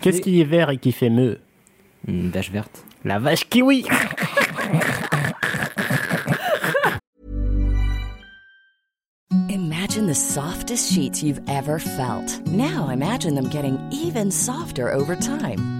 Qu'est-ce qui est vert et qui fait meuh Une vache verte. La vache kiwi Imagine the softest sheets you've ever felt. Now imagine them getting even softer over time.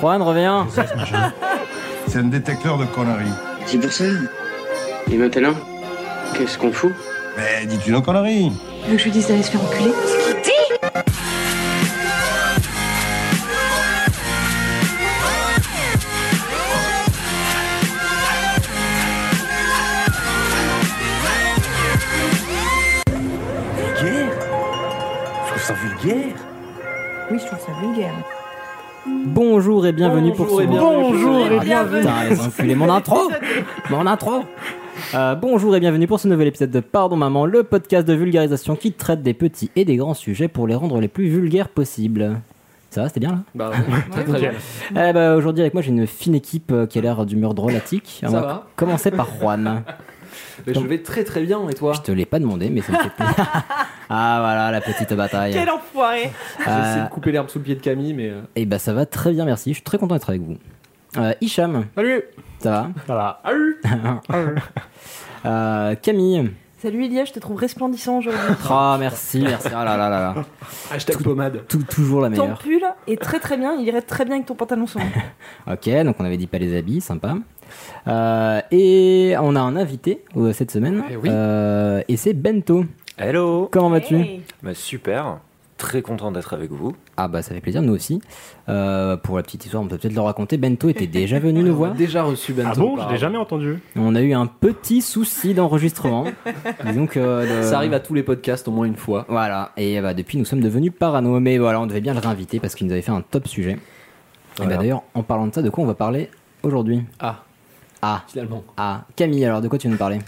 Juan, reviens C'est un détecteur de conneries. C'est pour ça. Et maintenant, qu'est-ce qu'on fout Mais Ben, dis-tu nos conneries Tu veux que je lui dise d'aller se faire enculer Vulgaire Je trouve ça vulgaire Oui, je trouve ça vulgaire. Bonjour et bienvenue pour ce Bonjour et Ah, bienvenue. putain, les enculés, mon intro Mon intro Euh, bonjour et bienvenue pour ce nouvel épisode de Pardon Maman, le podcast de vulgarisation qui traite des petits et des grands sujets pour les rendre les plus vulgaires possibles. Ça va, c'était bien là Bah ouais, très très bien. Eh ben, Aujourd'hui avec moi j'ai une fine équipe euh, qui a l'air d'humeur drôlatique. On Ça va va. Commencer par Juan. Mais je vais très très bien et toi Je te l'ai pas demandé mais ça me fait plaisir. ah voilà la petite bataille. Quel enfoiré J'ai essayé de couper l'herbe sous le pied de Camille, mais. euh, Et bah ça va très bien, merci. Je suis très content d'être avec vous. Euh, Hicham, Salut ça va Voilà. Salut Euh, Camille, Salut Elia, je te trouve resplendissant aujourd'hui. oh merci, merci. Ah là là là là. Hashtag pommade. Tout, toujours la Ton meilleure. pull est très très bien, il irait très bien avec ton pantalon sombre. Ok, donc on avait dit pas les habits, sympa. Euh, et on a un invité euh, cette semaine. Eh oui. Euh, et c'est Bento. Hello Comment vas-tu bah, Super, très content d'être avec vous. Ah bah ça fait plaisir, nous aussi. Euh, pour la petite histoire, on peut peut-être le raconter. Bento était déjà venu nous voir. Déjà reçu Ben Bento. Ah bon Je par- l'ai jamais entendu. On a eu un petit souci d'enregistrement. donc Ça arrive à tous les podcasts au moins une fois. Voilà, et bah, depuis nous sommes devenus parano, mais voilà, on devait bien le réinviter parce qu'il nous avait fait un top sujet. Et Voilà. bah, d'ailleurs, en parlant de ça, de quoi on va parler aujourd'hui Ah, Ah, finalement. ah, Camille, alors de quoi tu veux nous parler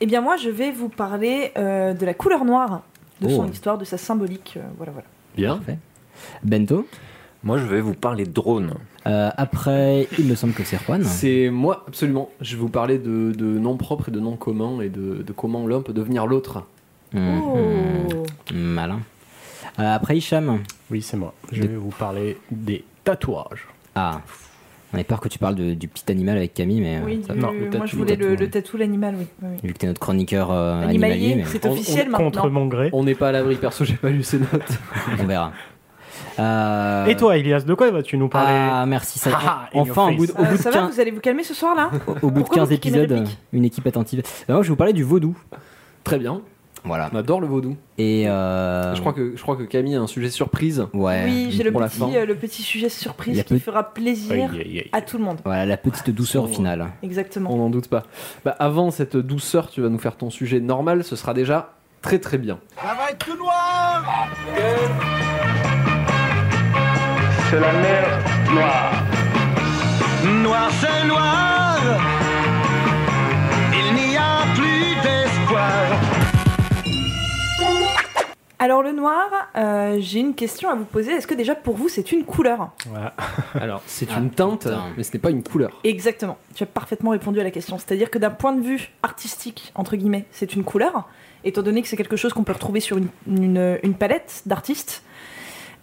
Eh bien moi, je vais vous parler euh, de la couleur noire, de Oh. son histoire, de sa symbolique. euh, voilà, voilà. Bien. Bento Moi, je vais vous parler de drones. Euh, Après, il me semble que c'est Juan. C'est moi, absolument. Je vais vous parler de, de noms propres et de noms communs et de, de comment l'un peut devenir l'autre. Hum, Oh. hum, malin. Euh, après, Hicham Oui, c'est moi. Je vais vous parler des tatouages. Ah, on avait peur que tu parles de- du petit animal avec Camille, mais euh, Oui, ça du- va. non, le moi je tatou, voulais tatou, le, ouais. le tatou, l'animal, oui. oui, oui. vu que t'es notre chroniqueur euh, animalier, Animalier, mais c'est On- on- officiel Contre maintenant. mon gré. On n'est pas à l'abri, perso, j'ai pas lu ces notes. on verra. Euh, Et toi, Elias, de quoi vas-tu nous parler Ah, merci, ça Ah, in your Enfin, au bout de, face. au bout Euh, de ça va, 15 vous allez vous calmer ce soir là Au bout de Pourquoi 15 vous piquez mes épisodes, répliques une équipe attentive. Euh, moi, je vais vous parler du vaudou. Très bien. Voilà. On adore le vaudou. Et euh, Je crois que je crois que Camille a un sujet surprise. Ouais. Oui, j'ai le, pour la petit, fin. euh, le petit sujet surprise La qui pe- fera Aïe, plaisir aïe, aïe. à tout le monde. Voilà, la petite douceur finale. Exactement. On n'en doute pas. Bah, avant cette douceur, tu vas nous faire ton sujet normal, ce sera déjà très très bien. Ça va être tout noir Noir, c'est noir. Il n'y a plus d'espoir. Alors le noir, euh, j'ai une question à vous poser. Est-ce que déjà pour vous c'est une couleur Voilà. Alors, c'est Ah, une teinte, putain. mais ce n'est pas une couleur. Exactement. Tu as parfaitement répondu à la question. C'est-à-dire que d'un point de vue artistique, entre guillemets, c'est une couleur, étant donné que c'est quelque chose qu'on peut retrouver sur une, une- une palette d'artistes.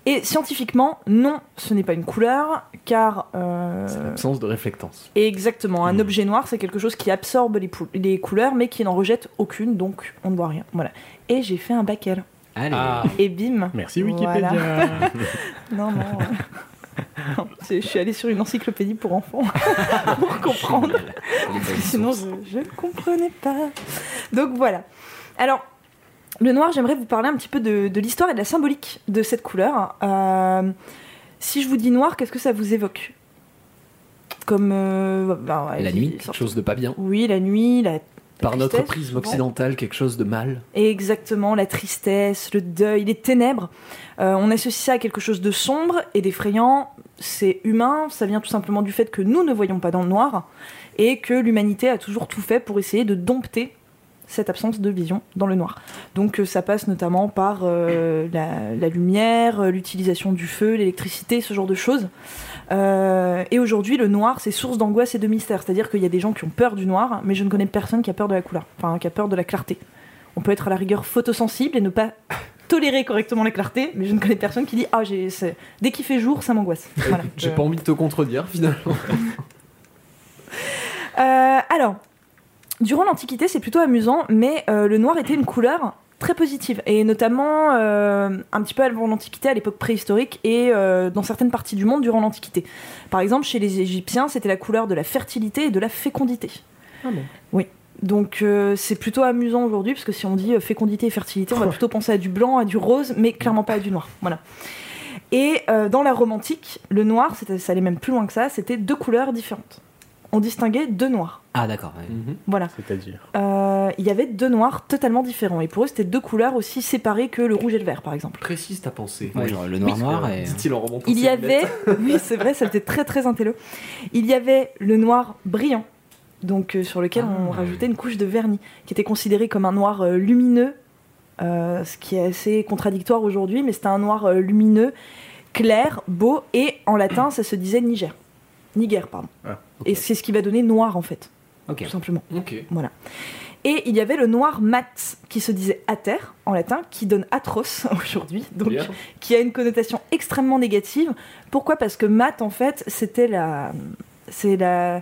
Et scientifiquement, non, ce n'est pas une couleur, car... euh, C'est l'absence de réflectance. Hmm. exactement, un objet noir, c'est quelque chose qui absorbe les, pou- les couleurs, mais qui n'en rejette aucune, donc on ne voit rien. Voilà. Et j'ai fait un bac L. Allez. Ah, Et bim Merci Wikipédia. Non, non. euh, non, c'est- je suis allée sur une encyclopédie pour enfants pour comprendre. Parce que sinon, je, je ne comprenais pas. Donc voilà. Alors, le noir, j'aimerais vous parler un petit peu de, de l'histoire et de la symbolique de cette couleur. Euh, si je vous dis noir, qu'est-ce que ça vous évoque Comme. euh, bah, ouais, La nuit, c'est- Ah, Quelque chose de pas bien. Oui, la nuit, la Par notre tristesse, prisme souvent. occidental, quelque chose de mal. Et exactement, la tristesse, le deuil, les ténèbres. Euh, on associe ça à quelque chose de sombre et d'effrayant. C'est humain, ça vient tout simplement du fait que nous ne voyons pas dans le noir et que l'humanité a toujours tout fait pour essayer de dompter cette absence de vision dans le noir. Donc euh, ça passe notamment par euh, la, la lumière, euh, l'utilisation du feu, l'électricité, ce genre de choses. Euh, et aujourd'hui, le noir, c'est source d'angoisse et de mystère. C'est-à-dire qu'il y a des gens qui ont peur du noir, mais je ne connais personne qui a peur de la couleur, enfin qui a peur de la clarté. On peut être à la rigueur photosensible et ne pas tolérer correctement la clarté, mais je ne connais personne qui dit ah j'ai c'est- dès qu'il fait jour, ça m'angoisse. Voilà. J'ai pas envie de te contredire finalement. Euh, alors, durant l'Antiquité, c'est plutôt amusant, mais euh, le noir était une couleur très positive, et notamment euh, un petit peu avant l'Antiquité, à l'époque préhistorique, et euh, dans certaines parties du monde durant l'Antiquité. Par exemple, chez les Égyptiens, c'était la couleur de la fertilité et de la fécondité. Oui. Donc euh, c'est plutôt amusant aujourd'hui, parce que si on dit euh, fécondité et fertilité, on va plutôt penser à du blanc, à du rose, mais clairement pas à du noir. Voilà. Et euh, dans la romantique, le noir, c'était- ça allait même plus loin que ça, c'était deux couleurs différentes. On distinguait deux noirs. Ah, d'accord. ouais. Mhm. Voilà. C'est-à-dire Euh, il y avait deux noirs totalement différents. Et pour eux, c'était deux couleurs aussi séparées que le rouge et le vert, par exemple. Précise ta pensée. Euh, Ouais, genre le noir noir et- Dit-il en remontant. Il ses y avait, lunettes. oui, c'est vrai, ça était très très intello. Il y avait le noir brillant, donc euh, sur lequel on rajoutait une couche de vernis, qui était considéré comme un noir euh, lumineux, euh, ce qui est assez contradictoire aujourd'hui, mais c'était un noir euh, lumineux, clair, beau, et en latin, ça se disait Niger. Niger, pardon. Ah, Et c'est ce qui va donner noir en fait, Ok. tout simplement. Ok. Voilà. Et il y avait le noir mat, qui se disait ater en latin, qui donne atroce aujourd'hui, donc Bien. qui a une connotation extrêmement négative. Pourquoi Parce que mat, en fait, c'était la, c'est la,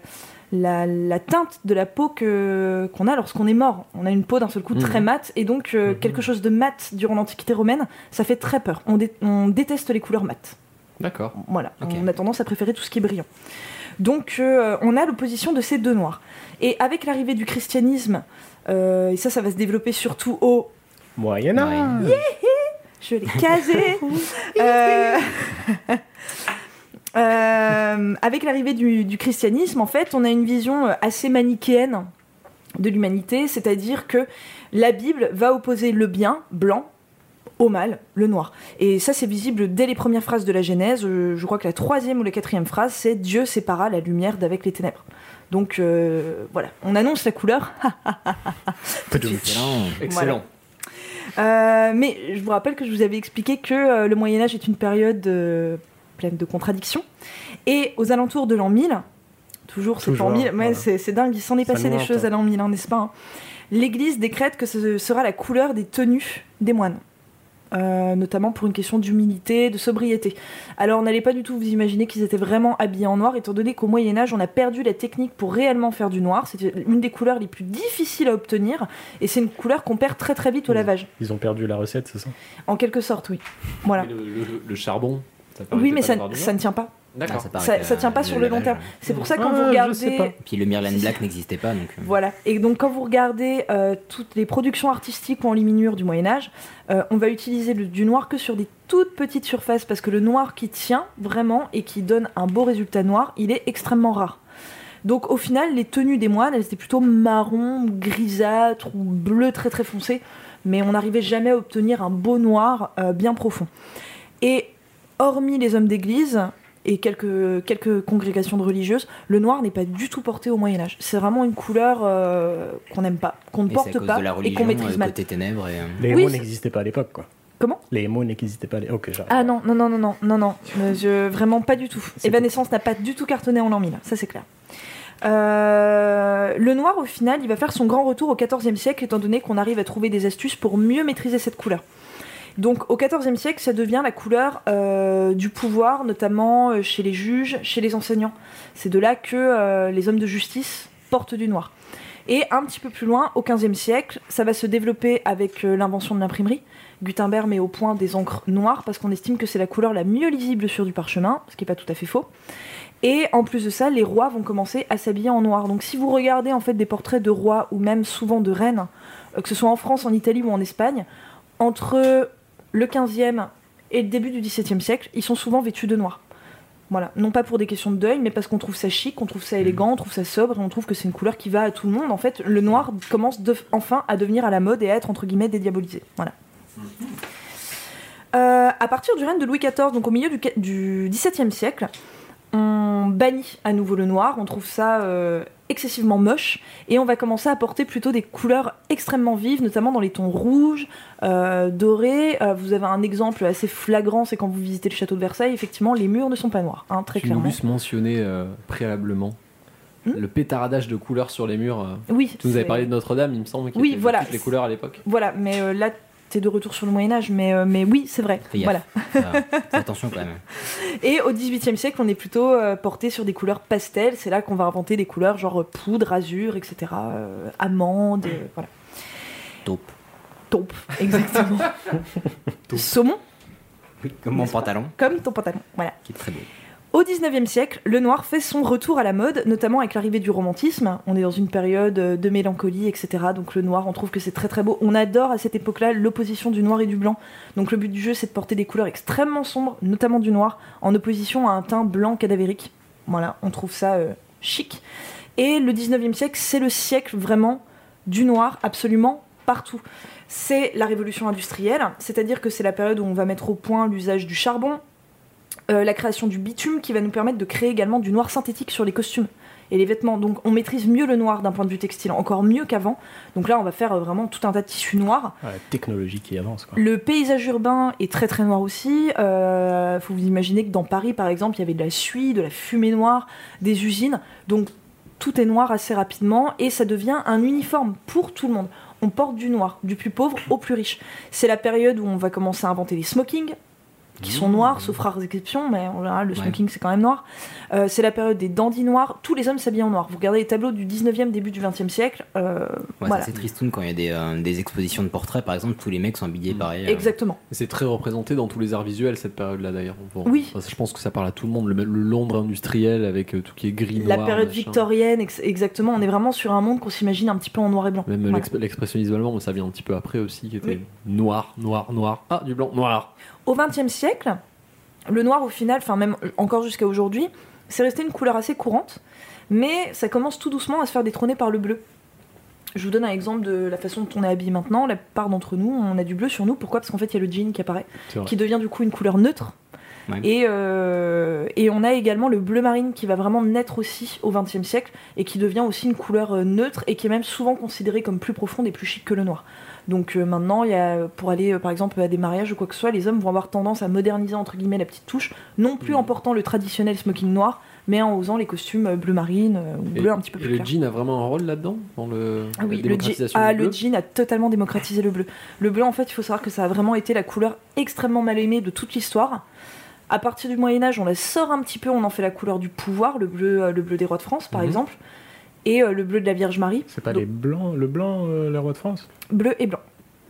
la, la teinte de la peau que qu'on a lorsqu'on est mort. On a une peau d'un seul coup Mhm. très mate, et donc euh, quelque chose de mat durant l'Antiquité romaine, ça fait très peur. On, dé- on déteste les couleurs mates. D'accord. Voilà, Ok. on a tendance à préférer tout ce qui est brillant. Donc euh, on a l'opposition de ces deux noirs. Et avec l'arrivée du christianisme, euh, et ça, ça va se développer surtout au Moyen Âge. je l'ai casé. Euh, euh, avec l'arrivée du, du christianisme, en fait, on a une vision euh, assez manichéenne de l'humanité, c'est-à-dire que la Bible va opposer le bien, blanc, au mal, le noir. Et ça, c'est visible dès les premières phrases de la Genèse. Euh, Je crois que la troisième ou la quatrième phrase, c'est Dieu sépara la lumière d'avec les ténèbres. Donc euh, voilà, on annonce la couleur. Excellent. Ah, Excellent. Euh, mais je vous rappelle que je vous avais expliqué que euh, le Moyen Âge est une période euh, pleine de contradictions. Et aux alentours de l'an 1000, toujours c'est Toujours, l'an 1000, ouais, voilà. c'est, c'est dingue, il s'en est Ça passé nous des hante, choses à l'an 1000, hein, n'est-ce pas hein L'Église décrète que ce sera la couleur des tenues des moines. Euh, notamment pour une question d'humilité, de sobriété. Alors n'allez pas du tout vous imaginer qu'ils étaient vraiment habillés en noir, étant donné qu'au Moyen Âge on a perdu la technique pour réellement faire du noir. C'était une des couleurs les plus difficiles à obtenir, et c'est une couleur qu'on perd très très vite au Oui. lavage. Ils ont perdu la recette, c'est ça En quelque sorte, oui. Voilà. Et Le, le- le charbon. ça permettait Oui, mais pas ça, d'avoir du ça noir ne tient pas. Ah, D'accord. paraît Ça, que ça tient pas sur le long terme. lavage, ouais. C'est pour ça quand Ah, je vous sais pas. regardez, Puis le Myrland Si, si. Black n'existait pas donc. euh, voilà. Et donc quand vous regardez euh, toutes les productions artistiques ou en liminure du Moyen Âge, euh, on va utiliser le- du noir que sur des toutes petites surfaces parce que le noir qui tient vraiment et qui donne un beau résultat noir, il est extrêmement rare. Donc au final, les tenues des moines, elles étaient plutôt marron, grisâtre ou bleu très très foncé, mais on n'arrivait jamais à obtenir un beau noir euh, bien profond. Et hormis les hommes d'église et quelques, quelques congrégations de religieuses, le noir n'est pas du tout porté au Moyen Âge. C'est vraiment une couleur euh, qu'on n'aime pas, qu'on ne et c'est à porte cause pas de la et religion, qu'on maîtrise euh, mal. côté ténèbres et. euh, Les Oui, mots c'est- n'existaient pas à l'époque, quoi. Comment Les mots n'existaient pas à l'époque. Ok, j'arrête. Ah non, non, non, non, non, non, non, je- vraiment pas du tout. C'est Evanescence n'a pas du tout cartonné en l'an 1000, ça c'est clair. Euh, le noir, au final, il va faire son grand retour au XIVe siècle, étant donné qu'on arrive à trouver des astuces pour mieux maîtriser cette couleur. Donc au XIVe siècle, ça devient la couleur euh, du pouvoir, notamment euh, chez les juges, chez les enseignants. C'est de là que euh, les hommes de justice portent du noir. Et un petit peu plus loin, au XVe siècle, ça va se développer avec euh, l'invention de l'imprimerie. Gutenberg met au point des encres noires parce qu'on estime que c'est la couleur la mieux lisible sur du parchemin, ce qui n'est pas tout à fait faux. Et en plus de ça, les rois vont commencer à s'habiller en noir. Donc si vous regardez en fait des portraits de rois ou même souvent de reines, euh, que ce soit en France, en Italie ou en Espagne, entre le 15e et le début du XVIIe siècle, ils sont souvent vêtus de noir. Voilà. Non pas pour des questions de deuil, mais parce qu'on trouve ça chic, on trouve ça élégant, on trouve ça sobre et on trouve que c'est une couleur qui va à tout le monde. En fait, le noir commence de- enfin à devenir à la mode et à être entre guillemets dédiabolisé. Voilà. Euh, à partir du règne de Louis XIV, donc au milieu du, du XVIIe siècle, on bannit à nouveau le noir, on trouve ça euh, excessivement moche, et on va commencer à porter plutôt des couleurs extrêmement vives, notamment dans les tons rouges, euh, dorés. Euh, vous avez un exemple assez flagrant, c'est quand vous visitez le château de Versailles, effectivement, les murs ne sont pas noirs, hein, très Tu nous clairement. juste mentionner euh, préalablement le pétaradage de couleurs sur les murs. euh. Oui, Tu nous avais c'est- parlé de Notre-Dame, il me semble, qui Oui, était de voilà. toutes les couleurs à l'époque. Voilà, mais euh, là, t'es de retour sur le Moyen-Âge, mais, euh, mais oui, c'est vrai. Fais Voilà. gaffe. Ça, Attention quand même. Et au XVIIIe siècle, on est plutôt euh, porté sur des couleurs pastel. C'est là qu'on va inventer des couleurs genre euh, poudre, azur, etc. euh, amande, euh, voilà. Taupe. Taupe, exactement. Saumon, Comme mon pantalon, comme ton pantalon. Voilà. qui est très beau. Au 19e siècle, le noir fait son retour à la mode, notamment avec l'arrivée du romantisme. On est dans une période euh, de mélancolie, etc. Donc le noir, on trouve que c'est très très beau. On adore à cette époque-là l'opposition du noir et du blanc. Donc le but du jeu, c'est de porter des couleurs extrêmement sombres, notamment du noir, en opposition à un teint blanc cadavérique. Voilà, on trouve ça euh, chic. Et le 19e siècle, c'est le siècle vraiment du noir, absolument partout. C'est la révolution industrielle, c'est-à-dire que c'est la période où on va mettre au point l'usage du charbon, euh, la création du bitume qui va nous permettre de créer également du noir synthétique sur les costumes et les vêtements. Donc on maîtrise mieux le noir d'un point de vue textile, encore mieux qu'avant. Donc là, on va faire euh, vraiment tout un tas de tissus noirs. Ah, la technologie qui avance, quoi. Le paysage urbain est très très noir aussi. Euh, faut vous imaginer que dans Paris, par exemple, il y avait de la suie, de la fumée noire, des usines. Donc tout est noir assez rapidement et ça devient un uniforme pour tout le monde. On porte du noir, du plus pauvre au plus riche. C'est la période où on va commencer à inventer les smokings qui sont noirs, sauf rares exceptions, mais en général, le Mmh. Ouais. smoking c'est quand même noir. Euh, c'est la période des dandys noirs, tous les hommes s'habillent en noir. Vous regardez les tableaux du 19e, début du 20e siècle, euh, Ouais, voilà. ça, c'est tristoun quand il y a des, euh, des expositions de portraits, par exemple, tous les mecs sont Mm. habillés pareil. euh, Exactement. Et C'est très représenté dans tous les arts visuels cette période-là d'ailleurs. Bon, Oui. enfin, je pense que ça parle à tout le monde. Le, le Londres industriel avec euh, tout qui est gris, La noir, période machin. victorienne, ex- exactement. On est vraiment sur un monde qu'on s'imagine un petit peu en noir et blanc. Même euh, Voilà. l'exp- l'expressionnisme allemand, mais ça vient un petit peu après aussi, qui était Oui. noir, noir, noir. Ah, du blanc, noir. Au XXe siècle, le noir, au final, enfin même euh, encore jusqu'à aujourd'hui, c'est resté une couleur assez courante, mais ça commence tout doucement à se faire détrôner par le bleu. Je vous donne un exemple de la façon dont on est habillé maintenant. La part d'entre nous, on a du bleu sur nous. Pourquoi Parce qu'en fait, il y a le jean qui apparaît, C'est vrai. qui devient du coup une couleur neutre. Ouais. Et, euh, et on a également le bleu marine qui va vraiment naître aussi au XXe siècle et qui devient aussi une couleur euh, neutre et qui est même souvent considérée comme plus profonde et plus chic que le noir. Donc euh, maintenant, il y a, pour aller euh, par exemple à des mariages ou quoi que ce soit, les hommes vont avoir tendance à moderniser entre guillemets la petite touche, non Mm. plus en portant le traditionnel smoking noir, mais en osant les costumes euh, bleu marine euh, ou Et- bleu un petit peu et plus le clair. jean a vraiment un rôle là-dedans dans le Ah la Euh, oui, le, jean, démocratisation ah, du le bleu jean a totalement démocratisé le bleu. Le bleu, en fait, il faut savoir que ça a vraiment été la couleur extrêmement mal aimée de toute l'histoire. À partir du Moyen Âge, on la sort un petit peu, on en fait la couleur du pouvoir, le bleu, euh, le bleu des rois de France, par Mhm. exemple, et euh, le bleu de la Vierge Marie, C'est pas Donc- les blancs, le blanc, euh, les rois de France bleu et blanc.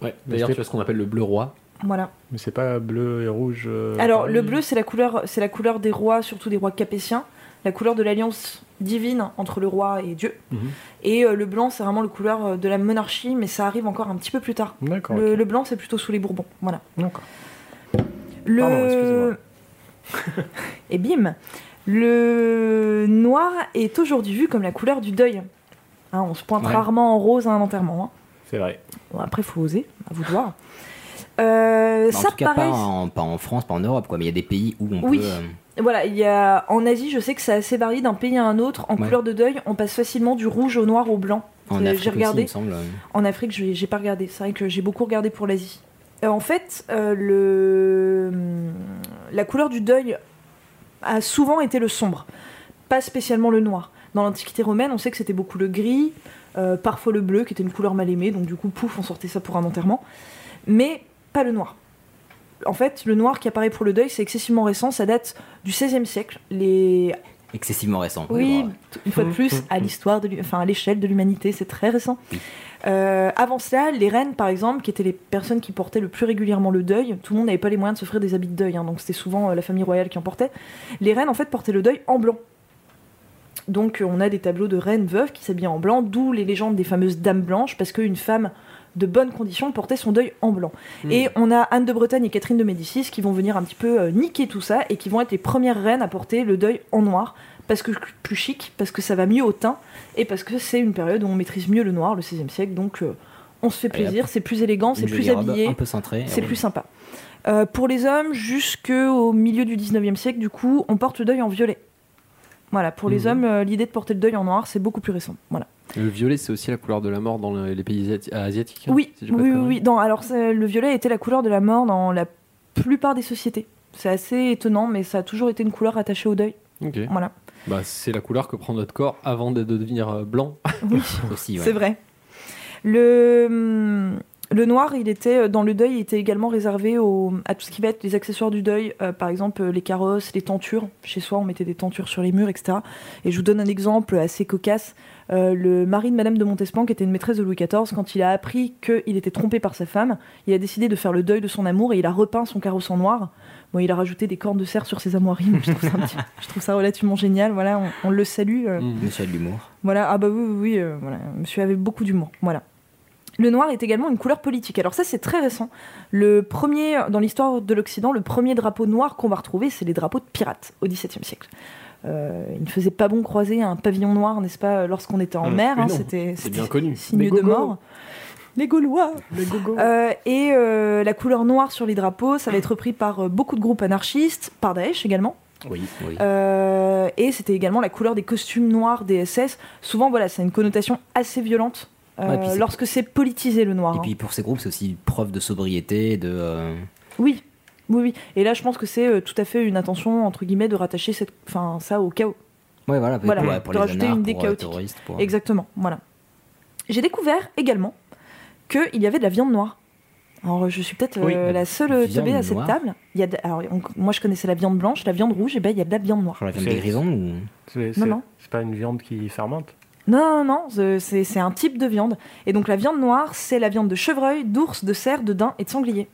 Ouais. D'ailleurs, C'était- tu as ce qu'on appelle le bleu roi. Voilà. Euh, Mais c'est pas bleu et rouge. euh, Alors, pareil le bleu, c'est la couleur, c'est la couleur des rois, surtout des rois capétiens, la couleur de l'alliance divine entre le roi et Dieu. Mhm. Et euh, le blanc, c'est vraiment le couleur euh, de la monarchie, mais ça arrive encore un petit peu plus tard. D'accord. Le, ok. le blanc, c'est plutôt sous les Bourbons. Voilà. D'accord. Le... Pardon, excusez-moi. et bim Le noir est aujourd'hui vu comme la couleur du deuil. Hein, on se pointe Ouais. rarement en rose à un enterrement. hein. C'est vrai. Bon, après, faut oser, à vous de voir. Euh, bah, en ça tout cas, pas paraît- en, pas en France, pas en Europe, quoi. Mais il y a des pays où on Oui. peut. euh, Voilà, il y a en Asie, je sais que ça assez varié d'un pays à un autre. En Ouais. couleur de deuil, on passe facilement du rouge au noir au blanc. en Euh, Afrique j'ai regardé. aussi, il me semble. En Afrique, j'ai j'ai pas regardé. C'est vrai que j'ai beaucoup regardé pour l'Asie. Euh, en fait, euh, le... la couleur du deuil a souvent été le sombre, pas spécialement le noir. Dans l'Antiquité romaine, on sait que c'était beaucoup le gris, euh, parfois le bleu, qui était une couleur mal aimée, donc du coup, pouf, on sortait ça pour un enterrement. Mais pas le noir. En fait, le noir qui apparaît pour le deuil, c'est excessivement récent, ça date du XVIe siècle. Les Excessivement récent. oui, bon, ouais. t- une fois de plus, à l'histoire de, l'hu- enfin à l'échelle de l'humanité, c'est très récent. Euh, avant cela, les reines, par exemple, qui étaient les personnes qui portaient le plus régulièrement le deuil, tout le monde n'avait pas les moyens de s'offrir des habits de deuil, hein, donc c'était souvent euh, la famille royale qui en portait. Les reines, en fait, portaient le deuil en blanc. Donc euh, on a des tableaux de reines veuves qui s'habillaient en blanc, d'où les légendes des fameuses dames blanches, parce qu'une femme de bonnes conditions de porter son deuil en blanc. Hmm. Et on a Anne de Bretagne et Catherine de Médicis qui vont venir un petit peu euh, niquer tout ça et qui vont être les premières reines à porter le deuil en noir parce que plus chic, parce que ça va mieux au teint et parce que c'est une période où on maîtrise mieux le noir, le 16e siècle, donc euh, on se fait Allez, hop. plaisir, c'est plus élégant, c'est Une plus jolie robe habillé. Un peu cintré. C'est plus sympa. Euh, pour les hommes, jusqu'au milieu du 19e siècle, du coup, on porte le deuil en violet. Voilà, pour les Mhm. hommes, euh, l'idée de porter le deuil en noir, c'est beaucoup plus récent. Voilà. Le violet, c'est aussi la couleur de la mort dans le- les pays asiati- asiatiques. hein, Oui, si je dis pas de oui, oui, conneries. oui. Non, alors ça, le violet était la couleur de la mort dans la plupart des sociétés. C'est assez étonnant, mais ça a toujours été une couleur attachée au deuil. Ok. Voilà. Bah, c'est la couleur que prend notre corps avant de de devenir euh, blanc. Oui. Aussi, C'est vrai. Le, hum, le noir, il était euh, dans le deuil, il était également réservé au, à tout ce qui va être les accessoires du deuil, euh, par exemple euh, les carrosses, les tentures. Chez soi, on mettait des tentures sur les murs, etc. Et je vous donne un exemple assez cocasse. Euh, le mari de Madame de Montespan, qui était une maîtresse de Louis XIV, quand il a appris qu'il était trompé par sa femme, il a décidé de faire le deuil de son amour et il a repeint son carrosse en noir. Bon, il a rajouté des cornes de cerf sur ses armoiries, mais je trouve ça, un petit- je trouve ça relativement génial. Voilà, on, on le salue. euh, Michel Dumour. voilà, ah bah oui, oui, oui, euh, voilà. monsieur avait beaucoup d'humour. Voilà. Le noir est également une couleur politique. Alors ça, c'est très récent. Le premier, dans l'histoire de l'Occident, le premier drapeau noir qu'on va retrouver, c'est les drapeaux de pirates au XVIIe siècle. Euh, il ne faisait pas bon croiser un pavillon noir, n'est-ce pas, lorsqu'on était en Mmh. mer. Mais hein, non, c'était c'est c'était bien connu. signe Les de gogos. mort. Les Gaulois. Le gogo. Euh, et euh, la couleur noire sur les drapeaux, ça va être repris par euh, beaucoup de groupes anarchistes, par Daesh également. Oui, oui. Euh, et c'était également la couleur des costumes noirs des SS. Souvent, voilà, ça a une connotation assez violente euh, Ouais, et puis c'est- lorsque c'est politisé le noir. Et hein. puis pour ces groupes, c'est aussi preuve de sobriété, de. euh, hein. Oui, oui, oui. Et là, je pense que c'est euh, tout à fait une intention entre guillemets de rattacher cette, enfin, ça au chaos. Ouais, voilà, Voilà, pour, pour de les rajouter anards, une idée pour euh, les chaotique. terroristes. Pour... Exactement. Voilà. J'ai découvert également qu'il y avait de la viande noire. Alors, je suis peut-être euh, Oui, la la seule euh, viande teubée à cette noire. table. Il y a de- alors, on- moi, je connaissais la viande blanche, la viande rouge, et ben il y a de la viande noire. Genre la viande C'est- des grisons ou. C'est Non, c'est- non. c'est pas une viande qui fermente Non, non, non, ze- c'est c'est un type de viande. Et donc la viande noire, c'est la viande de chevreuil, d'ours, de cerf, de daim et de sanglier.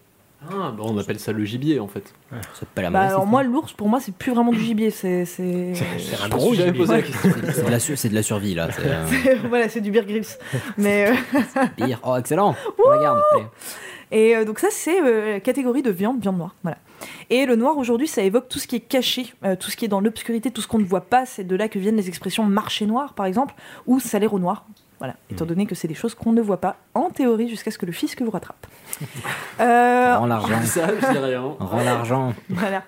Ah, bah, on appelle ça le gibier en fait. Ah, C'est pas la Bah, alors moi, l'ours, pour moi, c'est plus vraiment du gibier, c'est... c'est- C'est un pense gros que j'avais gibier. posé la Ouais. question. C'est de, la su- c'est de la survie là. c'est, euh, c'est- voilà, c'est du beer grills. Mais, euh, pire. Oh, excellent On Regarde allez. Et euh, donc ça, c'est euh, catégorie de viande, viande noire. Voilà. Et le noir, aujourd'hui, ça évoque tout ce qui est caché, euh, tout ce qui est dans l'obscurité, tout ce qu'on ne voit pas. C'est de là que viennent les expressions marché noir, par exemple, ou salaire au noir. Voilà, étant donné que c'est des choses qu'on ne voit pas, en théorie, jusqu'à ce que le fisc vous rattrape. Euh, Rends l'argent. ça, je hein. dis rien. Rends l'argent. Voilà.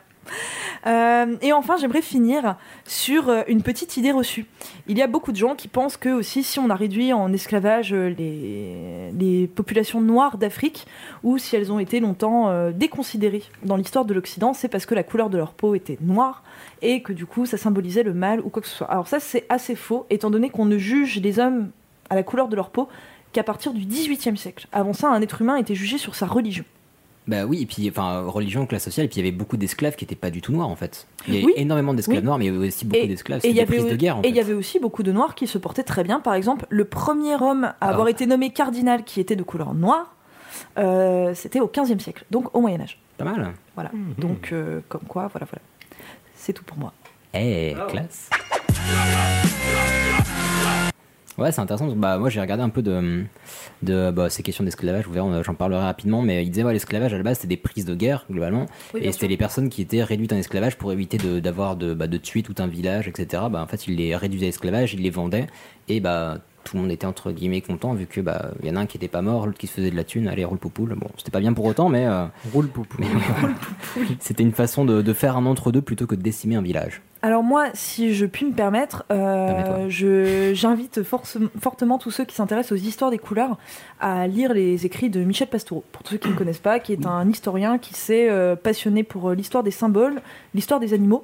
Euh, et enfin, j'aimerais finir sur euh, une petite idée reçue. Il y a beaucoup de gens qui pensent que aussi, si on a réduit en esclavage euh, les, les populations noires d'Afrique, ou si elles ont été longtemps euh, déconsidérées dans l'histoire de l'Occident, c'est parce que la couleur de leur peau était noire et que du coup, ça symbolisait le mal ou quoi que ce soit. Alors ça, c'est assez faux, étant donné qu'on ne juge les hommes à la couleur de leur peau qu'à partir du XVIIIe siècle. Avant ça, un être humain était jugé sur sa religion. Bah oui, et puis, enfin, religion, classe sociale, et puis il y avait beaucoup d'esclaves qui n'étaient pas du tout noirs en fait. Il y avait Oui. énormément d'esclaves Oui. noirs, mais il y avait aussi beaucoup d'esclaves. et C'était il y des avait- prises de guerre en et il y fait. avait aussi beaucoup de noirs qui se portaient très bien. Par exemple, le premier homme à Ah. avoir été nommé cardinal qui était de couleur noire, euh, c'était au XVe siècle, donc au Moyen Âge. Pas mal. Voilà. Mmh. Donc, euh, comme quoi, voilà, voilà. C'est tout pour moi. Eh, classe. Ouais, c'est intéressant. parce que, Bah, moi, j'ai regardé un peu de, de bah, ces questions d'esclavage. Vous verrez, on- j'en parlerai rapidement. Mais il disait, ouais, l'esclavage, à la base, c'était des prises de guerre, globalement. Oui, bien et c'était les personnes qui étaient réduites en esclavage pour éviter de- d'avoir de, bah, de tuer tout un village, etc. Bah, en fait, ils les réduisaient à esclavage, ils les vendaient. Et bah, tout le monde était entre guillemets content, vu que bah, il y en a un qui était pas mort, l'autre qui se faisait de la thune, allez, roule poupoule. Bon, c'était pas bien pour autant, mais. euh, Roule poupou. c'était une façon de, de faire un entre-deux plutôt que de décimer un village. Alors moi, si je puis me permettre, euh, Permets-toi. je- j'invite force- fortement tous ceux qui s'intéressent aux histoires des couleurs à lire les écrits de Michel Pastoureau. Pour tous ceux qui ne connaissent pas, qui est un historien qui s'est euh, passionné pour euh, l'histoire des symboles, l'histoire des animaux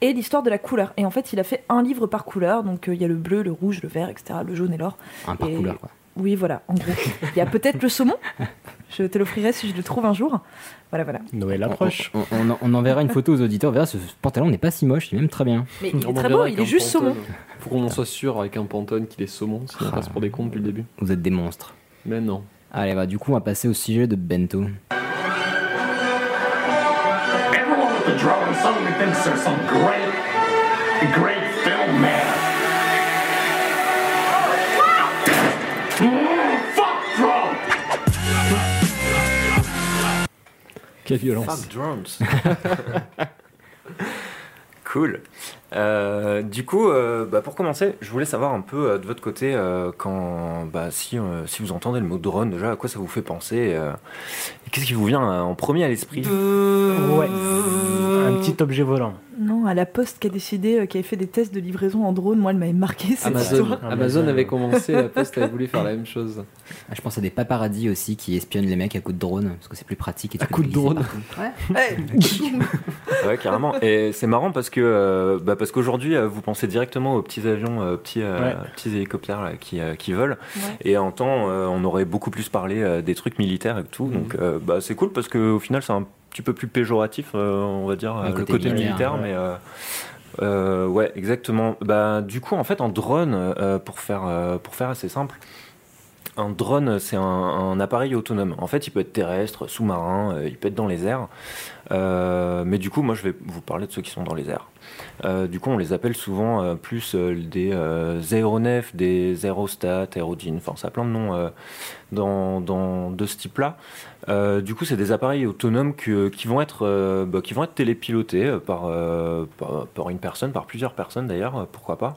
et l'histoire de la couleur. Et en fait, il a fait un livre par couleur. Donc euh, il y a le bleu, le rouge, le vert, etc., le jaune et l'or. Un par Et- couleur, quoi. Oui, voilà, en gros. Il y a peut-être le saumon. Je te l'offrirai si je le trouve un jour. Voilà, voilà. Noël On- approche. On, on- on enverra une photo aux auditeurs. On verra, ce pantalon n'est pas si moche, il est même très bien. Mais il On est verra très beau, avec il est un juste saumon. pantone. Faut qu'on en soit sûr avec un pantone qu'il est saumon, sinon on passe pour des cons depuis le début. Vous êtes des monstres. Mais non. Allez, bah, du coup, on va passer au sujet de Bento. Everyone with the drone suddenly thinks they're some great, great film man. Mm, fuck drone! Quelle violence. Fuck drones. cool. Euh, du coup, euh, bah, pour commencer, je voulais savoir un peu euh, de votre côté, euh, quand, bah, si, euh, si vous entendez le mot drone, déjà, à quoi ça vous fait penser euh, et Qu'est-ce qui vous vient euh, en premier à l'esprit Ouais. Un petit objet volant. Non, à la Poste qui a décidé, euh, qui avait fait des tests de livraison en drone, moi elle m'avait marqué cette Amazon, histoire. Amazon avait commencé, la Poste avait voulu faire la même chose. Ah, je pense à des paparazzis aussi qui espionnent les mecs à coups de drone, parce que c'est plus pratique. Et à coups de drone. Ouais, carrément. Et c'est marrant parce que euh, bah, parce qu'aujourd'hui, euh, vous pensez directement aux petits avions, euh, petits, euh, Ouais. petits hélicoptères là, qui, euh, qui volent. Ouais. Et en temps, euh, on aurait beaucoup plus parlé euh, des trucs militaires et tout. Donc, euh, bah, c'est cool parce qu'au final, c'est un petit peu plus péjoratif, euh, on va dire, euh, le côté, militaire. ouais. Mais euh, euh, ouais, exactement. Bah, du coup, en fait, en drone, euh, pour, faire, euh, pour faire assez simple, un drone, c'est un, un appareil autonome. En fait, il peut être terrestre, sous-marin, euh, il peut être dans les airs. Euh, mais du coup, moi, je vais vous parler de ceux qui sont dans les airs. Euh, du coup, on les appelle souvent euh, plus euh, des euh, aéronefs, des aérostats, aérodines. Enfin, ça a plein de noms euh, dans, dans- de ce type-là. Euh, du coup, c'est des appareils autonomes que- qui, vont être, euh, bah, qui vont être télépilotés euh, par, euh, par, par une personne, par plusieurs personnes d'ailleurs, euh, pourquoi pas,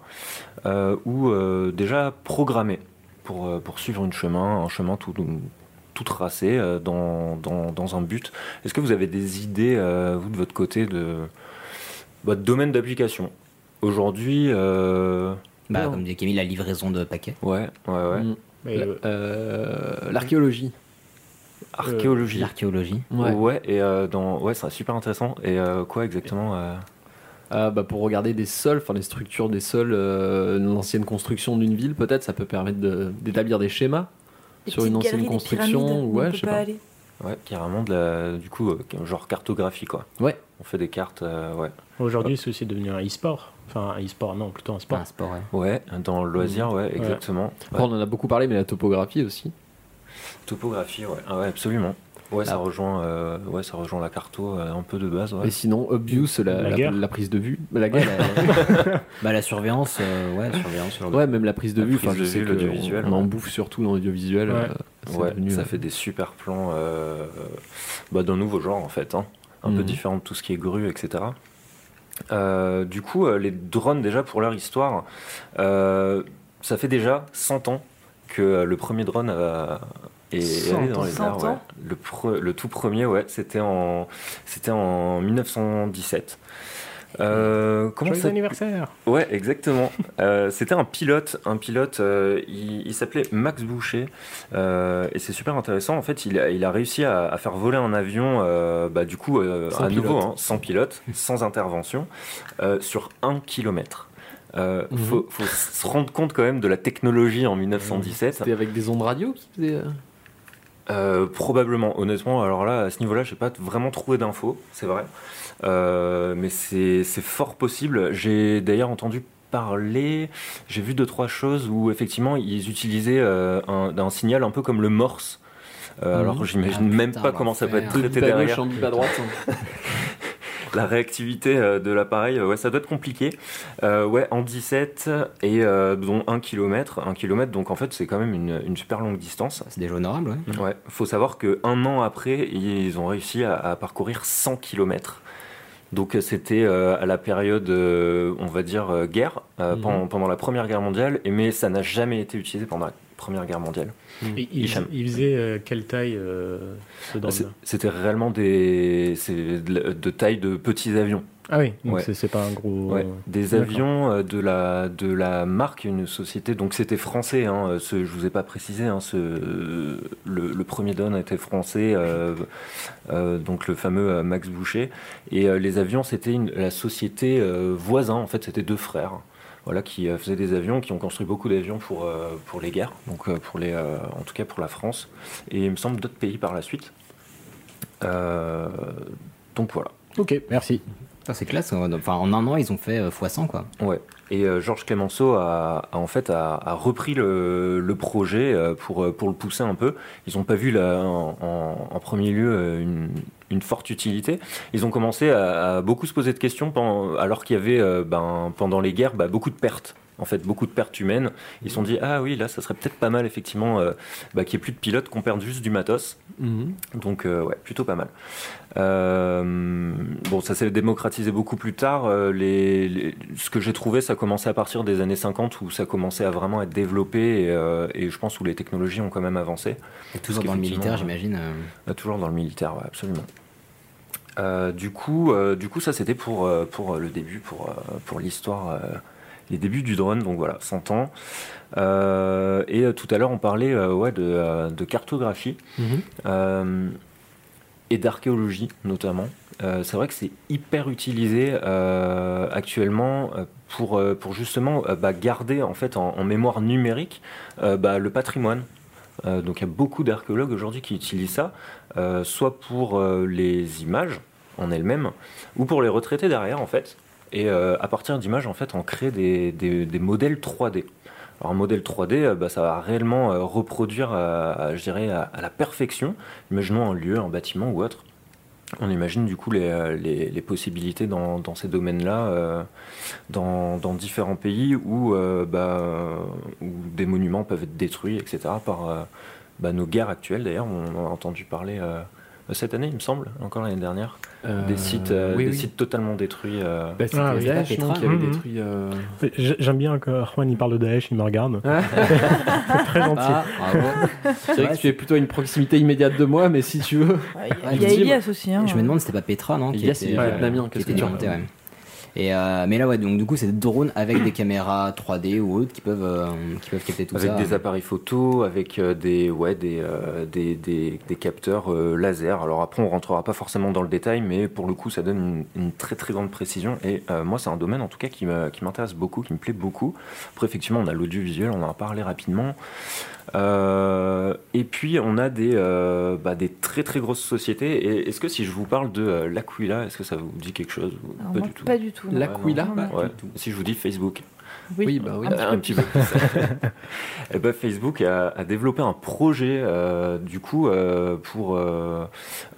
euh, ou euh, déjà programmés pour, euh, pour suivre une chemin, un chemin tout, tout tracé euh, dans, dans- dans un but. Est-ce que vous avez des idées, euh, vous, de votre côté, de votre domaine d'application Aujourd'hui, euh, Bah, comme dit Camille, la livraison de paquets. ouais, ouais, ouais. Mm. Mais, La- euh, euh, L'archéologie. Oh. Archéologie. Euh, L'archéologie. ouais. et euh, dans, ouais, c'est super intéressant. Et euh, quoi exactement euh, Ah, bah, pour regarder des sols, enfin les structures des sols, euh, l'ancienne construction d'une ville, peut-être, ça peut permettre de- d'établir des schémas Des sur une petites ancienne galeries, des construction. pyramides, on Ouais, peut je sais pas pas. aller. Ouais, carrément, de la- du coup, euh, genre cartographie, quoi. Ouais. On fait des cartes, euh, ouais. Aujourd'hui, ceci est devenu un e-sport. Enfin, un e-sport, non, plutôt un sport. Un sport, ouais. Ouais, dans le loisir, ouais, exactement. Ouais. Après, on en a beaucoup parlé, mais la topographie aussi. Topographie, ouais. Ah ouais, absolument. Ouais, ça Ah. rejoint, euh, ouais, ça rejoint la carto euh, un peu de base, ouais. Et sinon, Obvious, la, La la- guerre. la prise de vue. La guerre, la- Bah, la surveillance, euh, ouais, la surveillance. genre de- ouais, même la prise de La vue. prise Enfin, je de sais vue, que l'audiovisuel, on, on en ouais. bouffe surtout dans l'audiovisuel. Ouais. euh, c'est Ouais, devenu, ça euh, fait des super plans euh, bah, d'un nouveau genre en fait, hein. un peu Mhm. différent de tout ce qui est grue, etc. Euh, du coup, euh, les drones, déjà pour leur histoire, euh, ça fait déjà 100 ans que euh, le premier drone a- est est 100 allé dans ans. les 100 airs. ouais. ans. Le, pre- le tout premier, ouais, c'était en, c'était en 1917. Euh, comment Joyeux ça anniversaire Ouais, exactement. Euh, c'était un pilote, un pilote. euh, il il s'appelait Max Boucher euh, et c'est super intéressant. En fait, il a, il a réussi à, à faire voler un avion, euh, bah, du coup, euh, Sans à nouveau, pilote. hein, sans pilote, sans intervention, euh, sur un kilomètre. Euh, Mhm. faut, faut se rendre compte quand même de la technologie en 1917. C'était avec des ondes radio qui faisaient. euh, Euh, probablement, honnêtement, alors là, à ce niveau-là, je n'ai pas vraiment trouvé d'infos, c'est vrai. Euh, mais c'est c'est fort possible. J'ai d'ailleurs entendu parler, j'ai vu deux, trois choses où effectivement, ils utilisaient euh, un, un signal un peu comme le morse. Euh, Mhm. Alors que j'imagine Ah, même putain, pas comment ça peut être l'enfer. traité bip à gauche, derrière. en bip à droite. La réactivité euh, de l'appareil, euh, ouais, ça doit être compliqué. Euh, ouais, en 17 et euh, dont 1 km. 1 km, donc en fait, c'est quand même une- une super longue distance. C'est déjà honorable, ouais. Ouais, faut savoir que un an après, ils ont réussi à, à parcourir 100 km. Donc euh, c'était euh, à la période, euh, on va dire, euh, guerre, euh, Mhm. pendant, pendant la Première Guerre mondiale, et- mais ça n'a jamais été utilisé pendant la Première Guerre mondiale. Et il, Hicham. il faisait euh, quelle taille euh, ce drone C'est- C'était réellement des, c'est de, la- de taille de petits avions. Ah oui, donc Ouais. c'est- c'est pas un gros. euh, Ouais, euh, Des D'accord. avions euh, de la, de la marque, une société, donc c'était français, hein, euh, ce, je vous ai pas précisé, hein, ce, euh, le, le premier don était français, euh, euh, donc le fameux euh, Max Boucher, et euh, les avions c'était une- la société euh, voisin, en fait c'était deux frères. hein, Voilà, qui euh, faisaient des avions, qui ont construit beaucoup d'avions pour, euh, pour les guerres, donc euh, pour les, euh, en tout cas pour la France, et il me semble d'autres pays par la suite. Euh, donc voilà. Ok, merci. Putain, c'est classe. ouais. Enfin, en un an, ils ont fait euh, x100, quoi. Ouais. Et euh, Georges Clemenceau a, a en fait a, a repris le, le projet euh, pour, euh, pour le pousser un peu. Ils n'ont pas vu là, en, en- en premier lieu euh, une, une forte utilité. Ils ont commencé à, à beaucoup se poser de questions pen- alors qu'il y avait euh, ben, pendant les guerres bah, beaucoup de pertes. En en fait beaucoup de pertes humaines. Ils se sont dit ah oui là ça serait peut-être pas mal effectivement euh, bah, qu'il n'y ait plus de pilotes, qu'on perde juste du matos. Mhm. Donc euh, ouais plutôt pas mal. Euh, bon ça s'est démocratisé beaucoup plus tard. Euh, les, les- ce que j'ai trouvé ça commençait à partir des années 50 où ça commençait à vraiment être développé et, euh, et je pense où les technologies ont quand même avancé. Et toujours dans le militaire, j'imagine. euh. Ah, toujours dans le militaire, ouais, absolument. Euh, du, coup, euh, du coup, ça c'était pour, euh, pour euh, le début, pour, euh, pour l'histoire, euh, les débuts du drone, donc voilà, 100 ans. Euh, et euh, tout à l'heure, on parlait euh, ouais, de, euh, de cartographie Mhm. euh, et d'archéologie notamment. Euh, c'est vrai que c'est hyper utilisé euh, actuellement euh, pour, euh, pour justement euh, bah, garder en, fait, en, en mémoire numérique euh, bah, le patrimoine. Euh, donc il y a beaucoup d'archéologues aujourd'hui qui utilisent ça, euh, soit pour euh, les images en elles-mêmes, ou pour les retraités derrière en fait. Et euh, à partir d'images, en fait, on crée des, des- des modèles 3D. Alors un modèle 3D, euh, bah, ça va réellement euh, reproduire, euh, à- je dirais, à, à la perfection, imaginons un lieu, un bâtiment ou autre. On imagine du coup les, euh, les- les possibilités dans, dans ces domaines-là, euh, dans, dans différents pays où, euh, bah, euh, où des monuments peuvent être détruits, etc. par euh, bah, nos guerres actuelles. D'ailleurs, on en a entendu parler euh, cette année, il me semble, encore l'année dernière, Euh, des sites, euh, oui, des oui. sites totalement détruits. euh, Bah, c'était Ah, les oui. Daesh, Daesh, non, non qui avaient Mhm. détruit. euh, J- J'aime bien que Juan il parle de Daesh, il me regarde. C'est très gentil. Ah, bravo. C'est vrai que tu es plutôt à une proximité immédiate de moi, mais si tu veux. Il y a Elias aussi. Hein, Je me demande si c'était pas Petra, non Elias, il est euh, vietnamien, qui qu'est-ce était que tu déporté, racontes ouais. Et euh, mais là ouais donc du coup c'est des drones avec des caméras 3D ou autres qui peuvent euh, qui peuvent capter tout avec ça. des appareils photo, avec euh, des, ouais, des, euh, des, des- des capteurs euh, laser. Alors après, on rentrera pas forcément dans le détail, mais pour le coup, ça donne une, une très très grande précision. Et euh, moi, c'est un domaine en tout cas qui me- qui m'intéresse beaucoup, qui me plaît beaucoup. Après, effectivement, on a l'audiovisuel, on en a parlé rapidement. Euh, et puis, on a des, euh, bah, des très très grosses sociétés. Et est-ce que si je vous parle de euh, l'Aquila, est-ce que ça vous dit quelque chose ou Alors, moi, pas du tout, non. L'Aquila Ouais, Pas non. du Ouais. Si je vous dis Facebook. Oui. Oui, bah oui. Euh, un petit peu plus. Eh ben, Facebook a, a développé un projet euh, du coup euh, pour, euh,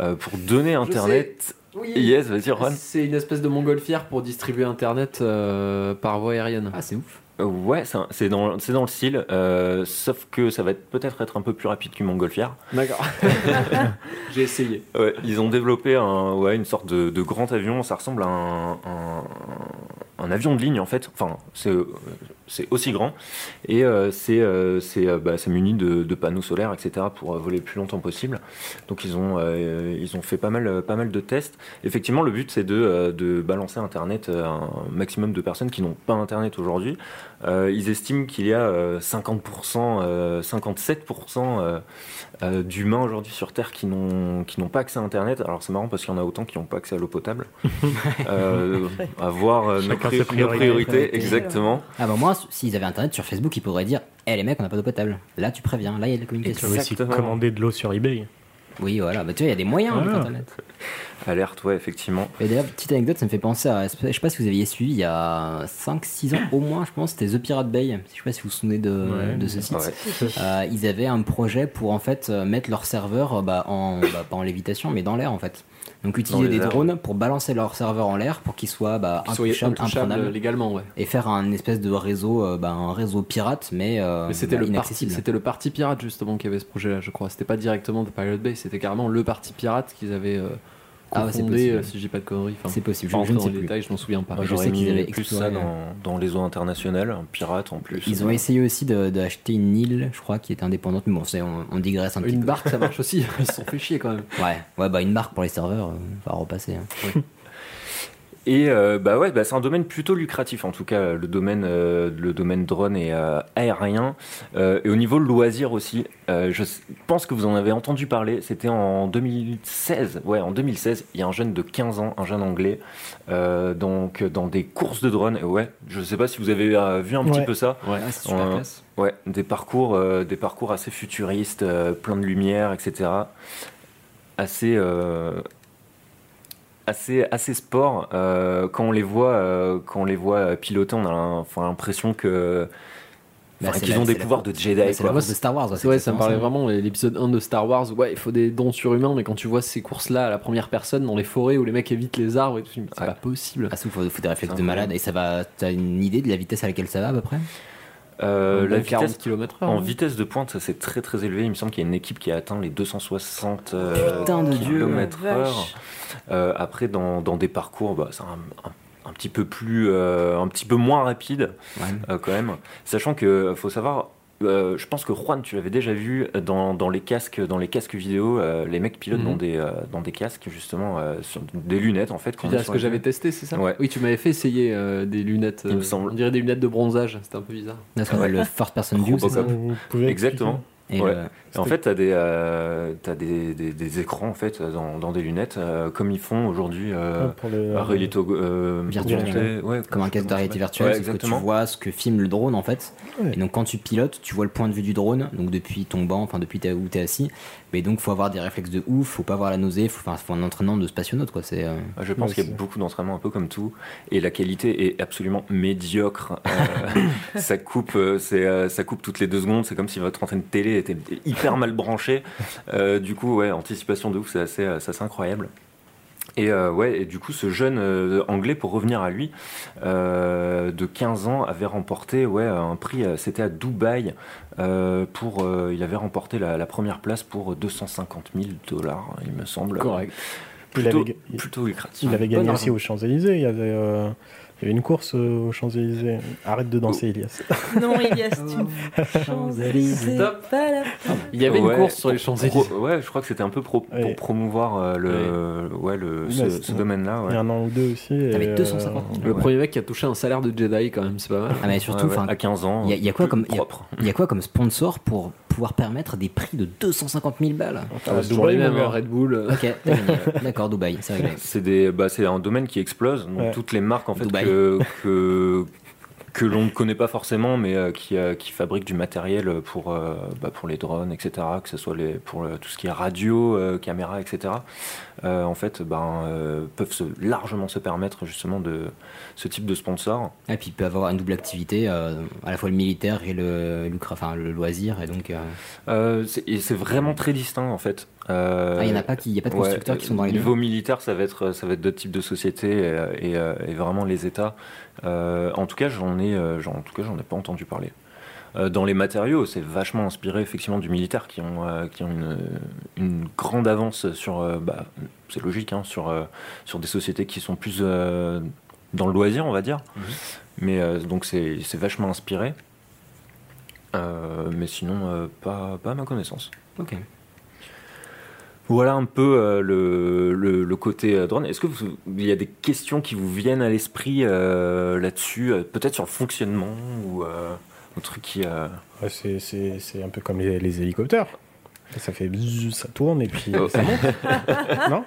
euh, pour donner Internet. Oui. Yes, vas-y, Juan. C'est une espèce de montgolfière pour distribuer Internet euh, par voie aérienne. Ah, c'est ouf. Euh, Ouais, c'est un- c'est dans, c'est dans le style, euh, sauf que ça va être- peut-être être un peu plus rapide qu'une montgolfière. D'accord. J'ai essayé. Ouais, ils ont développé un, ouais, une sorte de, de grand avion. Ça ressemble à un, un- un avion de ligne en fait. Enfin, c'est euh, c'est aussi grand et euh, c'est euh, c'est euh, bah, c'est muni de, de panneaux solaires, etc. pour euh, voler le plus longtemps possible. Donc ils ont euh, ils ont fait pas mal euh, pas mal de tests. Effectivement, le but c'est de euh, de balancer Internet euh, à un maximum de personnes qui n'ont pas Internet aujourd'hui. Euh, ils estiment qu'il y a euh, 50%, euh, 57% euh, euh, d'humains aujourd'hui sur Terre qui n'ont qui n'ont pas accès à Internet. Alors c'est marrant parce qu'il y en a autant qui n'ont pas accès à l'eau potable. euh, à voir euh, nos, Chacun pri- ses nos priorités, priorités. exactement. Ah bah moi s- s'ils avaient internet sur Facebook ils pourraient dire eh les mecs on n'a pas d'eau potable. Là tu préviens là il y a de la Et tu communication. vas aussi commander de l'eau sur eBay. Oui voilà bah tu vois il y a des moyens avec Ah. internet. Alerte, ouais, effectivement. Et d'ailleurs, petite anecdote, ça me fait penser à. Je sais pas si vous aviez suivi il y a 5-6 ans au moins, je pense, c'était The Pirate Bay. Je sais pas si vous vous souvenez de, Ouais. de ce site. Ouais. Euh, ils avaient un projet pour en fait euh, mettre leur serveur euh, bah, en, bah, pas en lévitation, mais dans l'air en fait. Donc utiliser les des airs. drones pour balancer leur serveur en l'air pour qu'ils soient bah, Qu'ils soient intouchables, intouchables imprenables, légalement, ouais. et faire un espèce de réseau, euh, bah, un réseau pirate, mais, euh, Mais c'était bah, le parti, inaccessible. c'était le parti pirate justement qui avait ce projet-là, je crois. C'était pas directement de Pirate Bay, c'était carrément le parti pirate qu'ils avaient euh, Ah ouais, c'est confondé, possible. euh, si j'ai pas de conneries. Enfin, C'est possible, pas je- je ne rentrer sais dans les plus. détails, je m'en souviens pas. Moi, je J'aurais sais qu'ils mis avaient plus exploré, ça dans, dans les eaux internationales, un pirate en plus. euh, Ils ont essayé aussi d'acheter de, d'acheter une île, je crois, qui était indépendante, mais bon, c'est- on, on digresse un petit Une peu. barque, ça marche aussi. Ils se sont fait chier quand même. Ouais, ouais, bah une marque pour les serveurs, on va repasser. hein. Et euh, bah ouais, bah c'est un domaine plutôt lucratif en tout cas, le domaine, euh, le domaine drone et euh, aérien. Euh, et au niveau loisir aussi, euh, je s- pense que vous en avez entendu parler. C'était en 2016. Ouais, en 2016, il y a un jeune de 15 ans, un jeune anglais, euh, donc dans des courses de drone. Et ouais, je sais pas si vous avez euh, vu un petit Ouais. peu ça. Ouais. Ah, c'est super Ouais. classe. Ouais, des parcours, euh, des parcours assez futuristes, euh, plein de lumière, etc. Assez, euh, assez, assez sport. Euh, quand on les voit, euh, quand on les voit piloter, on a l'im- enfin, l'impression que Enfin, qu'ils ont des pouvoirs de Jedi. Bah, C'est la quoi. course de Star Wars. Ouais, ça me parlait vraiment l'épisode 1 de Star Wars. Ouais, il faut des dons surhumains, mais quand tu vois ces courses-là à la première personne dans les forêts où les mecs évitent les arbres, et tout, tu me dis, c'est pas possible. Ah, il faut, faut des réflexes de malade. Et ça va. T'as une idée de la vitesse à laquelle ça va à peu près Euh, Donc, la 40 vitesse, kilomètres Ah heure, en hein. vitesse de pointe, ça c'est très très élevé. Il me semble qu'il y a une équipe qui a atteint les 260 euh, Putain de Dieu, kilomètres la vache. heure. Euh, après, dans, dans des parcours, bah, c'est un, un- un petit peu plus, euh, un petit peu moins rapide euh, quand même. Sachant que euh, faut savoir. euh, je pense que Juan, tu l'avais déjà vu euh, dans, dans les casques, dans les casques vidéo, euh, les mecs pilotes Mhm. dans des euh, dans des casques justement, euh, sur des lunettes en fait. Tu quand dis ils ce sont que allumés. j'avais testé, c'est ça Ouais. Oui, tu m'avais fait essayer euh, des lunettes. Il me euh, semble. On dirait des lunettes de bronzage, c'était un peu bizarre. Là, ce qu'on appelle le first person view, c'est ça Robocop. Exactement. Et Ouais. le- Et en fait, tu as, des, euh, t'as des, des- des écrans en fait, dans, dans des lunettes, euh, comme ils font aujourd'hui. Euh, Ouais, pour le- euh, ah, réalité au- euh, augmentée. virtuel, Ouais, comme un casque de réalité virtuelle, Ouais, sauf que tu exactement. vois ce que filme le drone en fait. Ouais. Et donc quand tu pilotes, tu vois le point de vue du drone, donc depuis ton banc, enfin depuis ta- où t'es assis. Mais donc faut avoir des réflexes de ouf, faut pas avoir la nausée, faut, enfin, faut un entraînement de spationaute quoi. C'est. euh, Je pense qu'il y a beaucoup d'entraînement, un peu comme tout, et la qualité est absolument médiocre. Euh, ça coupe, euh, c'est, euh, ça coupe toutes les deux secondes. C'est comme si votre antenne télé était hyper mal branchée. Euh, du coup, ouais, anticipation de ouf, c'est assez, euh, c'est assez incroyable. Et euh, ouais, et du coup, ce jeune euh, anglais, pour revenir à lui, euh, de 15 ans, avait remporté ouais un prix. euh, C'était à Dubaï euh, pour, euh, il avait remporté la, la première place pour 250 000 dollars, il me semble. Correct. Il Plutôt, avait- plutôt lucratif. Il Un avait bon gagné argent. aussi aux Champs-Élysées. Il, y avait, euh, il y avait une course euh, aux Champs-Élysées. Arrête de danser, Elias. Non, Elias, tu me- Champs-Élysées. C'est pas la- Il y avait une Ouais, course sur les pour- Champs-Élysées. pro- Ouais, je crois que c'était un peu pro- pour promouvoir euh, le, ouais, le, Oui, ce, mais c'est- ce domaine-là. ouais. Il y a un an ou deux aussi. et, T'avais euh, 250 Le Ouais. premier mec qui a touché un salaire de Jedi, quand même, c'est pas mal. Ah mais surtout, enfin, Il y, a- il y a quoi comme il y a- il y a quoi comme sponsor pour pouvoir permettre des prix de 250 000 balles Euh, Ah, c'est toujours les mêmes, hein, Red Bull. euh. Ok, t'as gagné. d'accord, Dubaï, c'est réglé. C'est des- bah, c'est un domaine qui explose. Donc Ouais. toutes les marques en fait Dubaï. que, que, que l'on ne connaît pas forcément, mais euh, qui, euh, qui fabriquent du matériel pour, euh, bah, pour les drones, etc. Que ce soit les, pour euh, tout ce qui est radio, euh, caméra, etc. euh, en fait, ben, euh, peuvent se- largement se permettre justement de ce type de sponsor. Et puis il peut avoir une double activité, euh, à la fois le militaire et le, lucra- enfin, le loisir, et donc. euh, Euh, c'est- et c'est vraiment très distinct en fait. Euh, Ah, il y en a pas qui- il y a pas de constructeurs qui sont dans les deux Niveau militaire, ça va être euh, ça va être d'autres types de sociétés euh, et, euh, et vraiment les États. Euh, en tout cas, j'en ai euh, j'en- en tout cas j'en ai pas entendu parler. Euh, Dans les matériaux, c'est vachement inspiré effectivement du militaire qui ont, euh, qui ont une, une grande avance sur, euh, bah, c'est logique, hein, sur, euh, sur des sociétés qui sont plus euh, dans le loisir, on va dire. Mhm. Mais euh, donc c'est c'est vachement inspiré. Euh, mais sinon, euh, pas, pas à ma connaissance. Ok. Voilà un peu euh, le, le- le côté euh, drone. Est-ce que vous- il y a des questions qui vous viennent à l'esprit euh, là-dessus, euh, peut-être sur le fonctionnement ou euh, un truc qui euh, Ouais, c'est- c'est c'est un peu comme les, les hélicoptères. Ça fait bzzz, ça tourne et puis Oh. ça monte. Euh, non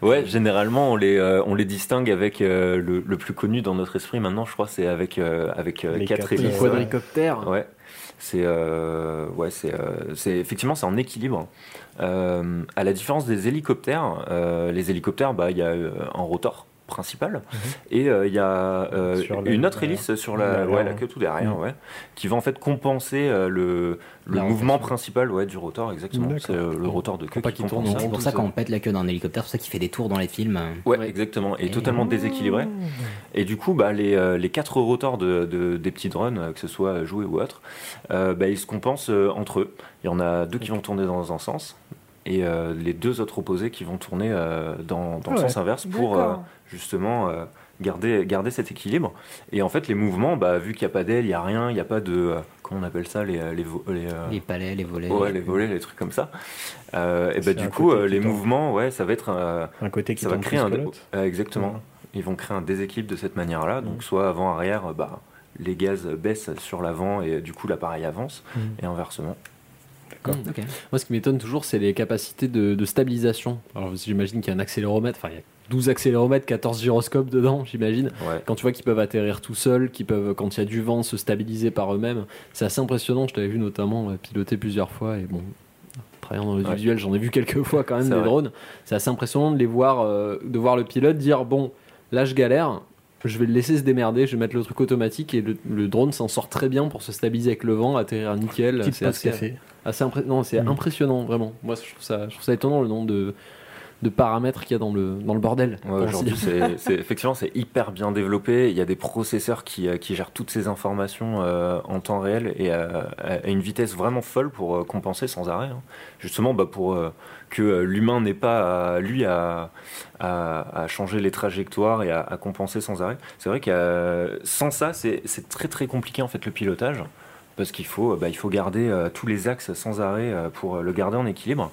Ouais, généralement on les euh, on les distingue avec euh, le, le plus connu dans notre esprit maintenant, je crois, c'est avec euh, avec euh, Les quatre quatre, hélices. euh, quadricoptères. Ouais. C'est euh, ouais, c'est euh, c'est- effectivement c'est en équilibre. Euh, à la différence des hélicoptères, euh, les hélicoptères, bah il y a euh, un rotor principal et euh, il y a euh, Sur la- une autre hélice sur la, la- ouais, la queue tout derrière, ouais, qui va en fait compenser euh, le, le La mouvement principal ouais, du rotor exactement. D'accord. C'est euh, le rotor de queue qui compense Donc, ça. C'est pour ça qu'on pète la queue d'un hélicoptère, c'est pour ça qu'il fait des tours dans les films. euh. Ouais, exactement, et, totalement déséquilibré. Et du coup, bah, les, euh, les quatre rotors de, de- des petits drones, euh, que ce soit joué ou autre, euh, bah, ils se compensent euh, entre eux. Il y en a deux qui vont tourner dans un sens, et euh, les deux autres opposés qui vont tourner euh, dans, dans le Ouais. sens inverse pour D'accord. euh, justement euh, garder, garder cet équilibre. Et en fait, les mouvements, bah, vu qu'il n'y a pas d'aile, il n'y a rien, il n'y a pas de. euh, comment on appelle ça Les, euh, les, vo- les, euh, Les palais, les volets. Ouais, les volets, les trucs comme ça. Euh, et bah, C'est du un coup, côté euh, les qui tombe. mouvements, ouais, ça va être euh, Un côté qui ça va tombe créer plus un que l'autre. euh, exactement. Ils vont créer un déséquilibre de cette manière-là, donc soit avant arrière, euh, bah les gaz baissent sur l'avant et euh, du coup l'appareil avance Mhm. et inversement. Mm. Ok. Moi, ce qui m'étonne toujours, c'est les capacités de, de stabilisation. Alors, j'imagine qu'il y a un accéléromètre, enfin, il y a 12 accéléromètres, 14 gyroscopes dedans, j'imagine. Quand tu vois qu'ils peuvent atterrir tout seuls, qu'ils peuvent, quand il y a du vent, se stabiliser par eux-mêmes, c'est assez impressionnant. Je t'avais vu notamment euh, piloter plusieurs fois et bon. Travaillant dans le Ouais. visuel, j'en ai vu quelques fois quand même C'est des vrai. drones. C'est assez impressionnant de les voir, euh, de voir le pilote dire bon, là je galère, je vais le laisser se démerder, je vais mettre le truc automatique et le, le drone s'en sort très bien pour se stabiliser avec le vent, atterrir nickel. Petite C'est pause assez, café. assez impré- non, c'est Mm. impressionnant, vraiment. Moi, je trouve ça, je trouve ça étonnant le nombre de, de paramètres qu'il y a dans le, dans le bordel. Ouais, Aujourd'hui, c'est- c'est- effectivement, c'est hyper bien développé. Il y a des processeurs qui, euh, qui gèrent toutes ces informations euh, en temps réel et euh, à, à une vitesse vraiment folle pour euh, compenser sans arrêt. hein. Justement, bah, pour euh, que euh, l'humain n'ait pas, à, lui, à, à- à changer les trajectoires et à, à compenser sans arrêt. C'est vrai que euh, sans ça, c'est c'est très très compliqué en fait le pilotage. Parce qu'il faut, euh, bah, il faut garder euh, tous les axes sans arrêt euh, pour euh, le garder en équilibre.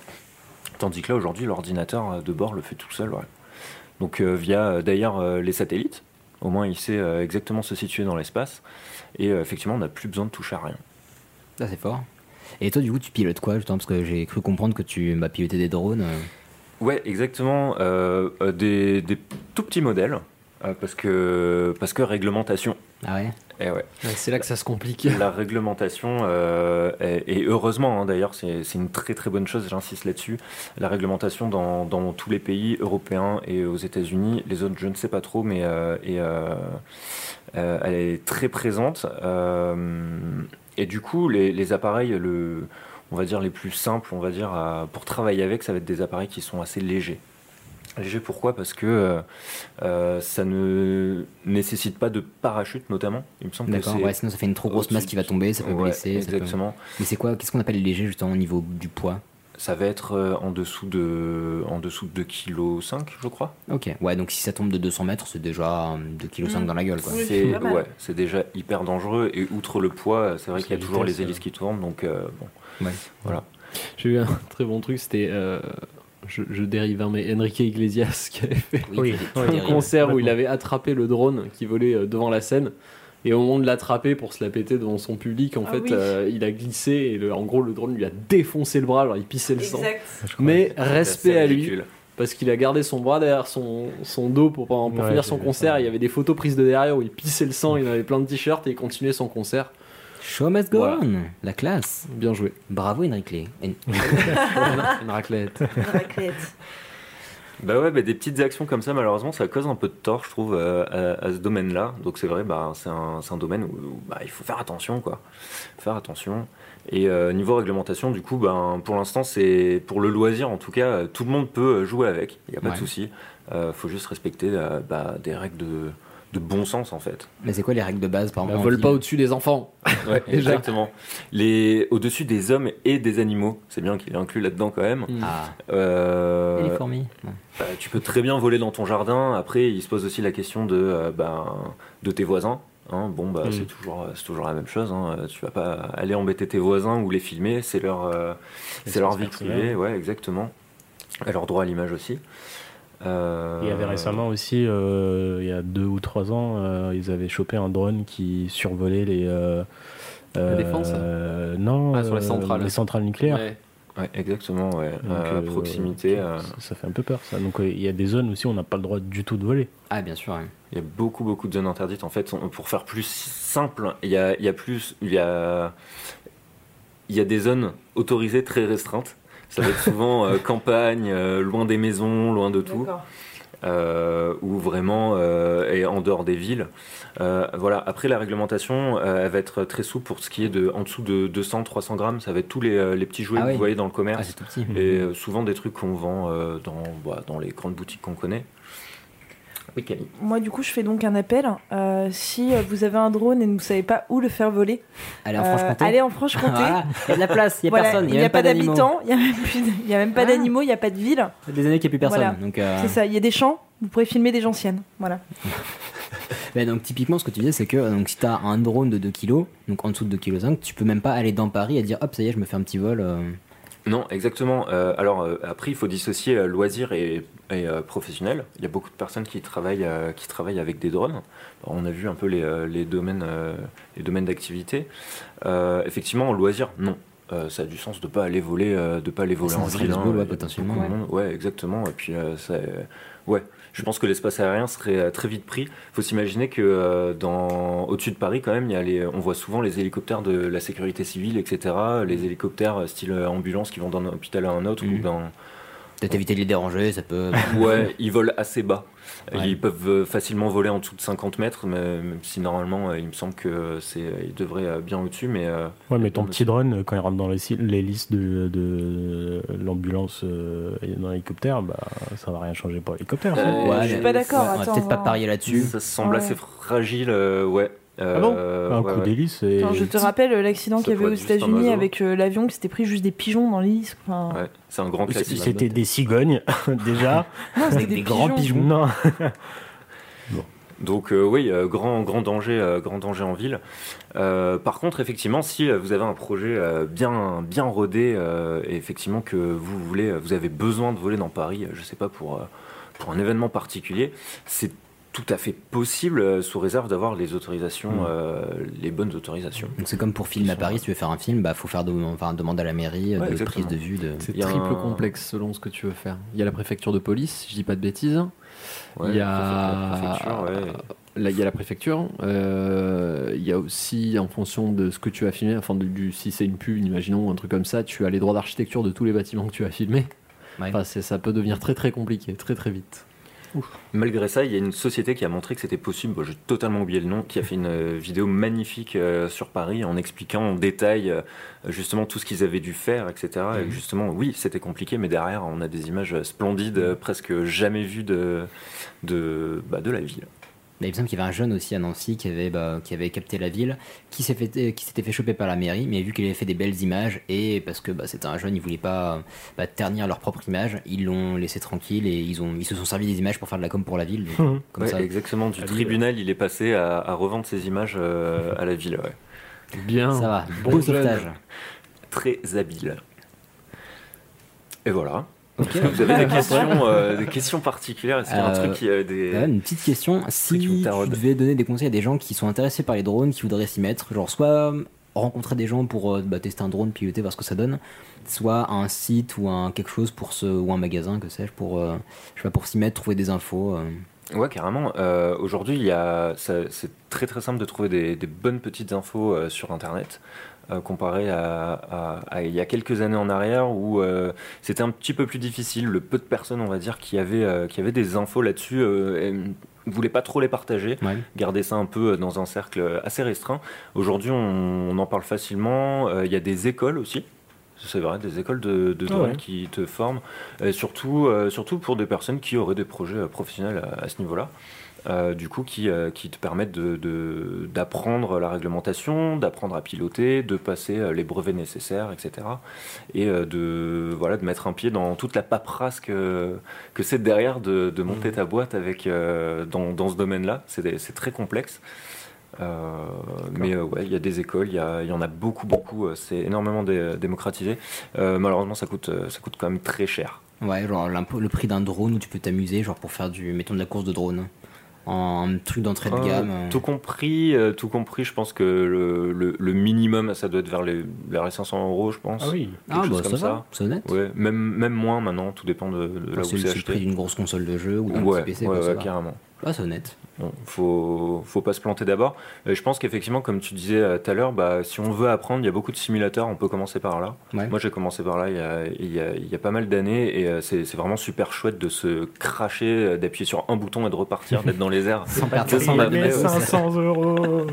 Tandis que là, aujourd'hui, l'ordinateur euh, de bord le fait tout seul. ouais. Donc euh, via euh, d'ailleurs euh, les satellites, au moins il sait euh, exactement se situer dans l'espace. Et euh, effectivement, on n'a plus besoin de toucher à rien. Ça, c'est fort. Et toi, du coup, tu pilotes quoi justement Parce que j'ai cru comprendre que tu m'as piloté des drones. euh. Ouais, exactement. euh, euh, des, des tout petits modèles, euh, parce, que, parce que réglementation. Ah ouais Eh ouais. c'est là que ça se complique. La réglementation, euh, est- et, heureusement hein, d'ailleurs, c'est c'est une très très bonne chose, j'insiste là-dessus. La réglementation dans, dans tous les pays européens et aux États-Unis, les autres je ne sais pas trop, mais euh, et, euh, euh, elle est très présente. Euh, et du coup, les, les appareils, le, on va dire les plus simples, on va dire à- pour travailler avec, ça va être des appareils qui sont assez légers. Léger pourquoi Parce que euh, euh, ça ne nécessite pas de parachute notamment. Il me semble que D'accord, Euh, c'est- Euh, ouais, sinon ça fait une trop grosse masse qui va tomber, ça peut Ouais, blesser. ça peut- Exactement. Mais c'est quoi Qu'est-ce qu'on appelle léger justement au niveau du poids Ça va être euh, en dessous de en dessous de 2,5 kg, je crois. Ok, ouais, donc si ça tombe de 200 mètres, c'est déjà euh, 2,5 kg Mm. dans la gueule quoi. C'est ouais, c'est déjà hyper dangereux et outre le poids, c'est vrai qu'il y a la toujours vitesse, les hélices qui tournent donc euh, bon. Ouais. Voilà. J'ai eu un très bon truc, c'était. euh, je, je dérive, hein, mais Enrique Iglesias qui avait fait Oui, un oui, concert où il avait attrapé le drone qui volait euh, devant la scène. Et au moment de l'attraper pour se la péter devant son public, en Ah fait, oui. euh, il a glissé et le- en gros, le drone lui a défoncé le bras, alors il pissait le sang. Exact. Mais respect C'est à lui, ridicule. parce qu'il a gardé son bras derrière son, son dos pour, pour Ouais, finir j'ai son vu concert. Il y avait des photos prises de derrière où il pissait le sang, il en avait plein de t-shirts et il continuait son concert. Show must go Voilà. on La classe Bien joué. Bravo Enrique Lé- En- Une raclette. Raclette. Bah ouais, bah des petites actions comme ça, malheureusement, ça cause un peu de tort, je trouve, euh, à, à ce domaine-là. Donc c'est vrai, bah, c'est un, c'est un domaine où, où, bah, il faut faire attention, quoi. Faire attention. Et euh, niveau réglementation, du coup, ben, pour l'instant, c'est pour le loisir, en tout cas, euh, tout le monde peut euh, jouer avec. Il n'y a pas Ouais. de souci. Euh, faut juste respecter euh, bah, des règles de, de bon sens, en fait. Mais c'est quoi les règles de base par Bah, exemple vole en pas ville au-dessus des enfants. Ouais, Déjà. exactement. Les, au-dessus des hommes et des animaux. C'est bien qu'il est inclus là-dedans, quand même. Ah, Euh, et les fourmis Non. bah, tu peux très bien voler dans ton jardin. Après, il se pose aussi la question de, euh, ben, de tes voisins. Hein, bon, bah, Mm. c'est toujours, euh, c'est toujours la même chose. Hein. Euh, Tu vas pas aller embêter tes voisins ou les filmer. C'est leur, euh, c'est leur vie personnelle. privée. Ouais, exactement. Et leur droit à l'image aussi. Euh, Il y avait récemment aussi, euh, il y a deux ou trois ans, euh, ils avaient chopé un drone qui survolait les. euh, euh, défense hein. Non, Ah, sur les euh, centrales. les centrales nucléaires. Ouais. Ouais, exactement, ouais. Donc, Euh, à euh, proximité. euh, Ça, ça fait un peu peur ça. Donc euh, il y a des zones aussi où on n'a pas le droit du tout de voler. Ah, bien sûr. hein. Il y a beaucoup, beaucoup de zones interdites. En fait, on- pour faire plus simple, il y a, il y a plus. Il y a, il y a des zones autorisées très restreintes. Ça va être souvent euh, campagne, euh, loin des maisons, loin de tout. D'accord. euh, ou vraiment euh, et en dehors des villes. Euh, voilà. Après, la réglementation, euh, elle va être très souple pour ce qui est de en dessous de 200-300 grammes. Ça va être tous les, euh, les petits jouets Ah que oui. vous voyez dans le commerce. Ah, c'est tout petit. Et euh, souvent des trucs qu'on vend euh, dans, bah, dans les grandes boutiques qu'on connaît. Oui, Camille. Moi, du coup, je fais donc un appel. Euh, si euh, vous avez un drone et ne vous savez pas où le faire voler, Allez, en euh, Franche-Comté. allez en Franche-Comté. Voilà. Il y a de la place, il y a Voilà, personne, il y a, y même pas d'animaux. d'habitants, il n'y a même plus de- il y a même pas Ah. d'animaux, il n'y a pas de ville. Ça fait des années qu'il n'y a plus personne. Voilà. Donc, euh, C'est ça, il y a des champs, vous pourrez filmer des gens siennes. Voilà. Mais donc typiquement ce que tu disais c'est que euh, donc, si t'as un drone de 2 kg, donc en dessous de 2,5 kg, tu peux même pas aller dans Paris et dire hop ça y est je me fais un petit vol. euh. Non, exactement. Euh, alors euh, après, il faut dissocier euh, loisirs et, et, euh, professionnels. Il y a beaucoup de personnes qui travaillent, euh, qui travaillent avec des drones. Alors, on a vu un peu les, euh, les domaines, euh, les domaines d'activité. Euh, effectivement, en loisirs, non. Euh, ça a du sens de pas aller voler, euh, de pas aller voler Ça en serait ville. baseball, ouais, hein. Il y a potentiellement, beaucoup de ouais. monde. Ouais, exactement. Et puis, euh, ça, euh, ouais, je pense que l'espace aérien serait euh, très vite pris. Faut s'imaginer que euh, dans au-dessus de Paris, quand même, il y a les, on voit souvent les hélicoptères de la Mm. sécurité civile, etc. Les hélicoptères euh, style euh, ambulance qui vont d'un hôpital à un autre ou Mhm. d'un Peut-être éviter de les déranger, ça peut. Ouais, ils volent assez bas. Ils peuvent euh, facilement voler en dessous de 50 mètres, mais- même si normalement, euh, il me semble que c'est, ils devraient euh, bien au-dessus, mais euh, Ouais, mais ton petit drone, euh, quand il rentre dans les, si- les listes de, de l'ambulance euh, et dans l'hélicoptère, bah, ça va rien changer pour l'hélicoptère. ça. Euh, Ouais, Je suis mais- pas d'accord, ouais, on va attends, peut-être on hein. pas va- parier là-dessus. Ça semble Ouais. assez fragile, euh, ouais. Euh, Ah bon ouais, Un coup ouais. d'hélice et. Attends, je te rappelle euh, l'accident Ça qu'il y avait pourrait aux être juste un États-Unis oiseau. avec euh, l'avion qui s'était pris juste des pigeons dans l'hélice. Enfin, Ouais, c'est un grand C'est- classique. C'était des cigognes, déjà. Non, c'était Avec des des grands pigeons. pigeons. Non. Ah Donc euh, oui, euh, grand, grand, danger, euh, grand danger en ville. Euh, par contre, effectivement, si euh, vous avez un projet euh, bien, bien rodé, euh, et effectivement que vous voulez, euh, vous avez besoin de voler dans Paris, euh, je sais pas pour, euh, pour un événement particulier, c'est tout à fait possible euh, sous réserve d'avoir les autorisations, Mmh. euh, les bonnes autorisations. Donc c'est comme pour film à Paris, si tu veux faire un film, bah faut faire de- enfin, demander à la mairie euh, Ouais, de prise exactement. de vue. De... C'est Il y a triple un- complexe selon ce que tu veux faire. Il y a la préfecture de police, si je dis pas de bêtises. Ouais, il y la a préfecture, ouais. Là, il y a la préfecture. Euh, il y a aussi, en fonction de ce que tu as filmé, enfin, de- du, si c'est une pub, imaginons, un truc comme ça, tu as les droits d'architecture de tous les bâtiments que tu as filmés. Enfin, c'est- ça peut devenir très très compliqué, très très vite. Malgré ça, il y a une société qui a montré que c'était possible, Bon, j'ai totalement oublié le nom, qui a fait une euh, vidéo magnifique euh, sur Paris en expliquant en détail euh, justement tout ce qu'ils avaient dû faire, etc. Et justement, oui, c'était compliqué, mais derrière, on a des images euh, splendides, euh, presque jamais vues de, de, bah, de la ville. Mais il me semble qu'il y avait un jeune aussi à Nancy qui avait, bah, qui avait capté la ville, qui s'est fait, euh, qui s'était fait choper par la mairie, mais vu qu'il avait fait des belles images, et parce que bah, c'était un jeune, il voulait pas euh, bah, ternir leur propre image, ils l'ont laissé tranquille et ils, ont, ils se sont servis des images pour faire de la com pour la ville. donc, Hum. comme Ouais, ça. Exactement, du tribunal, il est passé à, à revendre ses images euh, à la ville. ouais. Bien. Ça va, Bon beau jeune. sauvetage. Très habile. Et voilà. Ok. Est-ce que vous avez des questions, euh, des questions particulières Est-ce qu'il y a un Euh, truc qui a des... ouais, une petite question. Si tu devais donner des conseils à des gens qui sont intéressés par les drones, qui voudraient s'y mettre, genre soit euh, rencontrer des gens pour euh, bah, tester un drone, piloter, voir ce que ça donne, soit un site ou un quelque chose pour ce ou un magasin que sais-je pour euh, je sais pas pour s'y mettre, trouver des infos. euh. Ouais, carrément. Euh, Aujourd'hui, il y a, ça- c'est très très simple de trouver des, des bonnes petites infos euh, sur Internet. euh, comparé à, à- à il y a quelques années en arrière où euh, c'était un petit peu plus difficile, le peu de personnes on va dire qui avaient, euh, qui avaient des infos là-dessus euh, et, mm, voulaient pas trop les partager, garder ça un peu euh, dans un cercle assez restreint. Aujourd'hui on, on en parle facilement, Euh, il y a des écoles aussi, c'est vrai, des écoles de, de Ah drones ouais. qui te forment, et surtout, euh, surtout pour des personnes qui auraient des projets euh, professionnels à, à ce niveau-là. euh, du coup, qui, euh, qui te permettent de- de- d'apprendre la réglementation, d'apprendre à piloter, de passer euh, les brevets nécessaires, etc. Et euh, de, voilà, de mettre un pied dans toute la paperasse que, que c'est derrière de, de monter Mhm. ta boîte avec, euh, dans, dans ce domaine-là. C'est des- c'est très complexe. Euh, mais euh, ouais, il y a des écoles, il y, a- il y en a beaucoup, beaucoup. euh, c'est énormément dé- démocratisé. Euh, malheureusement, ça coûte, euh, ça coûte quand même très cher. Ouais, genre l'impôt- le prix d'un drone où tu peux t'amuser genre pour faire du mettons de la course de drone. En truc d'entrée de Euh, gamme. euh. tout compris, euh, tout compris. Je pense que le, le- le minimum, ça doit être vers les, vers les 500 euros, je pense. Ah oui. Quelque Ah, chose bah, comme ça va, c'est honnête. Ouais, même, même moins maintenant, tout dépend de, de là où c'est c'est c'est le acheté. prix d'une grosse console de jeu ou d'un ouais, petit PC. ouais, quoi, ça ouais, va. carrément. Ah, c'est honnête. Bon, faut, faut pas se planter d'abord. Et je pense qu'effectivement, comme tu disais euh, tout à l'heure, bah, si on veut apprendre, il y a beaucoup de simulateurs, on peut commencer par là. Ouais. Moi, j'ai commencé par là il y a, il y a- il y a pas mal d'années et euh, c'est c'est vraiment super chouette de se cracher, euh, d'appuyer sur un bouton et de repartir, d'être dans les airs. Sans perdre perdre bah, 500 euros.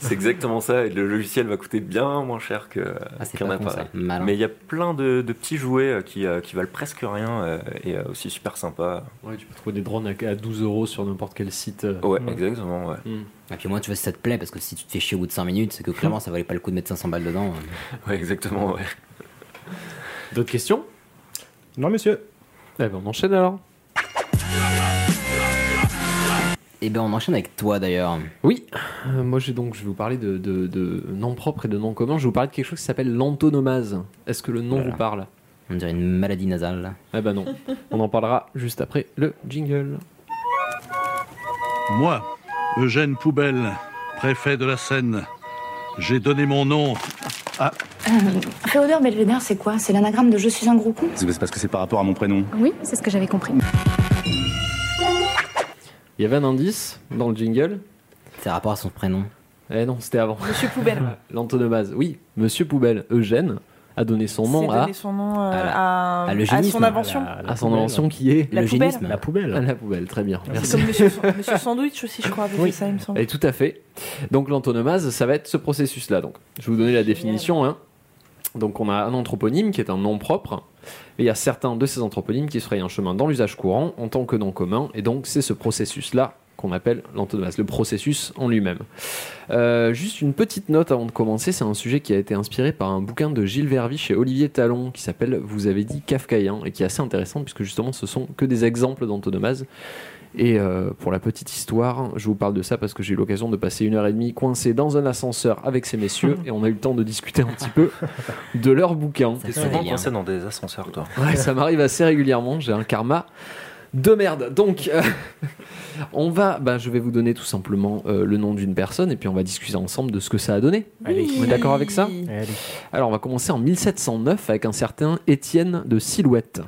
c'est exactement ça. Et le logiciel va coûter bien moins cher que- qu'un pas con, appareil. ça. Malin. Mais il y a plein de, de petits jouets euh, qui, euh, qui valent presque rien euh, et euh, aussi super sympa. Ouais, tu peux trouver des drones à, à 12 euros sur n'importe quel site. euh. Ouais, exactement. Ouais. Et puis moi, tu vois, si ça te plaît, parce que si tu te fais chier au bout de 5 minutes, c'est que clairement, ça valait pas le coup de mettre 500 balles dedans. Ouais, exactement, ouais. D'autres questions Non, monsieur. Eh ben, on enchaîne alors. Et ben, on enchaîne avec toi d'ailleurs. Oui, Euh, moi j'ai donc, je vais vous parler de, de, de noms propres et de noms communs. Je vais vous parler de quelque chose qui s'appelle l'antonomase. Est-ce que le nom Voilà. vous parle On dirait une maladie nasale. là. Eh ben non. on en parlera juste après le jingle. Moi, Eugène Poubelle, préfet de la Seine, j'ai donné mon nom à. Féodore Euh, Belvédère, c'est quoi C'est l'anagramme de Je suis un gros con C'est parce que c'est par rapport à mon prénom. Oui, c'est ce que j'avais compris. Il y avait un indice dans le jingle. C'est rapport à son prénom. Eh non, c'était avant. Monsieur Poubelle. L'antonomase, oui, Monsieur Poubelle, Eugène. a donné son nom ah. C'est à, donner son nom euh, à la- à, à à l'eugénisme, son invention. Ah Ah à, son invention qui est La poubelle. l'eugénisme. la poubelle. À la poubelle, très bien. C'est Merci. comme Monsieur, Monsieur Sandwich aussi, je crois, avait Oui. fait ça, il me semble. Et Eh, tout à fait. Donc l'antonomase, ça va être ce processus-là. Donc, je vais vous donner la définition. hein. Donc on a un anthroponyme qui est un nom propre. Et il y a certains de ces anthroponymes qui se frayent un chemin dans l'usage courant en tant que nom commun. Et donc c'est ce processus-là qu'on appelle l'antonomase, le processus en lui-même. Euh, juste une petite note avant de commencer, c'est un sujet qui a été inspiré par un bouquin de Gilles Verviche et Olivier Talon qui s'appelle Vous avez dit kafkaïen et qui est assez intéressant puisque justement ce sont que des exemples d'antonomase. Et euh, pour la petite histoire, je vous parle de ça parce que j'ai eu l'occasion de passer une heure et demie coincé dans un ascenseur avec ces messieurs et on a eu le temps de discuter un petit peu de leur bouquin. T'es souvent coincé dans des ascenseurs, toi. Ouais, ça m'arrive assez régulièrement. J'ai un karma de merde. Donc, euh, on va, bah, je vais vous donner tout simplement euh, le nom d'une personne et puis on va discuter ensemble de ce que ça a donné. Allez. On est d'accord avec ça Allez. Alors, on va commencer en 1709 avec un certain Étienne de Silhouette.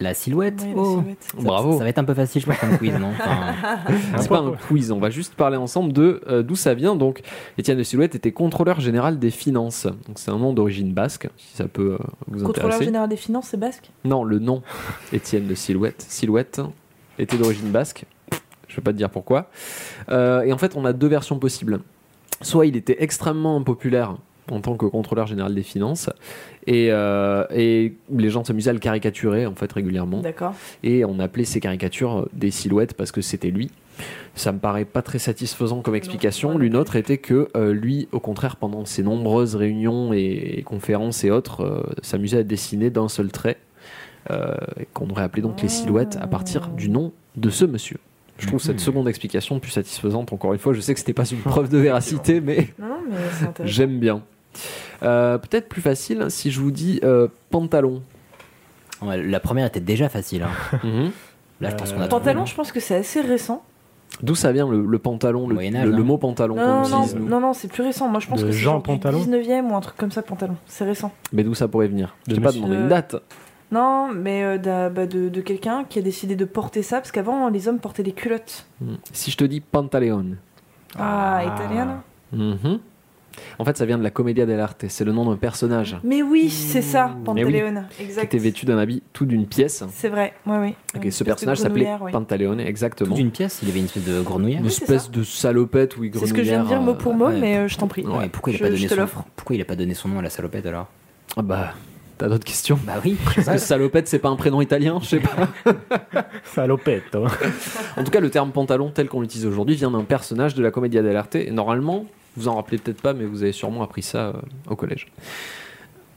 La silhouette, oh. Ça- Bravo. Ça, va être un peu facile, je pense, comme quiz, non Enfin, Ah, C'est pas un quiz, on va juste parler ensemble de euh, d'où ça vient. Donc, Étienne de Silhouette était contrôleur général des finances. Donc, c'est un nom d'origine basque, si ça peut euh, vous Contrôleur intéresser. général des finances, c'est basque Non, le nom Étienne de Silhouette. Silhouette était d'origine basque. Je ne vais pas te dire pourquoi. Euh, et en fait, on a deux versions possibles. Soit il était extrêmement impopulaire en tant que contrôleur général des finances, et, euh, et les gens s'amusaient à le caricaturer en fait régulièrement. D'accord. Et on appelait ces caricatures euh, des silhouettes parce que c'était lui. Ça me paraît pas très satisfaisant comme explication. L'une autre était que euh, lui, au contraire, pendant ses nombreuses réunions et, et conférences et autres, euh, s'amusait à dessiner d'un seul trait, euh, qu'on aurait appelé donc les silhouettes à partir du nom de ce monsieur. Je trouve cette seconde explication plus satisfaisante. Encore une fois, je sais que c'était pas une preuve de véracité, mais Non, non, mais c'est intéressant. j'aime bien. Euh, Peut-être plus facile si je vous dis euh, pantalon. La première était déjà facile. hein. Là, je pense qu'on a Euh, Pantalon, je pense que c'est assez récent. D'où ça vient le, le pantalon, le, le- le mot pantalon Non, qu'on non, utilise, non, nous non, non, c'est plus récent. Moi, je pense De que c'est Jean genre du Pantalon 19e ou un truc comme ça, pantalon. C'est récent. Mais d'où ça pourrait venir Je t'ai pas demandé Euh, une date. Non, mais euh, d'un- bah, de, de quelqu'un qui a décidé de porter ça, parce qu'avant, les hommes portaient des culottes. Hmm. Si je te dis pantaleone. Ah, italienne Mhm. En fait, ça vient de la Commedia dell'arte. C'est le nom d'un personnage Mais oui, c'est ça, Mais oui. Pantaleone. qui Exact. était vêtu d'un habit tout d'une pièce. C'est vrai, oui, oui. Ok, Une espèce ce de personnage s'appelait grenouillère, oui. Pantaleone, exactement. D'une pièce, il avait une espèce de grenouillère. Une espèce de salopette ou C'est ce que je viens de dire mot pour mot, ouais. mais euh, je t'en prie. Ouais, pourquoi il a Je- pas donné je te son... l'offre. Pourquoi il a pas donné son nom à la salopette alors Ah bah, t'as d'autres questions Bah oui. Parce que salopette, c'est pas un prénom italien, je sais pas. Salopette. hein. En tout cas, le terme pantalon tel qu'on l'utilise aujourd'hui vient d'un personnage de la Commedia dell'arte. Et normalement, vous en rappelez peut-être pas, mais vous avez sûrement appris ça euh, au collège.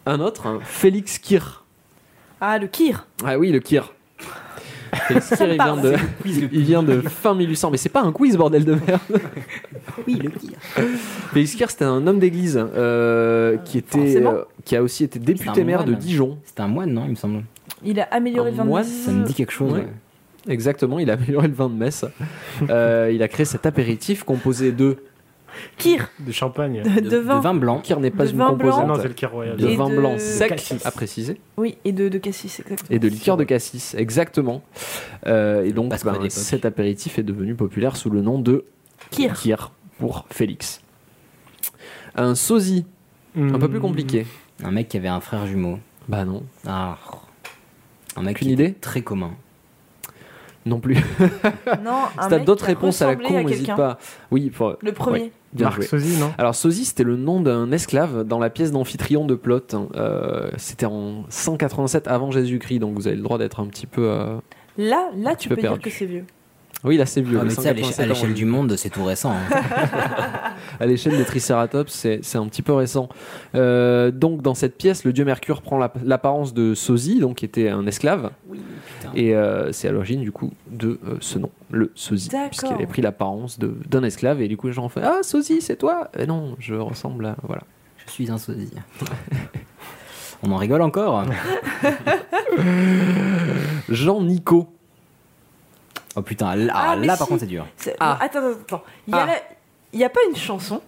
Un autre, hein, Félix Kir. Ah, le kir. Ah oui, le Kir. Félix Ça Kir, me il vient parle, de, il vient de fin 1800, mais c'est pas un quiz, bordel de merde. Oui, le kir. Félix Kir, c'était un homme d'église euh, qui était, Forcément. euh, qui a aussi été député maire de Dijon. C'était un moine, non, il me semble. Il a amélioré le 22. Ça me dit quelque chose. Exactement, il a amélioré le vin de messe. Euh, il a créé cet apéritif composé de. Kir De champagne. De- de vin. blanc. Kir n'est pas De une vin blanc. composante. Non, c'est le Kir Royal. De Et vin de- blanc De sec, cassis. à préciser. Oui, et de, de cassis, exactement. Et de liqueur de cassis, exactement. Euh, et donc, ben, cet apéritif est devenu populaire sous le nom de Kir. pour Félix. Un sosie, Mm. un Hmm. peu plus compliqué. Un mec qui avait un frère jumeau. Bah non. Ah. Un mec Aucune idée très commun. Non plus. Non, un Si t'as mec d'autres qui a réponses à la ressemblé con, n'hésite quelqu'un. pas. Oui, faut- Le premier. ouais, bien Marc joué. Sosie, non Alors Sosie, c'était le nom d'un esclave dans la pièce d'Amphitryon de Plot. Euh, c'était en 187 avant Jésus-Christ, donc vous avez le droit d'être un petit peu. euh, Là, là, Un tu petit peu peux perdu. dire que c'est vieux. Oui, là c'est vieux. Ah, le mais tu sais, à l'éche- 187 à avant l'échelle du monde, c'est tout récent. hein. à l'échelle des Triceratops, c'est c'est un petit peu récent. Euh, donc dans cette pièce, le dieu Mercure prend la- l'apparence de Sosie, donc qui était un esclave. et euh, c'est à l'origine du coup de euh, ce nom, le Sosie, D'accord. puisqu'il avait pris l'apparence de- d'un esclave et du coup les gens ont fait Ah Sosie, c'est toi Eh Non, je ressemble à... Voilà. Je suis un sosie. On en rigole encore Jean Nico. Oh putain, là, Ah, mais là par si. contre c'est dur. Ah. Attends, attends, attends. Il Ah. n'y a, la- il y a pas une chanson.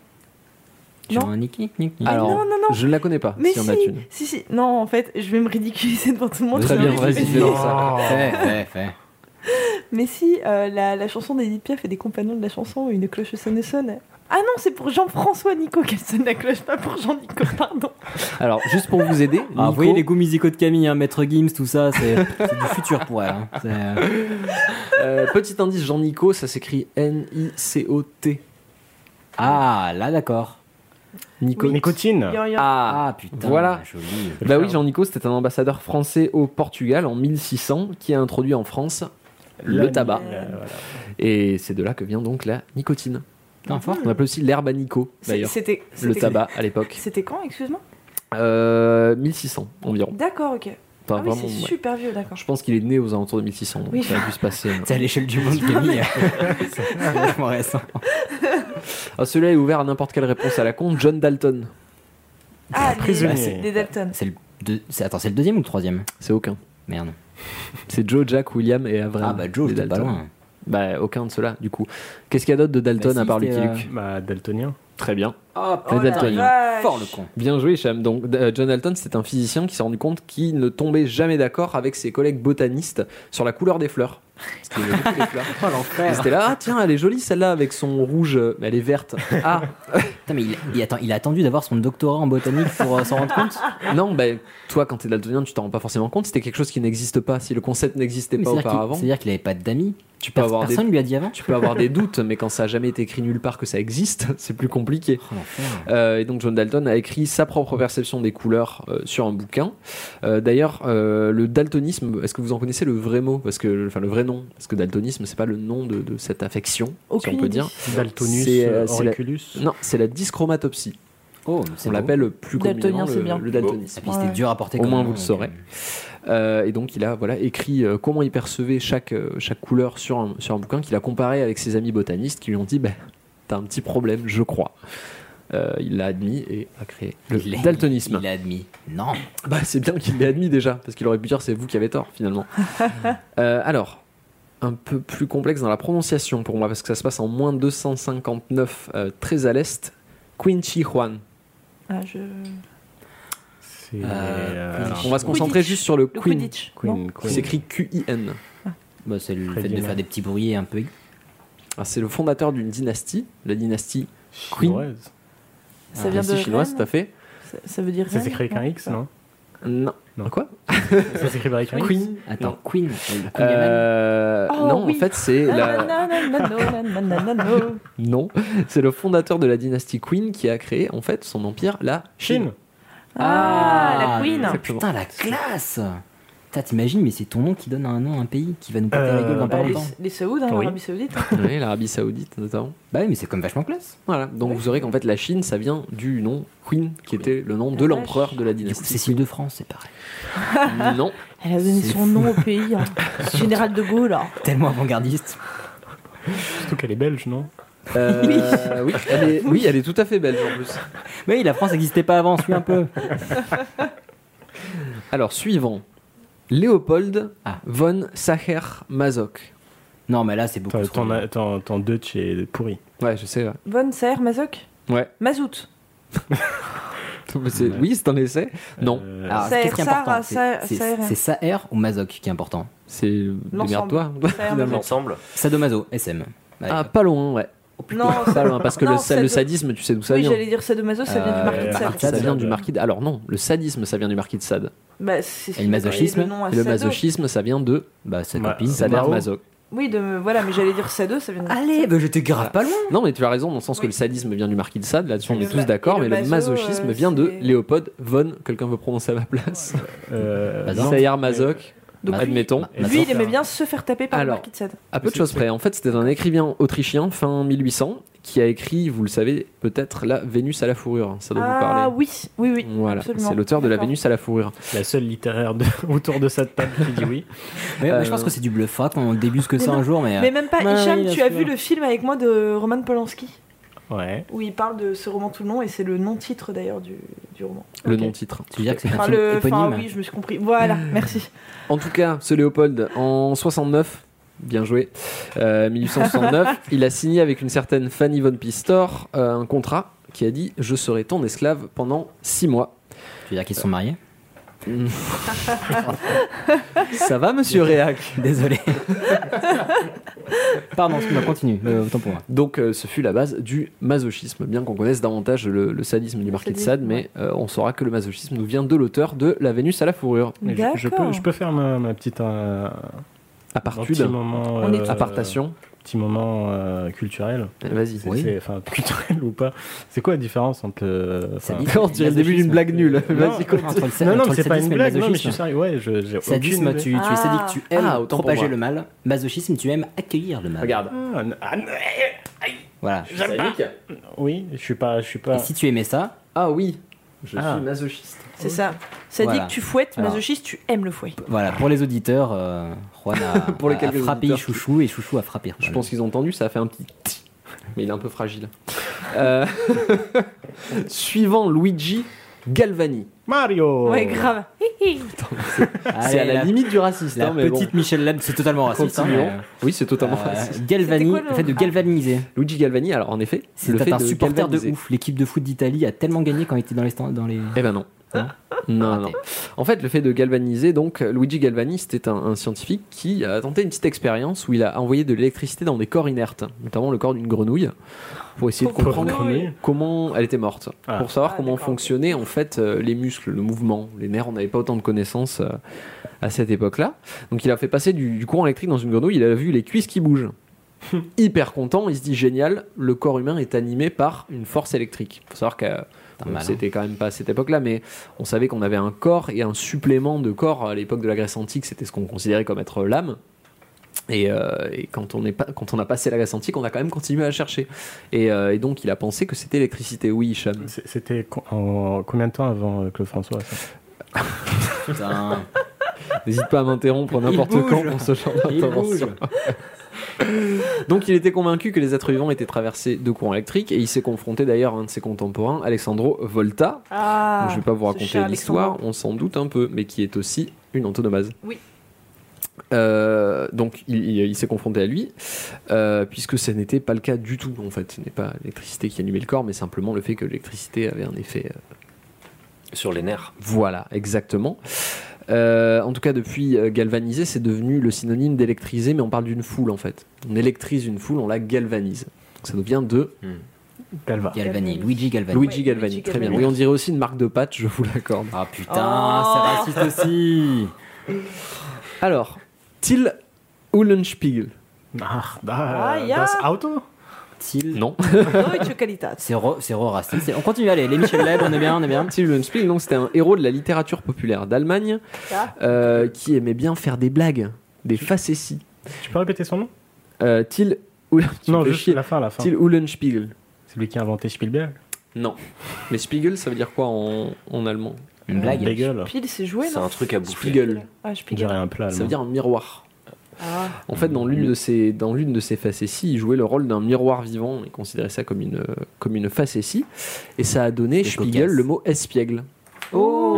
Tu vois un nick, nick, nick, nick. Alors, Ah, non, non, non. je ne la connais pas, Mais si, on si, a une. si, si. Non, en fait, je vais me ridiculiser devant tout le monde. Très c'est bien, horrible. vas-y, fais donc ça. Fais, fais, fais. Mais si, euh, la, la chanson d'Edith Piaf et des compagnons de la chanson, une cloche sonne et sonne. Ah non, c'est pour Jean-François Nico qu'elle sonne la cloche, pas pour Jean-Nico, pardon. Alors, juste pour vous aider, Nico- vous voyez Ah, les goûts musicaux de Camille, hein, Maître Gims, tout ça, c'est c'est du futur pour elle. hein. C'est- Euh, petit indice, Jean-Nico, ça s'écrit N-I-C-O-T. Ah, là d'accord. Nico... Oui. Nicotine. Yo, yo. Ah, Ah, putain, Voilà. joli. Bah oui, Jean-Nico, c'était un ambassadeur français au Portugal en 1600 qui a introduit en France le, La- tabac. la- Euh, voilà. Et c'est de là que vient donc la nicotine. Putain, fort. On appelle aussi l'herbe à Nico, C'est- d'ailleurs. c'était- Le c'était- tabac à l'époque. C'était quand, excuse-moi Euh, 1600 environ. D'accord, ok. Enfin, ah oui, vraiment, c'est ouais. super vieux, d'accord. Je pense qu'il est né aux alentours de 1600. donc Oui. Ça a dû se passer. hein. C'est à l'échelle du monde, Camille. C'est vachement récent. Ah, Celui-là est ouvert à n'importe quelle réponse à la con. John Dalton. Ah, prisonnier. les, les Dalton. C'est le deux- c'est- Attends, c'est le deuxième ou le troisième C'est aucun. Merde. C'est Joe, Jack, William et Avril. Ah bah Joe, Les j'étais pas Dalton. loin. Bah aucun de ceux-là, du coup. Qu'est-ce qu'il y a d'autre de Dalton Bah, à si, part Lucky c'était, Luke euh, Bah, daltonien. Très bien. Ah, Oh Les Daltoniens. Fort le con. Bien joué, Cham. Donc, euh, John Dalton, c'est un physicien qui s'est rendu compte qu'il ne tombait jamais d'accord avec ses collègues botanistes sur la couleur des fleurs. Parce qu'il aimait beaucoup les fleurs. Oh Et l'enfer. C'était là, ah tiens, elle est jolie celle-là avec son rouge, euh, mais elle est verte. Ah Putain, mais il, il attend, il a attendu d'avoir son doctorat en botanique pour euh, s'en rendre compte non, ben toi, quand t'es daltonien, tu t'en rends pas forcément compte. C'était quelque chose qui n'existe pas. Si le concept n'existait Mais pas c'est-à-dire qu'il- auparavant, C'est-à-dire qu'il avait pas d'amis tu peux avoir des Personne lui a dit avant tu peux avoir des doutes, mais quand ça a jamais été écrit nulle part que ça existe, c'est plus compliqué. Oh, l'enfer. Euh, et donc John Dalton a écrit sa propre perception des couleurs euh, sur un bouquin. Euh, D'ailleurs, euh, le daltonisme, est-ce que vous en connaissez le vrai mot Parce que, enfin, le vrai nom, parce que daltonisme, c'est pas le nom de, de cette affection, si Aucune on peut idée. dire. Daltonus, C'est, euh, c'est la- auriculus. Non, c'est la dyschromatopsie. Oh, mais c'est On beau. l'appelle plus Daltonien, communément c'est bien. le, le Et daltonisme. puis c'était Ouais. dur à porter Au comme moins, nom, vous le donc, saurez. euh, Euh, et donc il a voilà écrit euh, comment il percevait chaque, euh, chaque couleur sur un, sur un bouquin qu'il a comparé avec ses amis botanistes qui lui ont dit ben t'as un petit problème je crois. Euh, il l'a admis et a créé le il l'a- daltonisme. Il l'a admis. Non. Bah, c'est bien qu'il l'ait admis déjà parce qu'il aurait pu dire c'est vous qui avez tort finalement. Euh, alors un peu plus complexe dans la prononciation pour moi parce que ça se passe en moins 259 euh, très à l'est. Quincy Juan. Ah, je... C'est. Euh, alors, On va se concentrer Quidditch. juste sur le Le Queen. Quidditch. non Queen, qui Queen. s'écrit Q-I-N. Bah, c'est le Très fait de bien. faire des petits bruits un peu. aigus. Alors, C'est le fondateur d'une dynastie, la dynastie Queen. Chinoise. Ça vient de dynastie chinoise, Rennes tout à fait. Ça, ça veut dire Ça Rennes s'écrit avec un X, non Non. Non. Quoi Ça s'écrit avec un X. Queen. Attends, Non. Queen. Queen Euh, Oh, non, oui. en fait, c'est la... Nananananananananano. non, c'est le fondateur de la dynastie Queen qui a créé en fait son empire, la Chine. Ah, la Queen Exactement. Putain, la classe Putain, t'imagines, mais c'est ton nom qui donne un nom à un pays qui va nous péter la Euh, gueule dans pas Bah, les, longtemps. les Saouds, hein, Oui. l'Arabie Saoudite. Oui, l'Arabie Saoudite notamment. Bah oui, mais c'est comme vachement classe. Voilà. Donc Oui. vous saurez qu'en fait la Chine, ça vient du nom Queen, qui était le nom de La l'empereur de la Du coup, dynastie. Cécile de France, c'est pareil. non. Elle a donné C'est son nom au pays, hein. général de Gaulle. hein. Tellement avant-gardiste. Surtout qu'elle est belge, non Euh, oui. elle est, oui, elle est tout à fait belge en plus. Mais oui, la France n'existait pas avant, suis un peu. Alors suivant, Léopold Ah. von Sacher-Masoch. Non, mais là, c'est beaucoup Ton- trop. Ton ton- ton Dutch est pourri. Ouais, je sais. ouais. Von Saer Mazoc Ouais. Mazout. C'est- Oui, c'est un essai. Non. Euh, Alors, Saher, ce qui est Sarah, important, c'est- Saher, c'est Saher. c'est Saher ou Mazoc qui est important. C'est démerde-toi. Saher finalement. Mazoc. L'ensemble. Sadomaso, SM. Allez, Ah, hop. pas loin, ouais. Non, Pas loin, parce que non, le, sa- ça le doit- sadisme, tu sais d'où ça oui, vient. j'allais dire sadomaso, ça vient Euh, du marquis de bah, Sade. Ça Sad. vient du marquis de... Alors non, le sadisme, ça vient du marquis de Sade. Bah, c'est Et le masochisme, nom à Et le Sado. masochisme, ça vient de Bah, sa Ouais. copine. Sader Mao. Maso. Oui, de, voilà, mais j'allais dire Sado, ça vient de. Allez, bah, j'étais grave pas loin. Non, mais tu as raison, dans le sens que Oui. le sadisme vient du marquis de Sade, là-dessus on Et est le tous ma- d'accord, et mais le le maso, masochisme euh, vient de c'est- Léopold von... Quelqu'un veut prononcer à ma place euh, Non. Sayer Masoch, Donc, lui- admettons. Mazoc. Bah Lui, il aimait bien se faire taper par le bah, Alors. marquis de Sade. À peu de C'est- choses c'est- près. En fait, c'était un écrivain autrichien, fin 1800, qui a écrit, vous le savez peut-être, la Vénus à la fourrure. hein, Ça doit vous Ah parler. oui, oui, oui. Voilà, absolument. c'est l'auteur de la D'accord. Vénus à la fourrure. la seule littéraire de- autour de cette table qui dit oui. Mais, Euh, Je pense que c'est du bluff. Faudra qu'on le débusque Mais ça non. un jour, mais. euh, Mais même pas, Ouais, Hicham, oui, bien tu as sûr. vu le film avec moi de Roman Polanski, Ouais. où il parle de ce roman tout le long, et c'est le nom-titre d'ailleurs du, du roman. Le Ok. nom-titre. Tu veux dire que c'est un Enfin, film le, éponyme enfin, oui, je me suis compris. Voilà, merci. En tout cas, ce Léopold, en 69, bien joué, euh, 1869, il a signé avec une certaine Fanny von Pistor euh, un contrat qui a dit Je serai ton esclave pendant six mois. Tu veux dire qu'ils sont mariés Ça va, monsieur Réac Désolé. Pardon, on continue. euh, autant pour moi. Donc, euh, ce fut la base du masochisme, bien qu'on connaisse davantage le, le sadisme du marquis de Sade, mais euh, on saura que le masochisme nous vient de l'auteur de La Vénus à la fourrure. Mais je- je peux- je peux faire ma, ma petite. euh, Apartude. un petit moment, euh, euh, On est- Apartation. Petit moment euh, culturel. Vas-y. C'est- Oui. c'est- Enfin, culturel ou pas. C'est quoi la différence entre le. Ça enfin, dit- on dirait le début d'une blague nulle. Vas-y, continue. Non, Entre le- non, mais entre le c'est pas sadisme une et le blague. Non, mais je masochisme. suis sérieux. Ouais, je- j'ai Sadisme, aucune tu, tu idée. es sadique, tu aimes Ah, autant pour propager moi. le mal. Masochisme, tu aimes accueillir le mal. Regarde. Ah, n- ah, n- Voilà. Oui, je suis pas. Je suis pas... Et si tu aimais ça, Ah oui, je Ah. suis masochiste. C'est ça. Ça Voilà. dit que tu fouettes, Alors. masochiste, tu aimes le fouet. voilà, pour les auditeurs, euh, Juan a, Pour les a- a quelques frappé auditeurs qui- Chouchou et Chouchou a frappé Juan. Je pense qu'ils ont entendu, ça a fait un petit tch, mais il est un peu fragile. Euh, Suivant Luigi Galvani. Oh. Mario Ouais, grave. Hi, hi. C'est à Allez, la, Ah, la- limite du racisme, La hein, mais bon. Oh, petite Michel Leb, c'est totalement raciste. hein, Continuons. mais, Oui, c'est euh, totalement raciste. galvani, C'était quoi le- le fait de galvaniser. Luigi Galvani, alors en effet, le C'est fait un supporter de galvaniser. ouf. L'équipe de foot d'Italie a tellement gagné quand il était dans les. stands- Dans les... Eh ben non. Ah. Non Non, non. En fait, le fait de galvaniser, donc Luigi Galvani, c'était un, un scientifique qui a tenté une petite expérience où il a envoyé de l'électricité dans des corps inertes, notamment le corps d'une grenouille, pour essayer de Pauvre comprendre grenouille. comment elle était morte, Ah. pour savoir Ah, comment d'accord. fonctionnaient en fait euh, les muscles, le mouvement, les nerfs. On n'avait pas autant de connaissances euh, à cette époque-là. Donc, il a fait passer du, du courant électrique dans une grenouille. Il a vu les cuisses qui bougent. Hyper content, il se dit génial. Le corps humain est animé par une force électrique. Faut savoir qu'à Putain, Bon, malin. C'était quand même pas à cette époque-là, mais on savait qu'on avait un corps et un supplément de corps. À l'époque de la Grèce antique, c'était ce qu'on considérait comme être l'âme. Et, euh, et quand, on est pas, quand on a passé la Grèce antique, on a quand même continué à chercher. Et, euh, et donc, il a pensé que c'était l'électricité. Oui, Hicham. C'est- C'était co- en- combien de temps avant euh, Claude François ça Putain. N'hésite pas à m'interrompre n'importe bouge. quand pour ce genre Il d'intervention. Donc il était convaincu que les êtres vivants étaient traversés de courants électriques et il s'est confronté d'ailleurs à un de ses contemporains, Alessandro Volta. Ah, Donc, je ne vais pas vous ce raconter cher l'histoire, Alexandre. on s'en doute un peu, mais qui est aussi une antonomase. Oui. Euh, donc il, il- il s'est confronté à lui, euh, puisque ce n'était pas le cas du tout en fait. Ce n'est pas l'électricité qui animait le corps, mais simplement le fait que l'électricité avait un effet euh, Sur les nerfs. voilà, exactement. Euh, en tout cas, depuis euh, galvaniser, c'est devenu le synonyme d'électriser, mais on parle d'une foule en fait. On électrise une foule, on la galvanise. Donc, ça nous vient de Galva. Galvani, Luigi Galvani. Luigi Ouais, Galvani. Luigi Très bien. Galvani. Oui, on dirait aussi une marque de pâte, je vous l'accorde. Ah putain, Oh. c'est raciste aussi. Alors, Till Eulenspiegel. Ah, Ah, da, ya. das Auto Till- Non. Deutsche Qualitat. C'est re, c'est re raciste. c'est- On continue, allez, les Michel Leb, on est bien, on est bien. Till Eulenspiegel, donc, c'était un héros de la littérature populaire d'Allemagne Ah. euh, qui aimait bien faire des blagues, des facéties. Tu peux répéter son nom Euh, Till Eulenspiegel. Non, juste la fin, la fin. Till Eulenspiegel. C'est lui qui a inventé Spielberg. Non. Mais Spiegel, ça veut dire quoi en, en allemand Euh, Une blague. Bagel. Pile, c'est joué, C'est non un truc à bouffer. Spiegel. Ah, je pique. Dirait un plat. Ça allemand. veut dire un miroir. Ah. En fait, dans l'une de ses, dans l'une de ses facéties, il jouait le rôle d'un miroir vivant. Il considérait ça comme une, comme une facétie. Et ça a donné C'est Spiegel cocasse. le mot espiègle.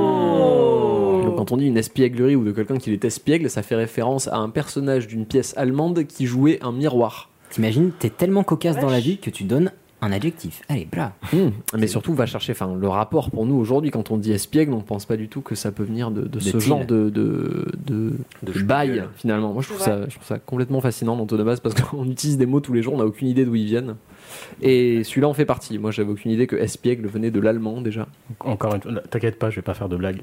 Oh. Donc, quand on dit une espièglerie ou de quelqu'un qui est espiègle, ça fait référence à un personnage d'une pièce allemande qui jouait un miroir. T'imagines, t'es tellement cocasse dans la Wesh. vie que tu donnes un adjectif. Allez, bla. Hmm. Mais surtout, va chercher. Enfin, le rapport pour nous aujourd'hui, quand on dit espiègle, on pense pas du tout que ça peut venir de, de ce Till. genre de de, de, De de bail Spiegel. finalement. Moi, je trouve Ouais. ça, je trouve ça complètement fascinant l'antonomase parce qu'on utilise des mots tous les jours, on n'a aucune idée d'où ils viennent. Et celui-là en fait partie. Moi, j'avais aucune idée que espiègle venait de l'allemand déjà. Encore une fois, t'inquiète pas, je vais pas faire de blague.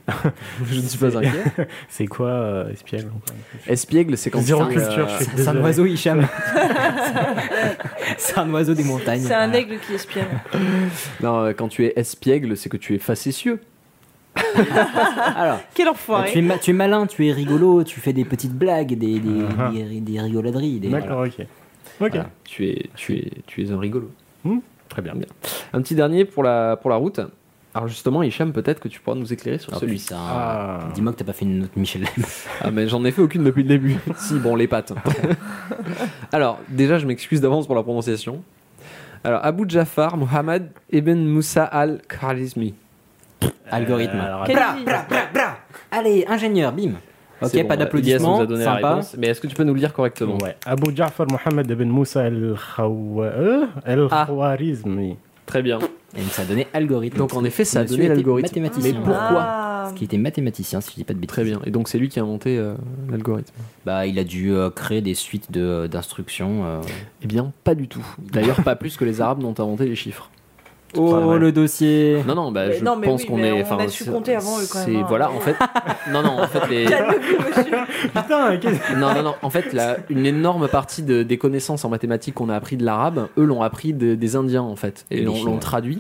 Je ne suis pas inquiet. C'est quoi euh, espiègle encore une fois Espiègle, c'est quand Zéro tu- euh, culture, je suis C'est un désolé. oiseau, Hicham. c'est un oiseau des montagnes. C'est un aigle qui espionne. Ah. Non, euh, quand tu es espiègle, c'est que tu es facétieux. Alors, Quel tu, es enfoiré. ma- tu es malin, tu es rigolo, tu fais des petites blagues, des, des, Uh-huh. Ah. des- des rigoladeries. Des, D'accord, ok. Ok. Voilà. Tu es, tu es, tu es un rigolo. Hmm. Très bien. Un petit dernier pour la pour la route. Alors justement, Hicham, peut-être que tu pourras nous éclairer sur Oh, celui-ci. putain. Ah. Dis-moi que t'as pas fait une autre Michel Leb. Ah mais j'en ai fait aucune depuis le début. si bon les pattes. Alors déjà je m'excuse d'avance pour la prononciation. Alors Abu Jafar Mohammed Ibn Moussa al Khwarizmi. Algorithme. Euh, alors, Quel Bra, bra, bra, bra. Allez, ingénieur, bim. Ok, C'est bon, pas voilà. Ilias d'applaudissements, nous a donné la sympa. réponse. Mais est-ce que tu peux nous le lire correctement Ouais. Abu Ja'far Mohammed ibn Moussa al-Khawa- euh, Ah. al-Khwarizmi. Très bien. Et donc, ça a donné algorithme. Donc en effet ça a Monsieur donné était l'algorithme. Mais mathématicien. pourquoi Ah. Ah. Ce qui était mathématicien, si je dis pas de bêtises. Très bien. Et donc c'est lui qui a inventé euh, l'algorithme. Bah, il a dû euh, créer des suites de- d'instructions. euh. Eh bien, pas du tout. D'ailleurs, pas plus que les Arabes n'ont inventé les chiffres. Oh, Ah ouais. le dossier Non, non, bah, Mais je non, mais pense oui, qu'on mais est. on a su c'est- compter avant eux, quand même, c'est- hein. Voilà, en fait. non, non, en fait, les. Ah, Putain, qu'est-ce Non, non, non. En fait, la- une énorme partie de- des connaissances en mathématiques qu'on a appris de l'arabe, eux l'ont appris de- des Indiens, en fait. Et Et des l'ont Chinois. l'ont traduit.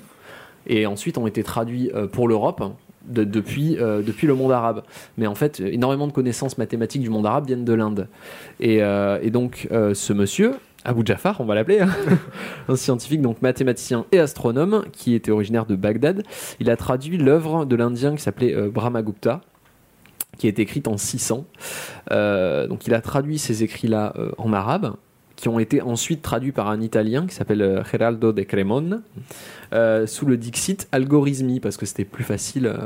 Et ensuite ont été traduits euh, pour l'Europe de- depuis, euh, depuis le monde arabe. Mais en fait, euh, énormément de connaissances mathématiques du monde arabe viennent de l'Inde. Et, euh, et donc, euh, ce monsieur. Abu Jafar, on va l'appeler, hein, un scientifique, donc mathématicien et astronome, qui était originaire de Bagdad. Il a traduit l'œuvre de l'Indien qui s'appelait euh, Brahmagupta, qui est écrite en 600. Euh, donc il a traduit ces écrits-là euh, en arabe, qui ont été ensuite traduits par un Italien qui s'appelle euh, Geraldo de Cremon, euh, sous le dixit Algorismi, parce que c'était plus facile euh,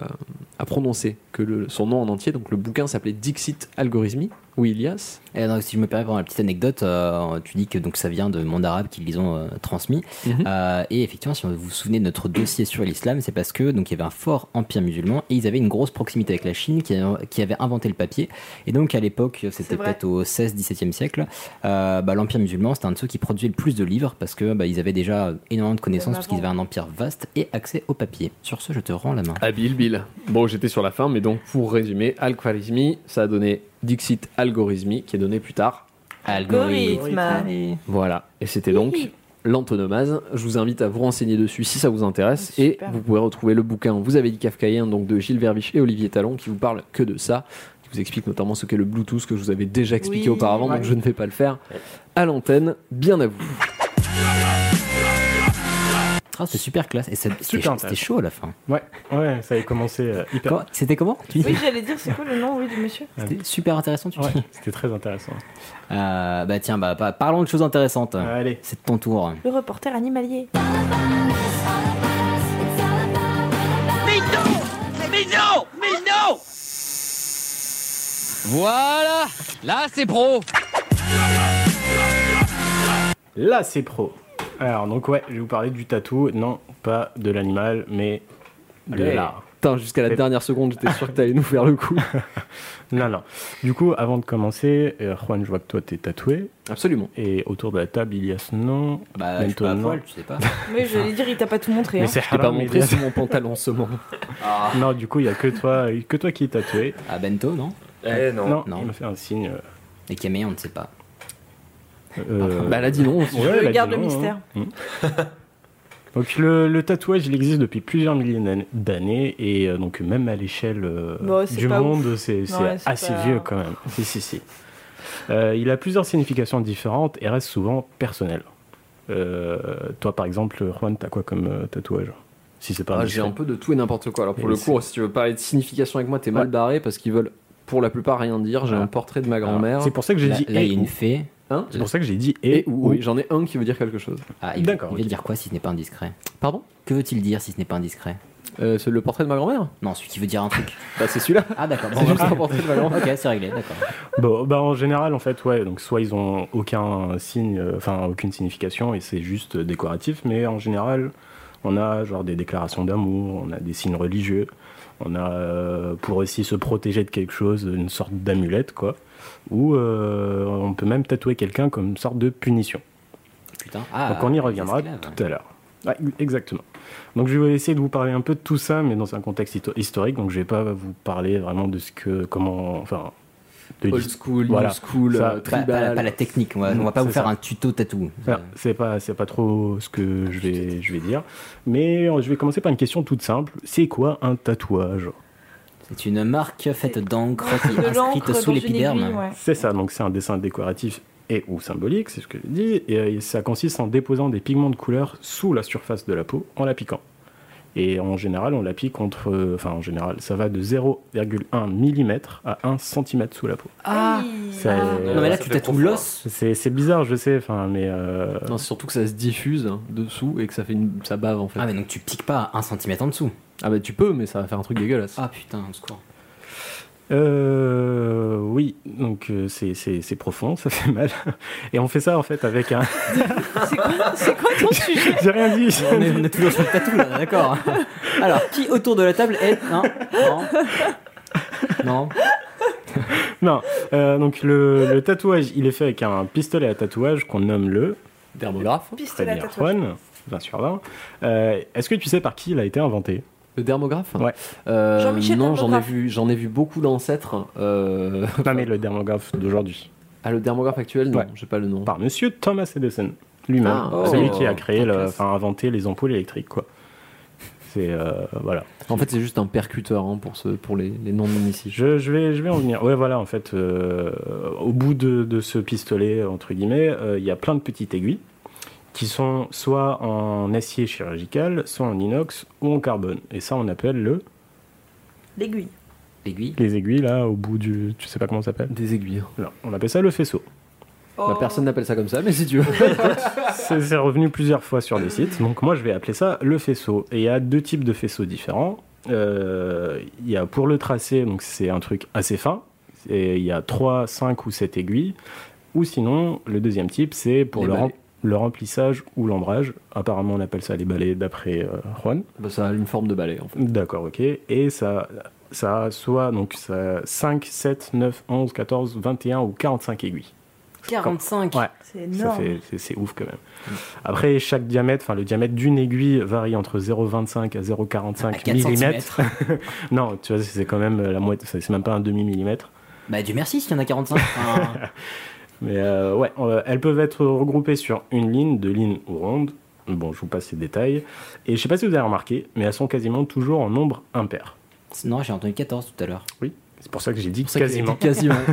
à prononcer que le- son nom en entier. Donc le bouquin s'appelait Dixit Algorismi, ou Ilias. Et donc, si je me permets pour la petite anecdote, euh, tu dis que donc ça vient de monde arabe qui les ont euh, transmis. Euh, et effectivement, si vous vous souvenez de notre dossier sur l'islam, c'est parce que donc il y avait un fort empire musulman et ils avaient une grosse proximité avec la Chine qui, a- qui avait inventé le papier. Et donc à l'époque, c'était vrai. peut-être au 16-17e siècle, euh, bah, l'empire musulman c'était un de ceux qui produisait le plus de livres parce que bah, ils avaient déjà énormément de connaissances parce qu'ils avaient un empire vaste et accès au papier. Sur ce, je te rends la main. Habile Bill. Bon, j'étais sur la fin, mais donc pour résumer, Al-Khwarizmi, ça a donné Dixit Algorismi, qui est donné plus tard. Algorithme. Ah, Voilà, et c'était donc l'antonomase. Je vous invite à vous renseigner dessus si ça vous intéresse. Et Ah, Super. vous pouvez retrouver le bouquin Vous avez dit kafkaïen, donc de Gilles Verbiche et Olivier Talon, qui vous parle que de ça, qui vous explique notamment ce qu'est le Bluetooth, que je vous avais déjà expliqué Oui. auparavant, Ouais. donc je ne vais pas le faire à l'antenne. Bien à vous. Ah, c'est super classe et ça- c'était Super c'était chaud à la fin. Ouais, ouais, ça avait commencé euh, hyper. Comment- C'était comment Tu dis Oui, j'allais dire, c'est quoi le nom oui, du monsieur C'était super intéressant, tu Ouais, dis. c'était très intéressant. Euh, bah tiens, bah, bah, parlons de choses intéressantes. Allez. C'est de ton tour. Le reporter animalier. Voilà Là, c'est pro Là, c'est pro. Alors, donc, ouais, je vais vous parler du tatou. Non, pas de l'animal, mais de Allez. l'art. Putain, jusqu'à la Fais- dernière seconde, j'étais sûr que t'allais nous faire le coup. Non, non. Du coup, avant de commencer, euh, Juan, je vois que toi, t'es tatoué. Absolument. Et autour de la table, Ilias, non. Bah, je suis Bento, pas à non. poil, tu sais pas. Oui, j'allais dire, il t'a pas tout montré. Mais hein. c'est t'ai pas haram, montré Ilias. sous mon pantalon en ce moment. Non, du coup, il y a que toi, que toi qui es tatoué. À Ah, Bento, non Eh non. Non, Non. il me fait un signe. Et Camille, on ne sait pas. Ah, euh, Bah, elle a dit non. ouais, elle a dit Regarde le non, hein. mystère. Donc le, le tatouage, il existe depuis plusieurs milliers d'an- d'années et euh, donc même à l'échelle euh, Bon, Bah, c'est du pas monde, ouf. c'est c'est Ouais, c'est assez pas- vieux quand même. Si, si, si. Euh, il a plusieurs significations différentes et reste souvent personnel. Euh, toi, par exemple, Juan, t'as quoi comme euh, tatouage Si c'est pas Ah, indiscret. J'ai un peu de tout et n'importe quoi. Alors pour Et le c'est- coup, si tu veux parler de signification avec moi, t'es mal Ouais. barré parce qu'ils veulent pour la plupart rien dire. J'ai Ah. un portrait de ma grand-mère. C'est pour ça que j'ai Là, dit là, et il y a ou. une fée. Hein C'est pour ça que j'ai dit et, Et ou- oui, j'en ai un qui veut dire quelque chose. Ah, il, D'accord, il veut dire quoi si ce n'est pas indiscret Pardon Que veut-il dire si ce n'est pas indiscret Euh, C'est le portrait de ma grand-mère Non, celui qui veut dire un truc. Bah c'est celui-là. Ah, d'accord. bon, C'est juste bah, un portrait de ma grand-mère. ok, c'est réglé, d'accord. Bon, bah en général, en fait, ouais, donc soit ils ont aucun signe, euh, enfin aucune signification et c'est juste euh, décoratif, mais en général, on a genre des déclarations d'amour, on a des signes religieux, on a euh, pour aussi se protéger de quelque chose, une sorte d'amulette, quoi, ou euh, on peut même tatouer quelqu'un comme une sorte de punition. Putain. Ah, donc on y les reviendra esclaves. tout à l'heure. Ouais, exactement. Donc je vais essayer de vous parler un peu de tout ça, mais dans un contexte histo- historique, donc je vais pas vous parler vraiment de ce que, comment, enfin, de Old l'hist- school, Voilà. new school, Ça, pas- Bah, euh, Pas, pas la- tribal. pas la technique, on va, on va pas C'est vous faire ça. un tuto tatou. Voilà, c'est pas c'est pas trop ce que je vais je vais dire, mais euh, je vais commencer par une question toute simple. C'est quoi un tatouage C'est une marque faite d'encre qui De est l'encre inscrite dans sous une l'épiderme. aiguille, ouais. C'est ça, donc c'est un dessin décoratif et ou symbolique, c'est ce que j'ai dit, et euh, ça consiste en déposant des pigments de couleur sous la surface de la peau en la piquant. Et en général, on l'applique contre, euh, enfin en général, ça va de 0,1 mm à 1 cm sous la peau. Ah, Ça- Non, mais là, Ça tu fait tatoues profond, l'os. C'est c'est bizarre, je sais, enfin, mais euh, Non, c'est surtout que ça se diffuse hein, dessous et que ça fait une... ça bave en fait. Ah, Ah, mais donc tu piques pas un centimètre en dessous. bah tu peux, mais ça va faire un truc dégueulasse. Ah, putain, au secours. Euh, oui, donc euh, c'est- c'est c'est profond, ça fait mal. Et on fait ça en fait avec un. c'est quoi, c'est quoi ton sujet J'ai rien dit. On est, on est toujours sur le tatou, là, d'accord. Alors, qui autour de la table est. Non Non Non Non, euh, donc le, le tatouage, il est fait avec un pistolet à tatouage qu'on nomme le. Dermographe. Pistolet à tatouage. 20 sur 20. Euh, Est-ce que tu sais par qui il a été inventé Le dermographe Ouais. Euh, Jean-Michel Non, j'en ai Dermographe. vu, j'en ai vu beaucoup d'ancêtres. Euh... Non, mais le dermographe d'aujourd'hui. Ah, le dermographe actuel, non, j'ai pas le nom. Par monsieur Thomas Edison, lui-même. Ah, celui oh, qui a créé, le- classe. enfin, inventé les ampoules électriques, quoi. C'est. euh, voilà. En fait, c'est juste un percuteur hein, pour, ce, pour les, les noms de municipaux. Je, je vais, je vais en venir. Ouais, voilà, en fait, euh, au bout de, de ce pistolet, entre guillemets, euh, il y a plein de petites aiguilles qui sont soit en acier chirurgical, soit en inox ou en carbone. Et ça, on appelle le. L'aiguille. L'aiguille Les aiguilles, là, au bout du. Tu sais pas comment ça s'appelle Des aiguilles. Non, on appelle ça le faisceau. Oh, Bah, personne n'appelle ça comme ça, mais si tu veux. C'est c'est revenu plusieurs fois sur des sites. Donc moi, je vais appeler ça le faisceau. Et il y a deux types de faisceaux différents. Euh, Il y a pour le tracé, donc c'est un truc assez fin. Et il y a 3, 5 ou 7 aiguilles. Ou sinon, le deuxième type, c'est pour Les le, rem- balais. le remplissage ou l'embrage. Apparemment, on appelle ça les balais d'après euh, Juan. Bah, ça a une forme de balai en fait. D'accord, ok. Et ça, ça a soit donc ça a 5, 7, 9, 11, 14, 21 ou 45 aiguilles. 45 Ouais. C'est Ça énorme. fait- c'est- C'est ouf quand même. Après, chaque diamètre, enfin le diamètre d'une aiguille varie entre 0,25 à 0,45 Ah, 4 millimètres. non, tu vois, c'est quand même euh, la moitié, c'est même pas un demi-millimètre. Bah, Dieu merci s'il y en a 45. Enfin, Mais euh, ouais, euh, elles peuvent être regroupées sur une ligne, deux lignes ou rondes. Bon, je vous passe les détails. Et je sais pas si vous avez remarqué, mais elles sont quasiment toujours en nombre impair. Non, j'ai entendu 14 tout à l'heure. Oui, c'est pour ça que j'ai dit ça que j'ai quasiment. dit quasiment.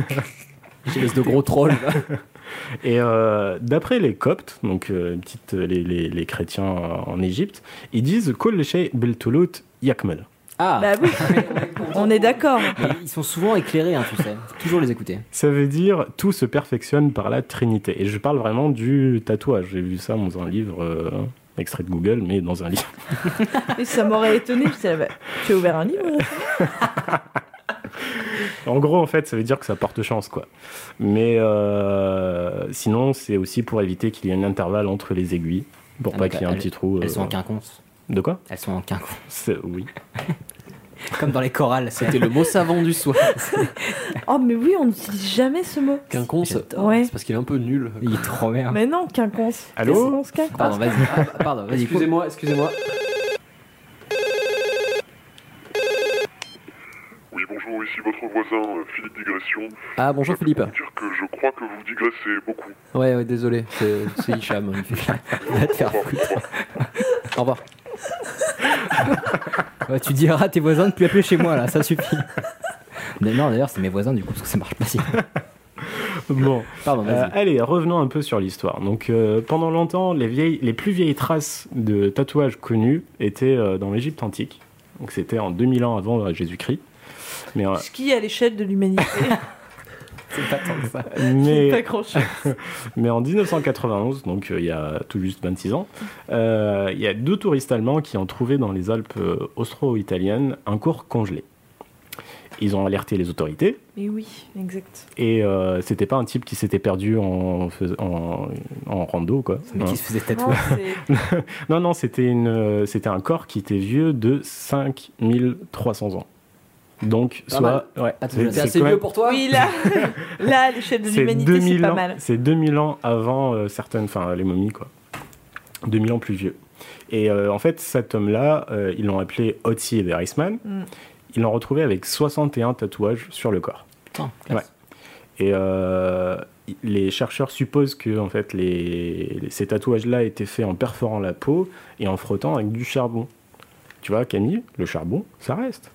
Espèce de gros troll. là. Et euh, d'après les Coptes, donc euh, les petites- les, les- les chrétiens en en Égypte, ils disent Kol Shei Beltolut Yakmel. Ah Bah oui, on est d'accord. Bah Mais Ils sont souvent éclairés, hein, tout ça. Faut toujours les écouter. Ça veut dire tout se perfectionne par la Trinité. Et je parle vraiment du tatouage. J'ai vu ça dans un livre euh, extrait de Google, mais dans un livre. Et ça m'aurait étonné. Je disais, bah, tu as ouvert un livre En gros, en fait, ça veut dire que ça porte chance, quoi. Mais euh, sinon, c'est aussi pour éviter qu'il y ait un intervalle entre les aiguilles, pour Ah, pas mais qu'il y ait un elles- petit trou. euh, Elles sont en quinconce. De quoi Elles sont en quinconce. C'est- Oui. Comme dans les chorales. C'était le mot savant du soir. Oh, mais oui, on n'utilise jamais ce mot. Quinconce, Ouais. c'est parce qu'il est un peu nul. Il est trop merde. Mais non, quinconce. Allô Quinconce, Pardon, quinconce. vas-y. Ah, Pardon, vas-y. Excusez-moi, excusez-moi. Oui, bonjour, ici votre voisin, euh, Philippe Digression. Ah, bonjour Philippe. Dire que je crois que vous digressez beaucoup. Ouais, ouais, désolé, c'est Euh, c'est Hicham. hein, Il fait- il va te faire foutre. Au revoir. Ouais, tu diras à tes voisins de plus appeler chez moi, là, ça suffit. Mais non, d'ailleurs, c'est mes voisins, du coup, parce que ça marche pas si. Bon. Pardon, vas-y. Euh, allez, revenons un peu sur l'histoire. Donc, euh, pendant longtemps, les, vieilles, les plus vieilles traces de tatouages connues étaient euh, dans l'Égypte antique. Donc, c'était en 2000 ans avant euh, Jésus-Christ. Mais, euh, Ce qui, à l'échelle de l'humanité, c'est pas tant que ça. mais- pas grand-chose. mais en 1991, donc euh, il y a tout juste 26 ans, euh, il y a deux touristes allemands qui ont trouvé dans les Alpes euh, austro-italiennes un corps congelé. Ils ont alerté les autorités Mais oui, exact. et euh, c'était pas un type qui s'était perdu en, fais- en, en rando quoi. Mais Hein. qui se faisait Non, tatouer. c'est- non, non, c'était une, euh, c'était un corps qui était vieux de 5300 ans. Donc, Pas Ah, soit. Ouais, C'est assez quand même- vieux pour toi Oui, là, là à l'échelle de c'est l'humanité, c'est 2000 pas ans- mal. C'est 2000 ans avant euh, certaines, enfin les momies quoi. 2000 ans plus vieux. Et euh, en fait, cet homme-là, euh, ils l'ont appelé Otzi Eberisman. Mm. Ils l'ont retrouvé avec 61 tatouages sur le corps. Putain, Ouais. classe. Et euh, i- les chercheurs supposent que en fait, les, les- ces tatouages-là étaient faits en perforant la peau et en frottant avec du charbon. Tu vois, Camille, le charbon, ça reste.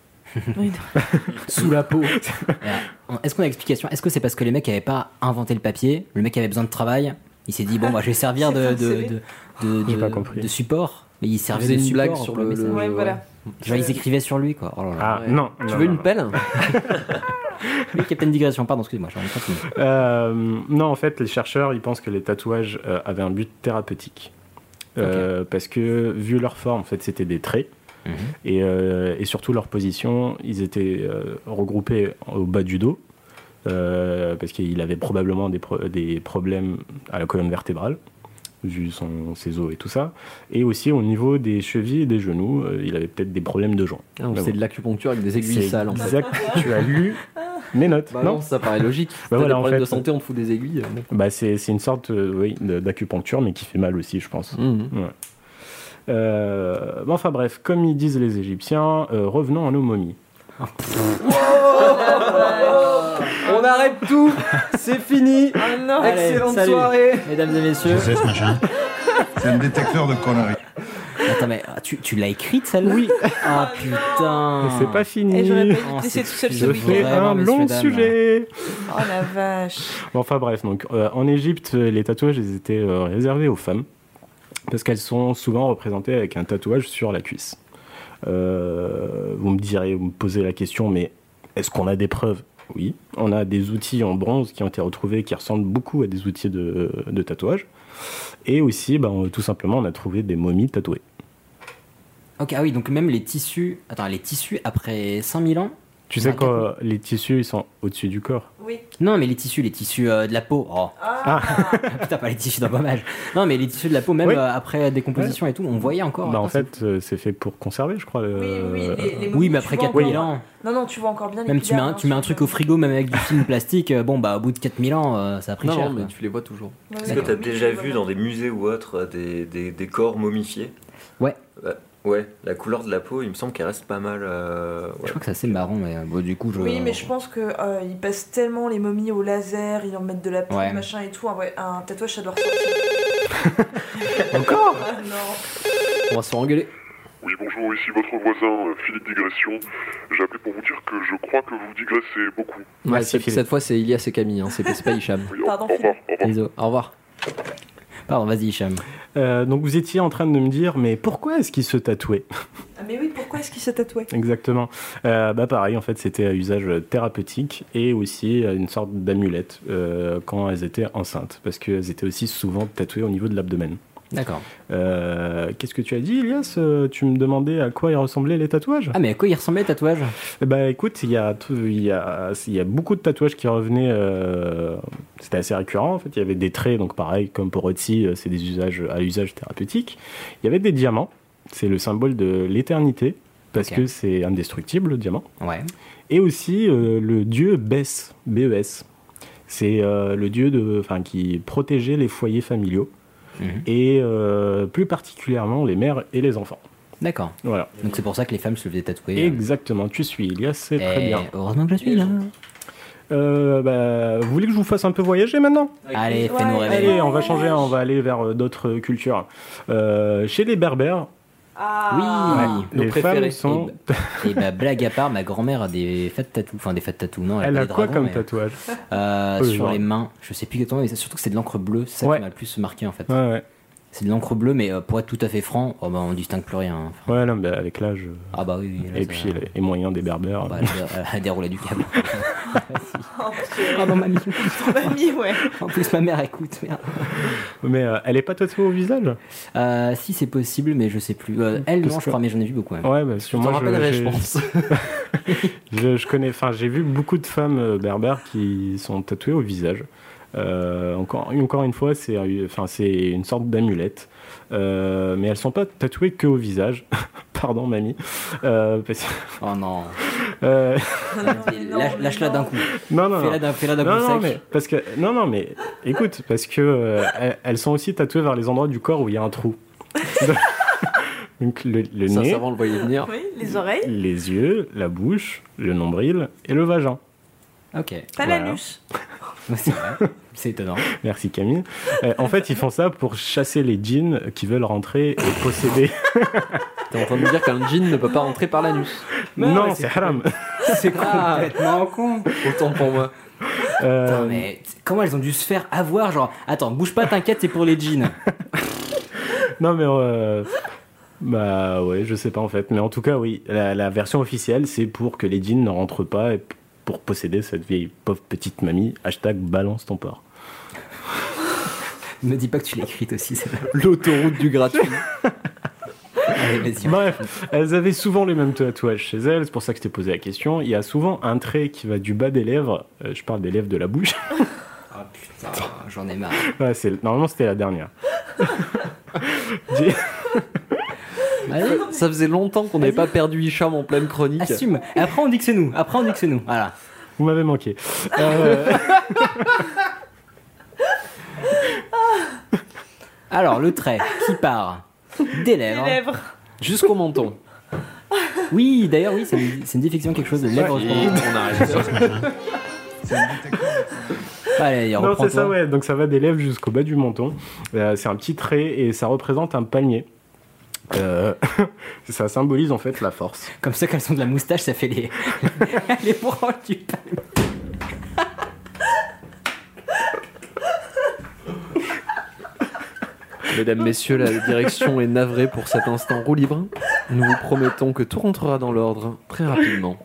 Oui, non. Sous la peau. Euh, Est-ce qu'on a explication Est-ce que c'est parce que les mecs avaient pas inventé le papier Le mec avait besoin de travail Il s'est dit, bon, moi, je vais servir de, C'est de, forcé. de, de- J'ai de- pas compris. de support. Mais il servait faisait de une support blague sur pour le le- message. le- Ouais, voilà. Genre, ils écrivaient sur lui, quoi. Oh là là. Ah Ouais. non. Tu non, veux non, une pelle Ah, Oui, Captain Digression, pardon, excusez-moi, je continue. Euh, non, en fait, les chercheurs, ils pensent que les tatouages euh, avaient un but thérapeutique. Euh, Parce que, vu leur forme, en fait, c'était des traits. Mhm. Et, euh, et surtout leur position, ils étaient euh, regroupés au bas du dos. euh, parce qu'il avait probablement des, pro- des problèmes à la colonne vertébrale. vu son, ses os et tout ça. Et aussi au niveau des chevilles et des genoux, euh, il avait peut-être des problèmes de gens. Ah, donc c'est de l'acupuncture avec des aiguilles sales, en fait. Exact, tu as lu mes notes. Bah non, non, ça paraît logique. Si Bah t'as voilà, des en problèmes fait. de santé, on te fout des aiguilles. euh, bon. Bah, c'est c'est une sorte euh, oui, de- d'acupuncture, mais qui fait mal aussi, je pense. Mhm. Ouais. Euh, bon, enfin bref, comme ils disent les Égyptiens, euh, revenons à nos momies. Ah, On arrête tout, c'est fini. Excellente soirée, mesdames et messieurs. C'est ce machin. C'est un détecteur de conneries. Attends, mais ah, tu, tu l'as écrite celle-là Oui. Ah putain. Mais c'est pas fini. Et j'aurais pas dû te laisser tout seul Je fais un long sujet. Oh la vache. Bon, enfin bref, donc euh, en Égypte, euh, les tatouages ils étaient euh, réservés aux femmes parce qu'elles sont souvent représentées avec un tatouage sur la cuisse. Euh, vous me direz, vous me posez la question, mais est-ce qu'on a des preuves Oui, on a des outils en bronze qui ont été retrouvés qui ressemblent beaucoup à des outils de, de tatouage. Et aussi, ben, on- tout simplement, on a trouvé des momies tatouées. Ok, ah oui, donc même les tissus. Attends, les tissus après 5000 ans Tu sais quoi, les tissus, ils sont au-dessus du corps. Oui. Non, mais les tissus, les tissus euh, de la peau. Oh. Ah. Putain, pas les tissus d'embaumage. Non, mais les tissus de la peau, même Oui. euh, après la décomposition et tout, on voyait encore. Bah, en fait, euh, c'est fait pour conserver, je crois. le- oui, mais après tu vois 4000 encore- ans. Non, non, tu vois encore bien les hein, Même tu mets, un, pilares, tu mets un truc au frigo, même avec du film plastique, euh, bon bah au bout de 4000 ans, euh, ça a pris Non, bah. cher. non, mais quoi. tu les vois toujours. Est-ce que tu as déjà vu dans des musées ou autres euh, des, des- des corps momifiés Ouais. Euh, Bah, Ouais, la couleur de la peau, il me semble qu'elle reste pas mal. euh, ouais. Je crois que c'est assez marrant, mais euh, bon, du coup, je. Oui, mais je pense que euh, ils passent tellement les momies au laser, ils en mettent de la poudre, Ouais. machin et tout. Un, vrai- un tatouage, ça doit ressortir. Encore Ah, non. On va se rengueuler. Oui, bonjour, ici votre voisin, euh, Philippe Digression. J'appelais pour vous dire que je crois que vous digressez beaucoup. Ouais, cette, cette fois, c'est Ilias et Camille, hein, c'est c'est pas Hicham. Pardon, Désolé. Au revoir. Pardon, vas-y, Hicham. Euh, donc vous étiez en train de me dire, mais pourquoi est-ce qu'il se tatouait Ah, mais oui, pourquoi est-ce qu'il s'est tatoué Exactement. Euh, bah pareil, en fait, c'était à usage thérapeutique et aussi à une sorte d'amulette euh, quand elles étaient enceintes, parce qu'elles étaient aussi souvent tatouées au niveau de l'abdomen. D'accord. Euh, Qu'est-ce que tu as dit, Elias Euh, Tu me demandais à quoi ils ressemblaient les tatouages Ah, mais à quoi ils ressemblaient les tatouages Bah écoute, il y, a tout- il y, a, il y a beaucoup de tatouages qui revenaient. euh, C'était assez récurrent en fait. Il y avait des traits, donc pareil, comme pour Otzi, euh, c'est des usages à usage thérapeutique. Il y avait des diamants, c'est le symbole de l'éternité, parce Ok. que c'est indestructible le diamant. Ouais. Et aussi euh, le dieu Bes, B-E-S. C'est euh, le dieu de, enfin, qui protégeait les foyers familiaux et euh, plus particulièrement les mères et les enfants. D'accord. Voilà. Donc c'est pour ça que les femmes se faisaient tatouer. euh. Exactement, tu suis Elias, c'est très Eh, bien. Heureusement que je suis là. Euh, bah, vous voulez que je vous fasse un peu voyager maintenant Allez, fais-nous Ouais. rêver. Allez, on va changer, on va aller vers euh, d'autres cultures. Euh, chez les Berbères, Oui, Ouais, les femmes sont. Et, bah, blague à part, ma grand-mère a des fêtes tatou. Enfin, des fêtes tatou, non Elle pas a des quoi bah, dragons, comme mais- tatouage Euh, Oui, sur genre. les mains. Je sais plus exactement, mais c'est surtout que c'est de l'encre bleue, c'est ça qui m'a le plus marqué en fait. Ouais, ouais. C'est de l'encre bleue, mais euh, pour être tout à fait franc, oh, bah, on distingue plus rien. hein. Ouais, non, bah, avec l'âge. euh, Ah bah oui, oui, là, et ça- puis les, les moyens des Berbères. Bah, elle, elle déroulait du câble. Oh, Pardon, mamie. Mamie, ouais. En plus, ma mère écoute. merde. mais euh, elle est pas tatouée au visage Euh, si c'est possible, mais je sais plus. Euh, elle, Parce non, que- je crois, mais j'en ai vu beaucoup. hein. Ouais, bah, sur t'en moi, rappellerai, je j'ai- pense. je, je connais, enfin, j'ai vu beaucoup de femmes euh, berbères qui sont tatouées au visage. Euh, encore, encore une fois, c'est euh, enfin, c'est une sorte d'amulette. Euh, mais elles sont pas tatouées que au visage. Pardon, mamie. Euh, parce- Oh non. Euh, Lâche- Lâche-la d'un coup. non, non, non. Fais-la d'un- fais-la d'un Non, coup non, sec. mais parce que non, non, mais écoute, parce que euh, elles- elles sont aussi tatouées vers les endroits du corps où il y a un trou. Donc le, le Ça, nez, ça, on le voyait venir. Oui, les oreilles. les yeux, la bouche, le nombril et le vagin. Ok. Bah, Pas Voilà. l'anus. C'est vrai. C'est étonnant. Merci Camille. Euh, en fait, ils font ça pour chasser les djinns qui veulent rentrer et posséder. T'es en train de me dire qu'un jean ne peut pas rentrer par l'anus. non, c'est haram. C'est complètement con. Autant pour moi. Euh, Putain, mais t- comment elles ont dû se faire avoir Genre, attends, bouge pas, t'inquiète, c'est pour les jeans. Non, mais. euh, bah ouais, je sais pas en fait. Mais en tout cas, oui, la, la version officielle, c'est pour que les djinns ne rentrent pas et p- pour posséder cette vieille pauvre petite mamie. Hashtag balance ton porc. Ne me dis pas que tu l'as écrite aussi, celle-là. L'autoroute du gratuit. Allez, vas-y. Bah. Bref, elles avaient souvent les mêmes tatouages chez elles, c'est pour ça que je t'ai posé la question. Il y a souvent un trait qui va du bas des lèvres, euh, je parle des lèvres de la bouche. Ah putain, j'en ai marre. Ouais, c'est- normalement, c'était la dernière. Allez, ça faisait longtemps qu'on n'avait pas perdu Hicham en pleine chronique. Assume. Et après, on dit que c'est nous. Après, on dit que c'est nous. Voilà. Vous m'avez manqué. Euh, Alors, le trait qui part des lèvres, lèvres. jusqu'au menton. Oui, d'ailleurs, oui, c'est une, c'est une défection, quelque chose de lèvres. Et jusqu'au menton. on arrête ça. Allez, non, c'est ça, reprends-toi. ouais. Donc ça va des lèvres jusqu'au bas du menton. Euh, c'est un petit trait et ça représente un palmier. Euh, ça symbolise en fait la force. Comme ça, qu'elles sont de la moustache, ça fait les. les branches du palmier. Mesdames, messieurs, la direction est navrée pour cet instant roue libre. Nous vous promettons que tout rentrera dans l'ordre très rapidement.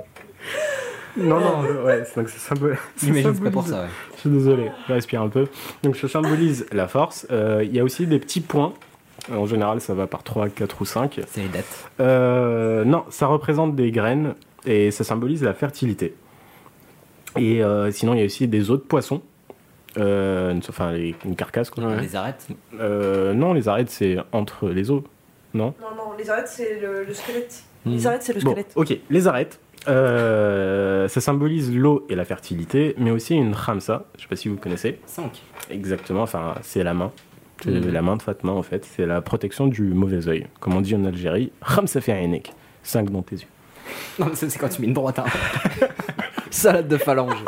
Non, non, euh, ouais, c'est- donc ça symbol- ça symbolise. J'imagine que c'est pas pour ça, ouais. Je suis désolé, je respire un peu. Donc ça symbolise la force. Euh, Il y a aussi des petits points. En général, ça va par 3, 4 ou 5. C'est les dates. non, ça représente des graines et ça symbolise la fertilité. Et euh, sinon, il y a aussi des os de poisson. Euh, une- enfin, les- une carcasse, quoi. Les arêtes Euh, Non, les arêtes, c'est entre les os. Non Non, non, les arêtes, c'est le, le squelette. Hmm. Les arêtes, c'est le Bon, squelette. ok, les arêtes. Euh, ça symbolise l'eau et la fertilité, mais aussi une ramsa. Je sais pas si vous connaissez. 5. Exactement, enfin, c'est la main. C'est Mhm. la main de Fatma, en fait. C'est la protection du mauvais oeil. Comme on dit en Algérie, ramsa fait 5 dans tes yeux. Non, mais ça, c'est quand tu mets une droite. hein. Salade de phalange.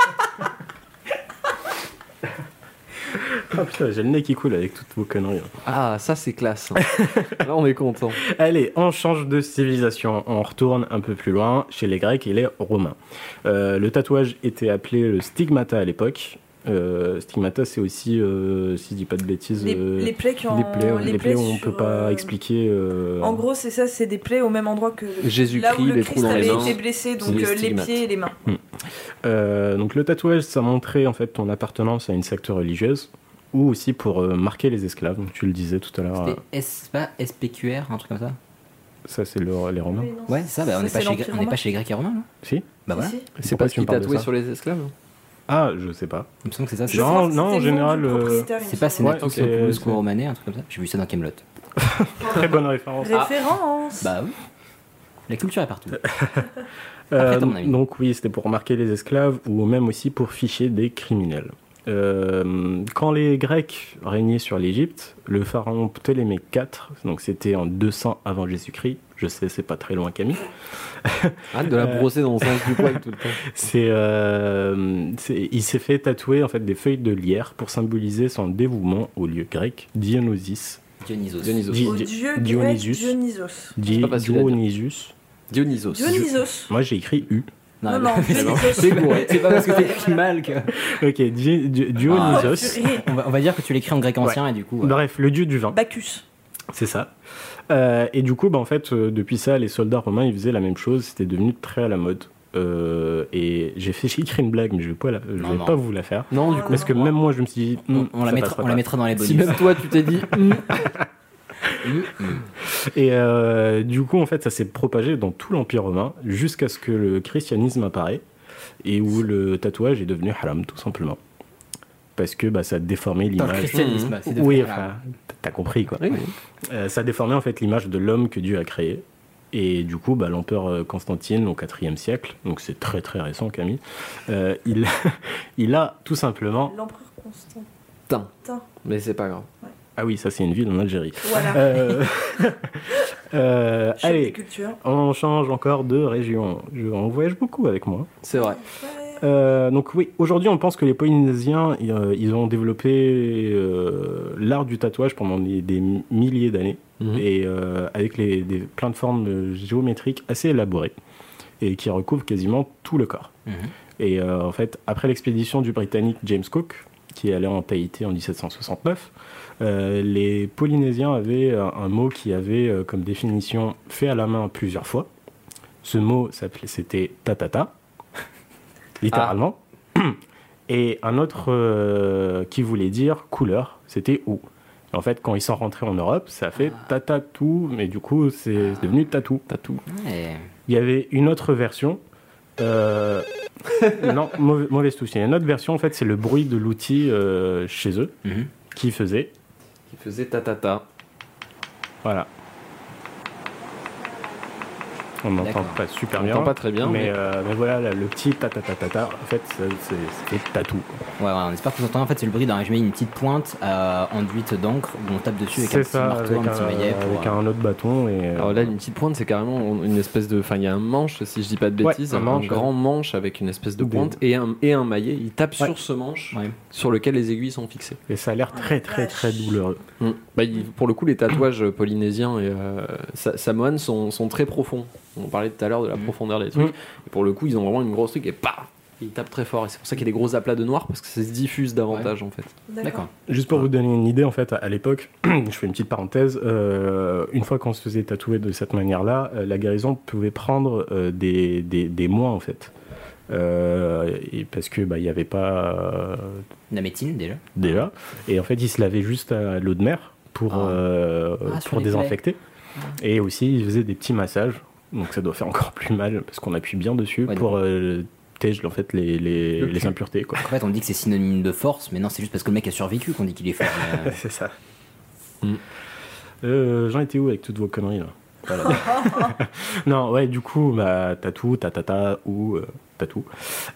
Ah putain, j'ai le nez qui coule avec toutes vos conneries. hein. Ah, ça c'est classe. Là, on est content. Allez, on change de civilisation. On retourne un peu plus loin, chez les Grecs et les Romains. Euh, le tatouage était appelé le stigmata à l'époque. Euh, stigmata, c'est aussi, euh, si je dis pas de bêtises, Les- euh, les plaies qui ont- les plaies, les les plaies plaies où on sur, peut pas euh, expliquer. euh, En gros, c'est ça, c'est des plaies au même endroit que le- Jésus-Christ, là où le les Christ trous dans les avait mains. été blessé, donc Les euh, les stigmates. pieds et les mains. Hmm. Euh, donc le tatouage, ça montrait en fait ton appartenance à une secte religieuse, ou aussi pour euh, marquer les esclaves. Donc tu le disais tout à l'heure. euh, C'était S- pas SPQR, un truc comme ça Ça, c'est le- les Romains. Ouais, c'est ça, bah, on Ça, n'est pas, c'est chez- l'Empire on n'est romain. pas chez les Grecs et Romains, là Si Bah voilà. C'est pas tu me parles de ça sur les esclaves hein Ah, je sais pas. Il me semble que c'est ça. Non, non, en général. euh, C'est pas Senatus Ouais, ok, Opulus c'est- Quo Romanais, un truc comme ça J'ai vu ça dans Camelot. Très bonne référence. Référence Bah oui. La culture est partout. Euh, t'as mon avis. donc oui, c'était pour marquer les esclaves ou même aussi pour ficher des criminels. Euh, quand les Grecs régnaient sur l'Égypte, le pharaon Ptolémée IV, donc c'était en 200 avant Jésus-Christ, je sais, c'est pas très loin Camille. Arrête de la Euh, brosser dans le sens du poil tout le temps. C'est, euh, c'est- il s'est fait tatouer en fait des feuilles de lierre pour symboliser son dévouement au lieu grec Dionysus. Dionysos. Di- Au di- dieu grec Dionysus. Dionysos. Di- C'est pas facile à dire. Dionysus. Dionysos. Dionysos. Moi j'ai écrit U. Non, non, Dionysos. C'est gouré. C'est pas parce que t'écris mal que. Ok, Di- Di- Dionysos. Oh, On, va, on va dire que tu l'écris en grec ancien Ouais. et du coup. euh, Bref, le dieu du vin. Bacchus. C'est ça. Euh, et du coup, bah, en fait, euh, depuis ça, les soldats romains, ils faisaient la même chose. C'était devenu très à la mode. Euh, et j'ai fait j'ai écrit une blague, mais je vais pas, la- je Non, vais non. pas vous la faire. Non, du coup. Parce que même moi, je me suis dit, On- hmm, on la ça mettra- passera on la pas. mettra dans les Si même toi tu t'es dit. hmm, Et euh, du coup, en fait, ça s'est propagé dans tout l'Empire romain jusqu'à ce que le christianisme apparaît et où le tatouage est devenu haram, tout simplement. Parce que bah, ça déformait Dans le l'image. christianisme, c'est devenu Oui, haram. enfin, t'as compris quoi. Euh, ça déformait en fait l'image de l'homme que Dieu a créé. Et du coup, bah, l'empereur euh, Constantine, au IVe siècle, donc c'est très très récent, Camille, euh, il, il a tout simplement. L'empereur Constantin. Mais c'est pas grave. Ah oui, ça c'est une ville en Algérie. Voilà. Euh, euh, Choc des allez, cultures. on change encore de région. Je, on voyage beaucoup avec moi. C'est vrai. Euh, donc oui, aujourd'hui on pense que les Polynésiens, euh, ils ont développé euh, l'art du tatouage pendant des, des milliers d'années, et euh, avec les, des, plein de formes euh, géométriques assez élaborées, et qui recouvrent quasiment tout le corps. Et euh, en fait, après l'expédition du Britannique James Cook, qui est allé en Tahiti en 1769, euh, les Polynésiens avaient euh, un mot qui avait euh, comme définition fait à la main plusieurs fois. Ce mot, s'appelait- c'était tatata, littéralement. Ah. Et un autre euh, qui voulait dire couleur, c'était ou. En fait, quand ils sont rentrés en Europe, ça fait Ah. tatatou, mais du coup, c'est c'est devenu tatou. Tatou. Ouais. Il y avait une autre version. euh, non, mauvaise, Mhm. mauvaise touche. Il y a une autre version, en fait, c'est le bruit de l'outil euh, chez eux qui faisait qui faisait tatata. Voilà. On n'entend D'accord. pas super On bien. n'entend pas très bien, Mais, mais- euh, mais voilà, là, le petit ta ta ta ta ta, en fait, ça, c'est c'était tatou. Ouais, ouais, on espère que vous entendez. En fait, c'est le bruit d'un j'imagine une petite pointe euh, enduite d'encre où on tape dessus avec un C'est petit ça, marteau, avec, un petit un, maillet. pour, avec euh, un autre bâton. Et, euh, Alors là, une petite pointe, c'est carrément on- une espèce de. Enfin, il y a un manche, si je dis pas de Ouais, bêtises, un un, manche, grand ouais. manche avec une espèce de Des- pointe et un, et un maillet. Il tape Ouais. sur ce euh, manche sur lequel les aiguilles sont fixées. Et ça a l'air très, très, très douloureux. Mm. Bah, il- pour le coup, les tatouages polynésiens et euh, sa- samoans sont, sont très profonds. On parlait tout à l'heure de la Mm. profondeur des trucs. Et pour le coup, ils ont vraiment une grosse truc et paf Ils tapent très fort. Et c'est pour ça qu'il y a des gros aplats de noir parce que ça se diffuse davantage en fait. D'accord. Juste Ah. pour vous donner une idée, en fait, à- à l'époque, je fais une petite parenthèse, euh, une fois qu'on se faisait tatouer de cette manière-là, euh, la guérison pouvait prendre euh, des, des- des mois, en fait. Euh, et parce que bah, il n'y avait pas. euh, La médecine déjà. déjà. Et en fait, ils se lavaient juste à l'eau de mer pour, euh, Ah, sur pour les plaies. Ah. désinfecter. Et aussi, ils faisaient des petits massages. Donc ça doit faire encore plus mal parce qu'on appuie bien dessus pour euh, tège, en fait, les, les, Le les cul. impuretés. Quoi. En fait, on dit que c'est synonyme de force, mais non, c'est juste parce que le mec a survécu qu'on dit qu'il est fort. c'est ça. Mm. Euh, J'en étais où avec toutes vos conneries là non, ouais, du coup, bah, tatou, tatata ou euh, tatou,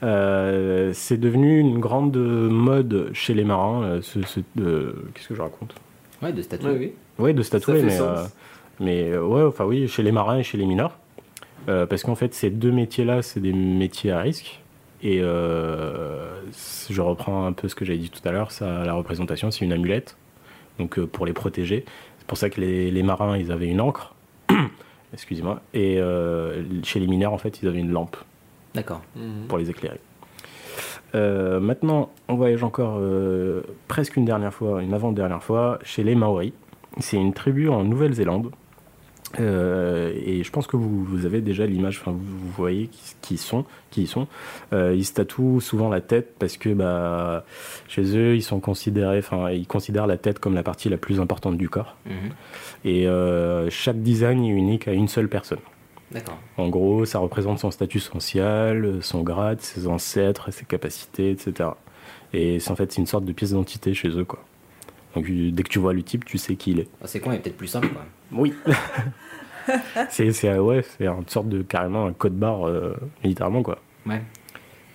euh, c'est devenu une grande mode chez les marins. euh, ce- ce- euh, Qu'est-ce que je raconte Ouais, de statut. Ouais, de se tatouer, fait mais, sens. euh, mais euh, ouais, enfin oui, chez les marins et chez les mineurs. Euh, parce qu'en fait, ces deux métiers-là, c'est des métiers à risque. Et euh, c- je reprends un peu ce que j'avais dit tout à l'heure, ça, la représentation, c'est une amulette. Donc euh, pour les protéger. C'est pour ça que les, les marins, ils avaient une encre. Excusez-moi. Et euh, chez les mineurs, en fait, ils avaient une lampe D'accord. pour les éclairer. Euh, maintenant, on voyage encore euh, presque une dernière fois, une avant-dernière fois, chez les Maoris. C'est une tribu en Nouvelle-Zélande. Euh, et je pense que vous, vous avez déjà l'image, enfin, vous, vous voyez qui, qui sont, qui ils sont. Euh, ils se tatouent souvent la tête parce que bah, chez eux, ils sont considérés, enfin, ils considèrent la tête comme la partie la plus importante du corps. Mhm. Et euh, chaque design est unique à une seule personne. D'accord. En gros, ça représente son statut social, euh, son grade, ses ancêtres, ses capacités, etc. Et c'est en fait c'est une sorte de pièce d'identité chez eux, quoi. Donc euh, dès que tu vois le type, tu sais qui il est. Ah, c'est con, il est peut-être plus simple. Quoi. Oui. c'est c'est euh, ouais, c'est une sorte de carrément un code barre euh, militairement, quoi. Ouais.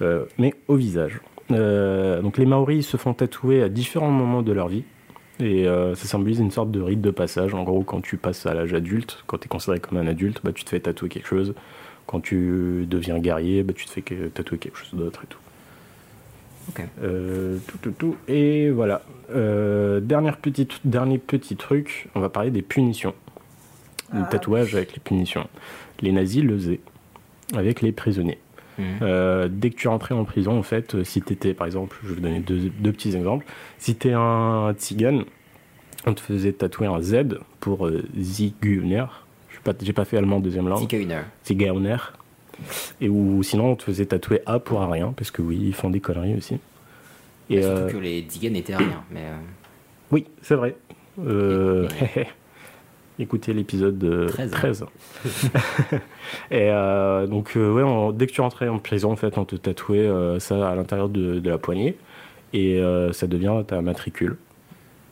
Euh, mais au visage. Euh, donc les Maoris se font tatouer à différents moments de leur vie. Et euh, ça symbolise une sorte de rite de passage. En gros, quand tu passes à l'âge adulte, quand tu es considéré comme un adulte, bah, tu te fais tatouer quelque chose. Quand tu deviens guerrier, bah, tu te fais que- tatouer quelque chose d'autre et tout. Ok. Euh, tout, tout, tout. Et voilà. Euh, dernière petite, dernier petit truc, on va parler des punitions. Le tatouage avec les punitions. Les nazis le faisaient avec les prisonniers. Euh, dès que tu rentrais en prison, en fait, euh, si t'étais, par exemple, je vais vous donner deux, deux petits exemples. Si t'es un tzigane, on te faisait tatouer un Z pour euh, Zigeuner. Je suis pas- J'ai pas fait allemand deuxième langue. Zigeuner. Zigeuner. Et ou sinon, on te faisait tatouer A pour rien, parce que oui, ils font des conneries aussi. Et, Surtout euh, que les Digan étaient rien. Mais euh, oui, c'est vrai. Euh, Écoutez l'épisode euh, 13. 13. et euh, donc, euh, ouais, on- dès que tu rentrais en prison, en fait, on te tatouait euh, ça à l'intérieur de, de la poignée. Et euh, ça devient ta matricule.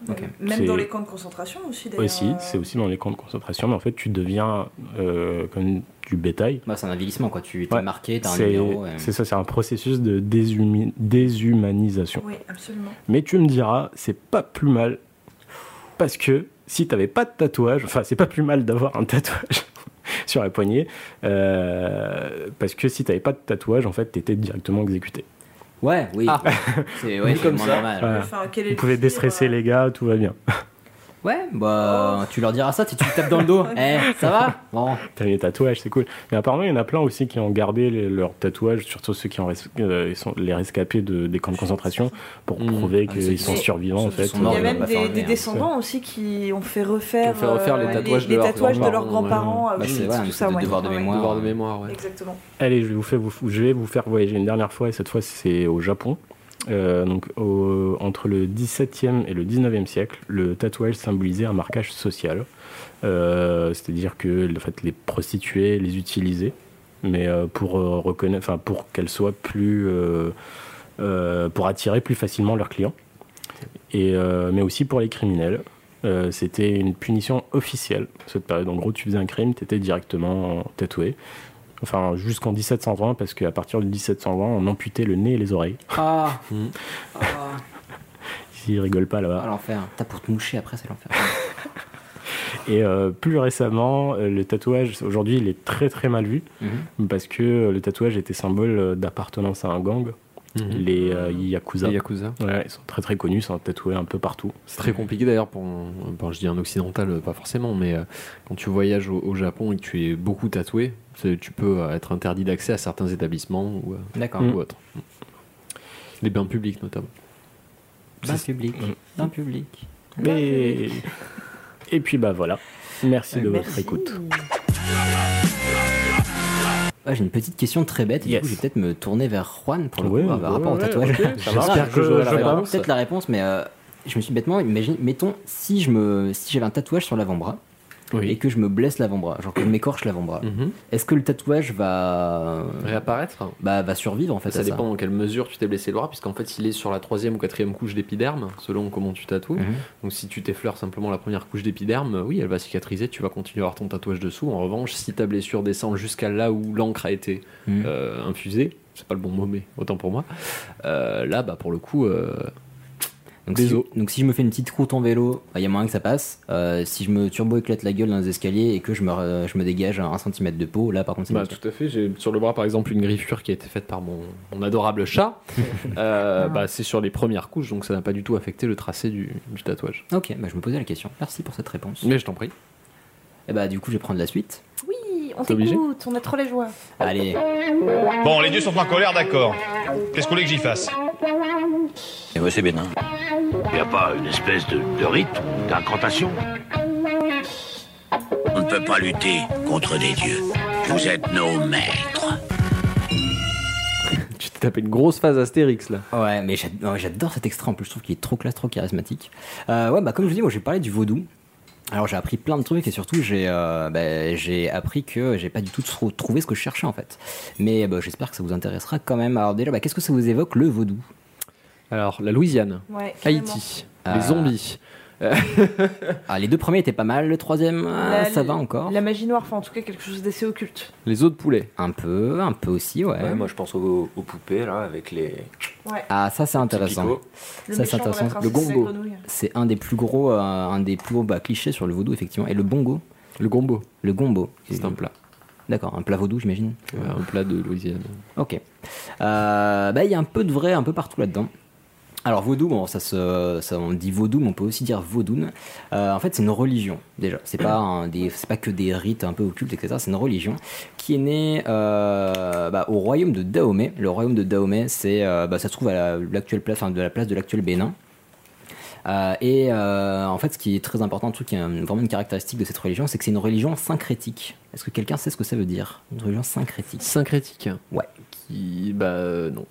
Euh, Même C'est- dans les camps de concentration aussi, d'ailleurs. euh, Aussi, euh, c'est aussi dans les camps de concentration, mais en fait, tu deviens euh, comme du bétail. bah, c'est un avilissement, quoi. Tu t'es marqué, t'as un C'est numéro. et- c'est ça, c'est un processus de déshumi- déshumanisation. Oui, absolument. Mais tu me diras, c'est pas plus mal. Parce que si t'avais pas de tatouage, enfin, c'est pas plus mal d'avoir un tatouage sur la poignée. euh, parce que si t'avais pas de tatouage, en fait, t'étais directement exécuté. Ouais, oui. C'est ouais, Ah. Vu c'est comme moins ça. normal. Voilà. Vous pouvez euh, hein. déstresser les gars, tout va bien. Ouais, bah tu leur diras ça, tu tu le tapes dans le dos. Eh, ça va Bon. T'as les tatouages, c'est cool. Mais apparemment, il y en a plein aussi qui ont gardé les- leurs tatouages, surtout ceux qui ont res- euh, ils sont les rescapés de, des camps de concentration, pour prouver ceux qu'ils qui sont sont- survivants, en fait. Il y a même des, des descendants aussi qui ont fait refaire, Qui ont fait refaire les euh, tatouages de les leurs tatouages de leurs grands-parents, grands-parents. ouais. à Bah, Auschwitz, c'est vrai, tout un ça, espèce de ouais. devoir de Ouais. mémoire, ouais. Exactement. Allez, je vais vous faire, vous, je vais vous faire voyager une dernière fois, et cette fois c'est au Japon. Euh, donc au- entre le 17e et le 19e siècle, le tatouage symbolisait un marquage social. Euh, C'est-à-dire que en fait, les prostituées les utilisaient, mais euh, pour, euh, reconnaître, enfin, pour qu'elles soient plus. euh, euh, pour attirer plus facilement leurs clients, et, euh, mais aussi pour les criminels. Euh, c'était une punition officielle, cette période. En gros, tu faisais un crime, tu étais directement tatoué. Enfin, jusqu'en 1720, parce qu'à partir de 1720, on amputait le nez et les oreilles. Ah Ils rigolent pas là-bas. À ah, l'enfer. T'as pour te moucher après, c'est l'enfer. Et euh, plus récemment, euh, le tatouage, aujourd'hui, il est très très mal vu parce que euh, le tatouage était symbole euh, d'appartenance à un gang. Mhm. Les euh, Yakuza. Les Yakuza. Ouais, ils sont très très connus, ils sont tatoués un peu partout. C'est très compliqué d'ailleurs pour. un- bon, je dis un occidental, euh, pas forcément, mais euh, quand tu voyages au, au Japon et que tu es beaucoup tatoué, c'est- tu peux euh, être interdit d'accès à certains établissements ou, euh, D'accord. Mm. ou autres. Les bains publics notamment. D'un public. Mm. D'un public. Et... et puis bah voilà. Merci Euh, de votre merci. écoute. Ah, j'ai une petite question très bête. et Du coup, je vais peut-être me tourner vers Juan pour le Ouais, bah, coup, par ouais, rapport au ouais, tatouage. ok, Ah, bah, ça va. J'espère Je- que j'aurai je la réponse. pense. Peut-être la réponse, mais euh, je me suis bêtement imagine. Mettons, si je me, si j'avais un tatouage sur l'avant-bras et que je me blesse l'avant-bras, genre que je m'écorche l'avant-bras, Mm. est-ce que le tatouage va Mm-hmm. réapparaître Bah, va survivre en fait. Ça à dépend dans quelle mesure tu t'es blessé le bras, puisqu'en fait, il est sur la troisième ou quatrième couche d'épiderme, selon comment tu tatoues. Mhm. Donc, si tu t'effleures simplement la première couche d'épiderme, euh, oui, elle va cicatriser, tu vas continuer à avoir ton tatouage dessous. En revanche, si ta blessure descend jusqu'à là où l'encre a été Mhm. euh, infusée, c'est pas le bon mot, mais autant pour moi, euh, là, bah, pour le coup, euh, Donc si, Des os. donc si je me fais une petite croûte en vélo, il y a moyen que ça passe. Euh, si je me turbo-éclate la gueule dans les escaliers et que je me, re- je me dégage un centimètre de peau, là par contre c'est Bah, nickel. tout à fait. J'ai sur le bras, par exemple, une griffure qui a été faite par mon, mon adorable chat. Euh, bah, c'est sur les premières couches, donc ça n'a pas du tout affecté le tracé du, du tatouage. Ok, bah, je me posais la question. Merci pour cette réponse. Mais je t'en prie. Et bah du coup je vais prendre la suite. Oui, on T'es obligé t'écoute, on a trop les joies. Allez. Bon, les dieux sont en colère, d'accord. Qu'est-ce que vous voulez que j'y fasse Et moi, Eh c'est hein. bénin. Y a pas une espèce de, de rite, d'incantation On ne peut pas lutter contre des dieux. Vous êtes nos maîtres. Tu t'es tapé une grosse phase Astérix là. Ouais, mais j'ad- ouais, j'adore cet extrait en plus, je trouve qu'il est trop classe, trop charismatique. Euh, ouais, bah comme je vous dis, moi j'ai parlé du vaudou. Alors j'ai appris plein de trucs et surtout j'ai euh, bah, j'ai appris que j'ai pas du tout trou- trouvé ce que je cherchais en fait. Mais bah, j'espère que ça vous intéressera quand même. Alors déjà, bah, qu'est-ce que ça vous évoque le vaudou Alors la Louisiane, Ouais, carrément. Ah, Haïti, les zombies. ah, les deux premiers étaient pas mal, le troisième, ah, La- ça va encore. La magie noire, enfin en tout cas quelque chose d'assez occulte. Les os de poulet. Un peu, un peu aussi, ouais. Ouais, moi je pense aux, aux poupées là avec les. Ouais. Ah, ça c'est intéressant. Pico. Le ça c'est méchant dans la intéressant. princesse et la grenouille. c'est un des plus gros, euh, un des plus gros bah, clichés sur le vaudou effectivement. Et le bongo. Le gombo. Le gombo. C'est un plat. D'accord, un plat vaudou j'imagine. Ouais, un plat de Louisiane. Ok. Euh, bah, il y a un peu de vrai un peu partout là-dedans. Alors vaudou, bon, ça se, ça, on dit vaudou, mais on peut aussi dire vaudoun. Euh, en fait, c'est une religion déjà. C'est pas un des, c'est pas que des rites un peu occultes, etc. C'est une religion qui est née euh, bah, au royaume de Dahomey. Le royaume de Dahomey, c'est, euh, bah, ça se trouve à la- l'actuelle place, enfin, de la place de l'actuel Bénin. Euh, et euh, en fait, ce qui est très important, un truc qui est euh, vraiment une caractéristique de cette religion, c'est que c'est une religion syncrétique. Est-ce que quelqu'un sait ce que ça veut dire Une religion syncrétique. Syncrétique Ouais. Qui. Bah euh, non.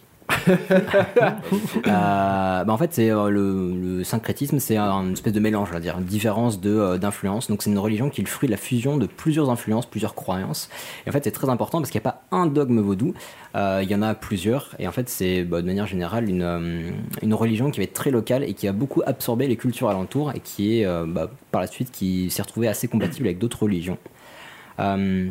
Euh, bah, en fait, c'est euh, le, le syncrétisme, c'est un- une espèce de mélange, on va dire, une différence de euh, d'influence. Donc, c'est une religion qui est le fruit de la fusion de plusieurs influences, plusieurs croyances. Et en fait, c'est très important parce qu'il n'y a pas un dogme vaudou. Euh, Il y en a plusieurs. Et en fait, c'est bah, de manière générale une, euh, une religion qui va être très locale et qui a beaucoup absorbé les cultures alentours et qui est euh, bah, par la suite qui s'est retrouvée assez compatible avec d'autres religions. Euh,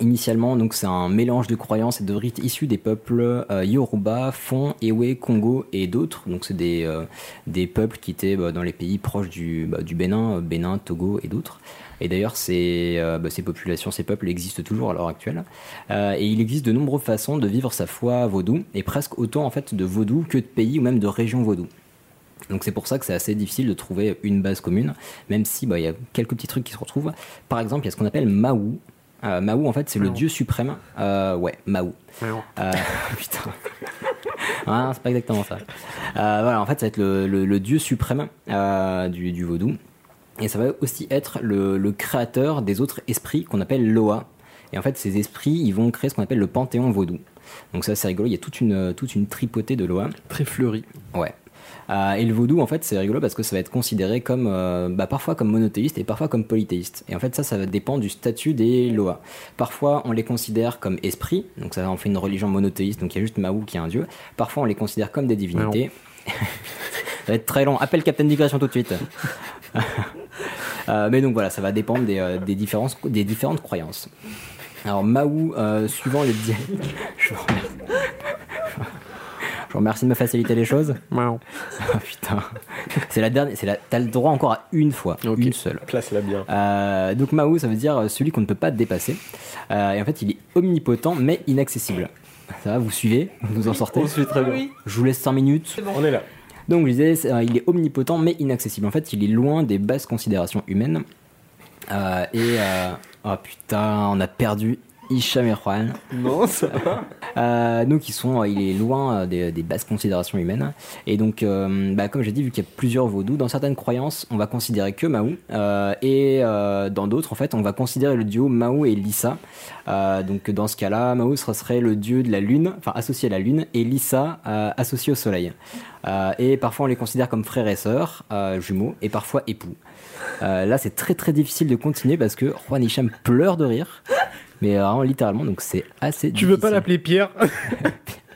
Initialement, donc c'est un mélange de croyances et de rites issus des peuples euh, Yoruba, Fon, Ewe, Congo et d'autres. Donc c'est des, euh, des peuples qui étaient bah, dans les pays proches du, bah, du Bénin, euh, Bénin, Togo et d'autres. Et d'ailleurs, ces, euh, bah, ces populations, ces peuples existent toujours à l'heure actuelle. Euh, et il existe de nombreuses façons de vivre sa foi vaudou, et presque autant en fait de vaudou que de pays ou même de régions vaudou. Donc c'est pour ça que c'est assez difficile de trouver une base commune, même si bah, il y a quelques petits trucs qui se retrouvent. Par exemple, il y a ce qu'on appelle Maou. Euh, Maou, en fait, c'est le Maou. dieu suprême. Euh, ouais, Maou. Maou. Euh, putain. Ah, c'est pas exactement ça. Euh, voilà, en fait, ça va être le, le- le dieu suprême euh, du, du vaudou. Et ça va aussi être le, le créateur des autres esprits qu'on appelle Loa. Et en fait, ces esprits, ils vont créer ce qu'on appelle le panthéon vaudou. Donc ça, c'est rigolo. Il y a toute une, toute une tripotée de Loa. Très fleuri. Ouais. Euh, et le vaudou, en fait, c'est rigolo parce que ça va être considéré comme, euh, bah, parfois comme monothéiste et parfois comme polythéiste. Et en fait, ça, ça va dépendre du statut des Loa. Parfois, on les considère comme esprits, donc ça en fait une religion monothéiste, donc il y a juste Maou qui est un dieu. Parfois, on les considère comme des divinités. ça va être très long. Appelle Captain Digression tout de suite. Euh, mais donc voilà, ça va dépendre des, euh, des différences, des différentes croyances. Alors Maou, euh, suivant le dialecte... Je vous remercie. Je vous remercie de me faciliter les choses. Ah, putain. C'est la dernière. c'est La... T'as le droit encore à une fois. Une seule. Place-la bien. Euh, donc Mao, ça veut dire euh, celui qu'on ne peut pas dépasser. Euh, et en fait, il est omnipotent mais inaccessible. Ça va, vous suivez Vous en sortez on suit très bien. Oui. Je vous laisse 5 minutes. bon. On est là. Donc je disais, c'est- euh, il est omnipotent mais inaccessible. En fait, il est loin des basses considérations humaines. Euh, et... euh, Oh putain, on a perdu Hicham et Juan. Non, ça va. Euh, donc ils sont, euh, il est loin euh, des, des basses considérations humaines. Et donc, euh, bah, comme j'ai dit, vu qu'il y a plusieurs vaudous, dans certaines croyances, on va considérer que Mahou. euh, et euh, dans d'autres, en fait, on va considérer le duo Mahou et Lissa. Euh, donc dans ce cas-là, Mahou sera- serait le dieu de la lune, enfin associé à la lune, et Lissa euh, associé au soleil. Euh, et parfois, on les considère comme frères et sœurs, euh, jumeaux, et parfois époux. Euh, là, c'est très très difficile de continuer parce que Juan Hicham pleure de rire. Mais euh, vraiment littéralement, donc c'est assez Tu veux pas l'appeler Pierre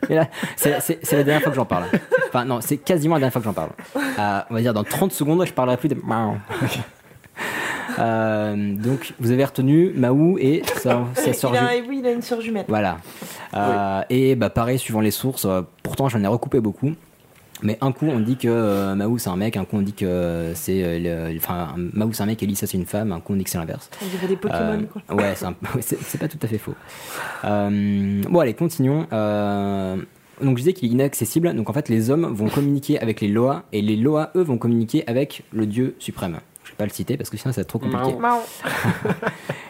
mais là, c'est- c'est c'est la dernière fois que j'en parle. Enfin, non, c'est quasiment la dernière fois que j'en parle. Euh, on va dire dans 30 secondes, je parlerai plus de. Euh, donc, vous avez retenu Mahou et sa, sa sœur il a, jumelle. oui, il a une sœur jumelle. Voilà. Euh, Et bah, pareil, suivant les sources, euh, pourtant j'en ai recoupé beaucoup. Mais un coup on dit que euh, Mahou c'est un mec, un coup on dit que euh, c'est. euh, le- Enfin, Mahou c'est un mec, Elisa c'est une femme, un coup on dit que c'est l'inverse. On dirait des Pokémon, quoi. Euh, Ouais, c'est un- ouais, c'est c'est pas tout à fait faux. Euh, bon, allez, continuons. Euh, donc je disais qu'il est inaccessible, donc en fait les hommes vont communiquer avec les Loa et les Loa eux vont communiquer avec le dieu suprême. Je vais pas le citer parce que sinon ça va être trop Bah compliqué.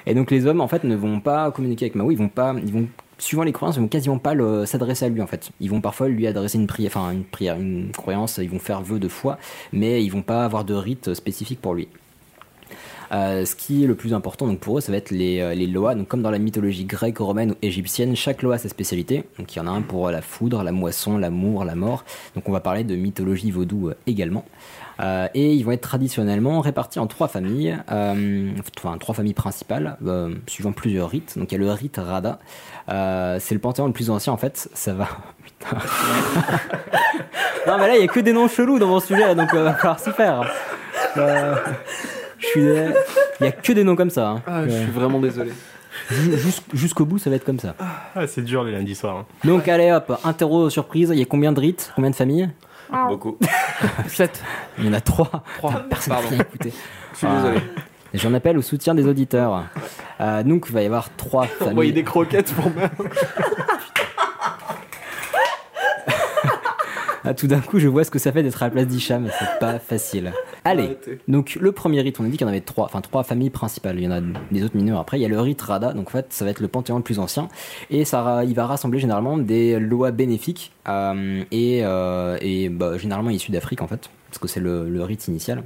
Et donc les hommes en fait ne vont pas communiquer avec Mao, ils vont pas, ils vont suivant les croyances, ils vont quasiment pas le- s'adresser à lui en fait. Ils vont parfois lui adresser une prière, enfin une prière, une croyance, ils vont faire vœu de foi, mais ils vont pas avoir de rite spécifique pour lui. Euh, ce qui est le plus important donc pour eux, ça va être les, euh, les loas. Donc, comme dans la mythologie grecque, romaine ou égyptienne, chaque loa a sa spécialité. Donc, il y en a un pour euh, la foudre, la moisson, l'amour, la mort. Donc, on va parler de mythologie vaudou euh, également. Euh, et ils vont être traditionnellement répartis en trois familles, euh, enfin trois familles principales, euh, suivant plusieurs rites. Donc, il y a le rite Rada. Euh, c'est le panthéon le plus ancien en fait. Ça va. Putain. non, mais là, il n'y a que des noms chelous dans mon sujet, donc il va falloir s'y faire. Euh, je suis. dé- Il y a que des noms comme ça. hein. Ah, je Ouais. suis vraiment désolé. Ju- jus- Jusqu'au bout, ça va être comme ça. Ah, c'est dur les lundis soirs. hein. Donc, allez hop, interro surprise. Il y a combien de rites Combien de familles Ah. Beaucoup. 7. Il y en a 3. Personne n'a rien écouté. Je suis désolé. Ah. J'en appelle au soutien des auditeurs. Euh, donc, il va y avoir 3 familles. Envoyez des croquettes pour moi. Ah, tout d'un coup, je vois ce que ça fait d'être à la place d'Hicham. C'est pas facile. Allez, Arrêtez. donc le premier rite, on a dit qu'il y en avait trois, enfin trois familles principales. Il y en a des autres mineurs après. Il y a le rite Rada, donc en fait, ça va être le panthéon le plus ancien. Et ça, ra- il va rassembler généralement des lois bénéfiques euh, et, euh, et, bah, généralement issus d'Afrique en fait, parce que c'est le, le rite initial.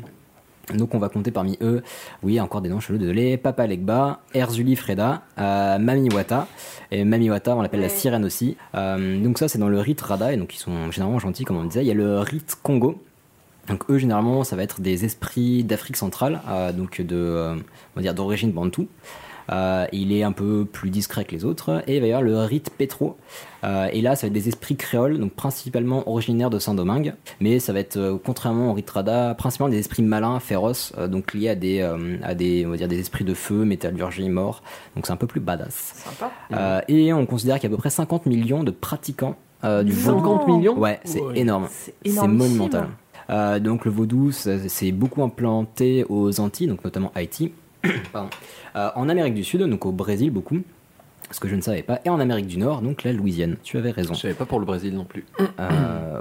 Donc on va compter parmi eux, oui encore des noms chelous, désolé, Papa Legba, Erzuli Freda, euh, Mami Wata, et Mami Wata on l'appelle la sirène aussi. Euh, donc ça c'est dans le rite Rada, et donc ils sont généralement gentils comme on le disait. Il y a le rite Congo, donc eux généralement ça va être des esprits d'Afrique centrale, euh, donc de, euh, on va dire d'origine bantou. Euh, il est un peu plus discret que les autres. Et il va y avoir le rite Petro. Euh, et là, ça va être des esprits créoles, donc principalement originaires de Saint-Domingue. Mais ça va être, euh, contrairement au rite Rada, principalement des esprits malins, féroces, euh, donc liés à des, euh, à des, on va dire, des esprits de feu, métallurgie, mort. Donc c'est un peu plus badass. Sympa. Euh, et on considère qu'il y a à peu près 50 millions de pratiquants euh, du vaudou. 50 millions Ouais, c'est Ouais. énorme. C'est C'est énormissime. monumental. Euh, donc le vaudou, ça- c'est beaucoup implanté aux Antilles, donc notamment Haïti, Pardon. Euh, en Amérique du Sud, donc au Brésil beaucoup, ce que je ne savais pas, et en Amérique du Nord, donc la Louisiane. Tu avais raison. Je savais pas pour le Brésil non plus.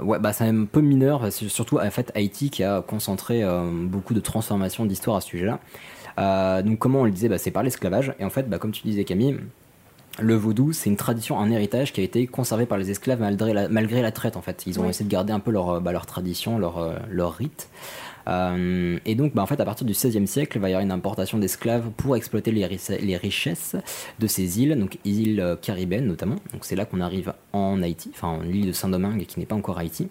ouais, bah c'est un peu mineur, c'est surtout en fait Haïti qui a concentré euh, beaucoup de transformations d'histoire à ce sujet-là. Euh, donc comment on le disait, bah, c'est par l'esclavage, et en fait, bah, comme tu disais Camille, le vaudou, c'est une tradition, un héritage qui a été conservé par les esclaves malgré la, malgré la traite en fait. Ils ont Oui. essayé de garder un peu leur, euh, bah, leur tradition, leur, euh, leur rite. Euh, et donc, bah, en fait, à partir du XVIe siècle, il va y avoir une importation d'esclaves pour exploiter les, ri- les richesses de ces îles, donc îles euh, caribéennes notamment. Donc c'est là qu'on arrive en Haïti, enfin en l'île de Saint-Domingue qui n'est pas encore Haïti.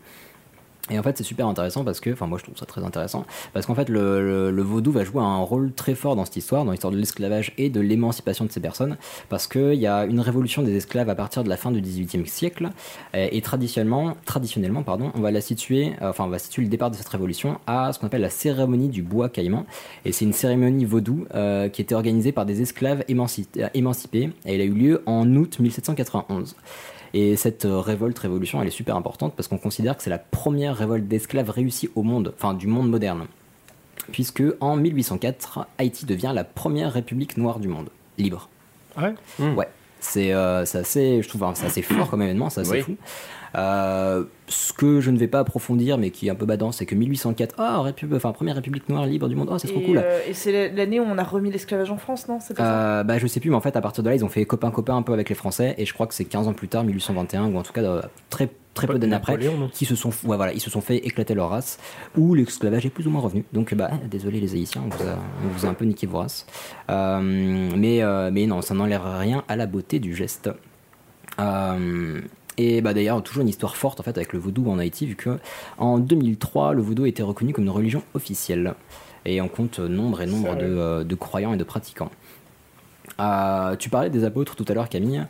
Et en fait, c'est super intéressant parce que, enfin, moi je trouve ça très intéressant, parce qu'en fait, le, le- le vaudou va jouer un rôle très fort dans cette histoire, dans l'histoire de l'esclavage et de l'émancipation de ces personnes, parce qu'il y a une révolution des esclaves à partir de la fin du XVIIIe siècle, et, et traditionnellement, traditionnellement pardon, on va la situer, euh, enfin, on va situer le départ de cette révolution à ce qu'on appelle la cérémonie du bois caïman, et c'est une cérémonie vaudou euh, qui était organisée par des esclaves émanci- euh, émancipés, et elle a eu lieu en août 1791. Et cette euh, révolte, révolution, elle est super importante parce qu'on considère que c'est la première révolte d'esclaves réussie au monde, enfin du monde moderne. Puisque en 1804, Haïti devient la première république noire du monde, libre. Ah Ouais. Ouais. C'est euh, c'est assez, je trouve, enfin, c'est assez fort comme événement, c'est assez Oui. fou. Euh, ce que je ne vais pas approfondir, mais qui est un peu badant, c'est que 1804, ah, répu- enfin, première république noire libre du monde, oh, c'est trop et, cool. euh, et c'est l'année où on a remis l'esclavage en France, non C'est pas ça Euh, bah, je sais plus, mais en fait, à partir de là, ils ont fait copain-copain un peu avec les Français, et je crois que c'est 15 ans plus tard, 1821, ou en tout cas euh, très, très peu d'années après, qui se sont, ouais, voilà, ils se sont fait éclater leur race, où l'esclavage est plus ou moins revenu. Donc, bah, désolé les Haïtiens, on vous a, on vous a un peu niqué vos races. Euh, mais, euh, mais non, ça n'enlève rien à la beauté du geste. Euh, et bah d'ailleurs toujours une histoire forte en fait avec le vaudou en Haïti vu que en 2003 le vaudou était reconnu comme une religion officielle et on compte nombre et nombre de, Sérieux euh, de croyants et de pratiquants. Euh, tu parlais des apôtres tout à l'heure Camille.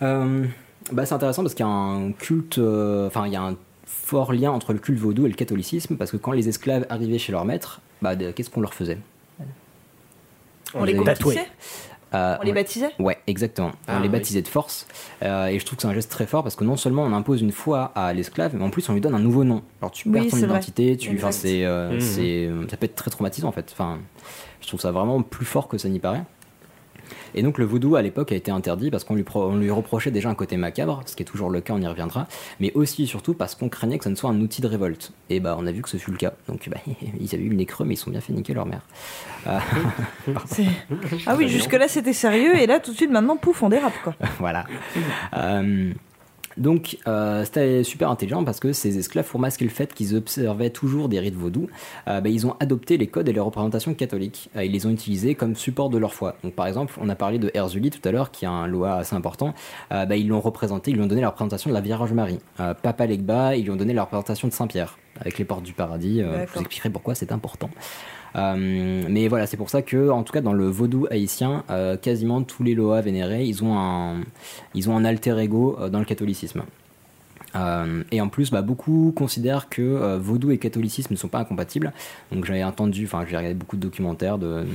Euh, bah, c'est intéressant parce qu'il y a un culte, euh, enfin il y a un fort lien entre le culte vaudou et le catholicisme parce que quand les esclaves arrivaient chez leur maître, bah, de- qu'est-ce qu'on leur faisait On les tatouait. convertissait Euh, On les baptisait Ouais, exactement. Ah, on les oui. baptisait de force. Euh, et je trouve que c'est un geste très fort parce que non seulement on impose une foi à l'esclave, mais en plus on lui donne un nouveau nom. Alors tu Oui, perds ton c'est vrai. identité, tu, enfin, Exact. c'est, euh, Mhm. c'est- ça peut être très traumatisant en fait. Enfin, je trouve ça vraiment plus fort que ça n'y paraît. Et donc le vaudou à l'époque a été interdit parce qu'on lui, pro- on lui reprochait déjà un côté macabre, ce qui est toujours le cas, on y reviendra, mais aussi et surtout parce qu'on craignait que ça ne soit un outil de révolte. Et bah on a vu que ce fut le cas. Donc bah, ils avaient eu le nez creux mais ils se sont bien fait niquer leur mère. Euh, Ah oui, jusque-là c'était sérieux, et là tout de suite maintenant, pouf, on dérape quoi. Ah. voilà. Euh, donc, euh, c'était super intelligent parce que ces esclaves, pour masquer le fait qu'ils observaient toujours des rites vaudous, euh, ben, ils ont adopté les codes et les représentations catholiques. Euh, ils les ont utilisés comme support de leur foi. Donc, par exemple, on a parlé de Herzuli tout à l'heure, qui a un loi assez important. Euh, ben, ils l'ont représenté, ils lui ont donné la représentation de la Vierge Marie. Euh, Papa Legba, ils lui ont donné la représentation de Saint Pierre avec les portes du paradis. Euh, je D'accord. vous expliquerai pourquoi c'est important. Euh, mais voilà, c'est pour ça que, en tout cas, dans le vaudou haïtien, euh, quasiment tous les Loa vénérés, ils ont un, ils ont un alter ego euh, dans le catholicisme. Euh, et en plus, bah, beaucoup considèrent que euh, vaudou et catholicisme ne sont pas incompatibles. Donc j'avais entendu, enfin j'ai regardé beaucoup de documentaires, de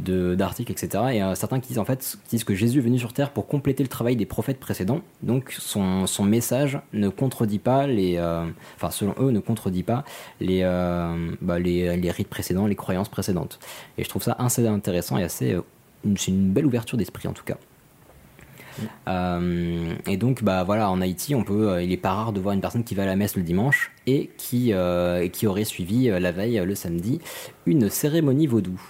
de- d'articles, etc. Et euh, certains qui disent en fait qui disent que Jésus est venu sur terre pour compléter le travail des prophètes précédents. Donc son, son message ne contredit pas les, euh, enfin selon eux ne contredit pas les, euh, bah, les les rites précédents, les croyances précédentes. Et je trouve ça assez intéressant et assez, euh, une- c'est une belle ouverture d'esprit en tout cas. Euh, et donc, bah voilà, en Haïti, on peut, euh, il est pas rare de voir une personne qui va à la messe le dimanche et qui, euh, et qui aurait suivi euh, la veille, euh, le samedi, une cérémonie vaudou.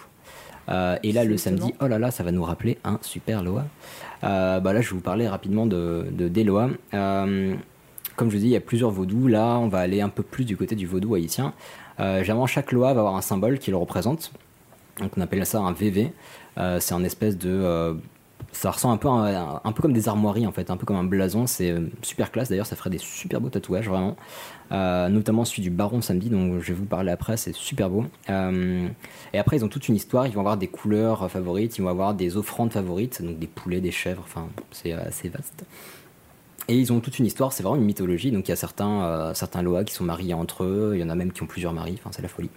Euh, et là, le samedi, oh là là, ça va nous rappeler un super Loa. Euh, bah là, je vais vous parler rapidement de, de des Loa. Euh, comme je vous dis, il y a plusieurs vaudous. Là, on va aller un peu plus du côté du vaudou haïtien. Euh, généralement, chaque Loa va avoir un symbole qui le représente. Donc on appelle ça un VV. Euh, c'est un espèce de. euh, ça ressemble un peu, à- un peu comme des armoiries en fait, un peu comme un blason. C'est euh, super classe d'ailleurs, ça ferait des super beaux tatouages vraiment. Euh, notamment celui du Baron Samedi, dont je vais vous parler après, c'est super beau. Euh, et après, ils ont toute une histoire. Ils vont avoir des couleurs euh, favorites, ils vont avoir des offrandes favorites, donc des poulets, des chèvres, enfin, c'est euh, assez vaste. Et ils ont toute une histoire, c'est vraiment une mythologie. Donc il y a certains, euh, certains Loa qui sont mariés entre eux, il y en a même qui ont plusieurs maris, enfin, c'est la folie.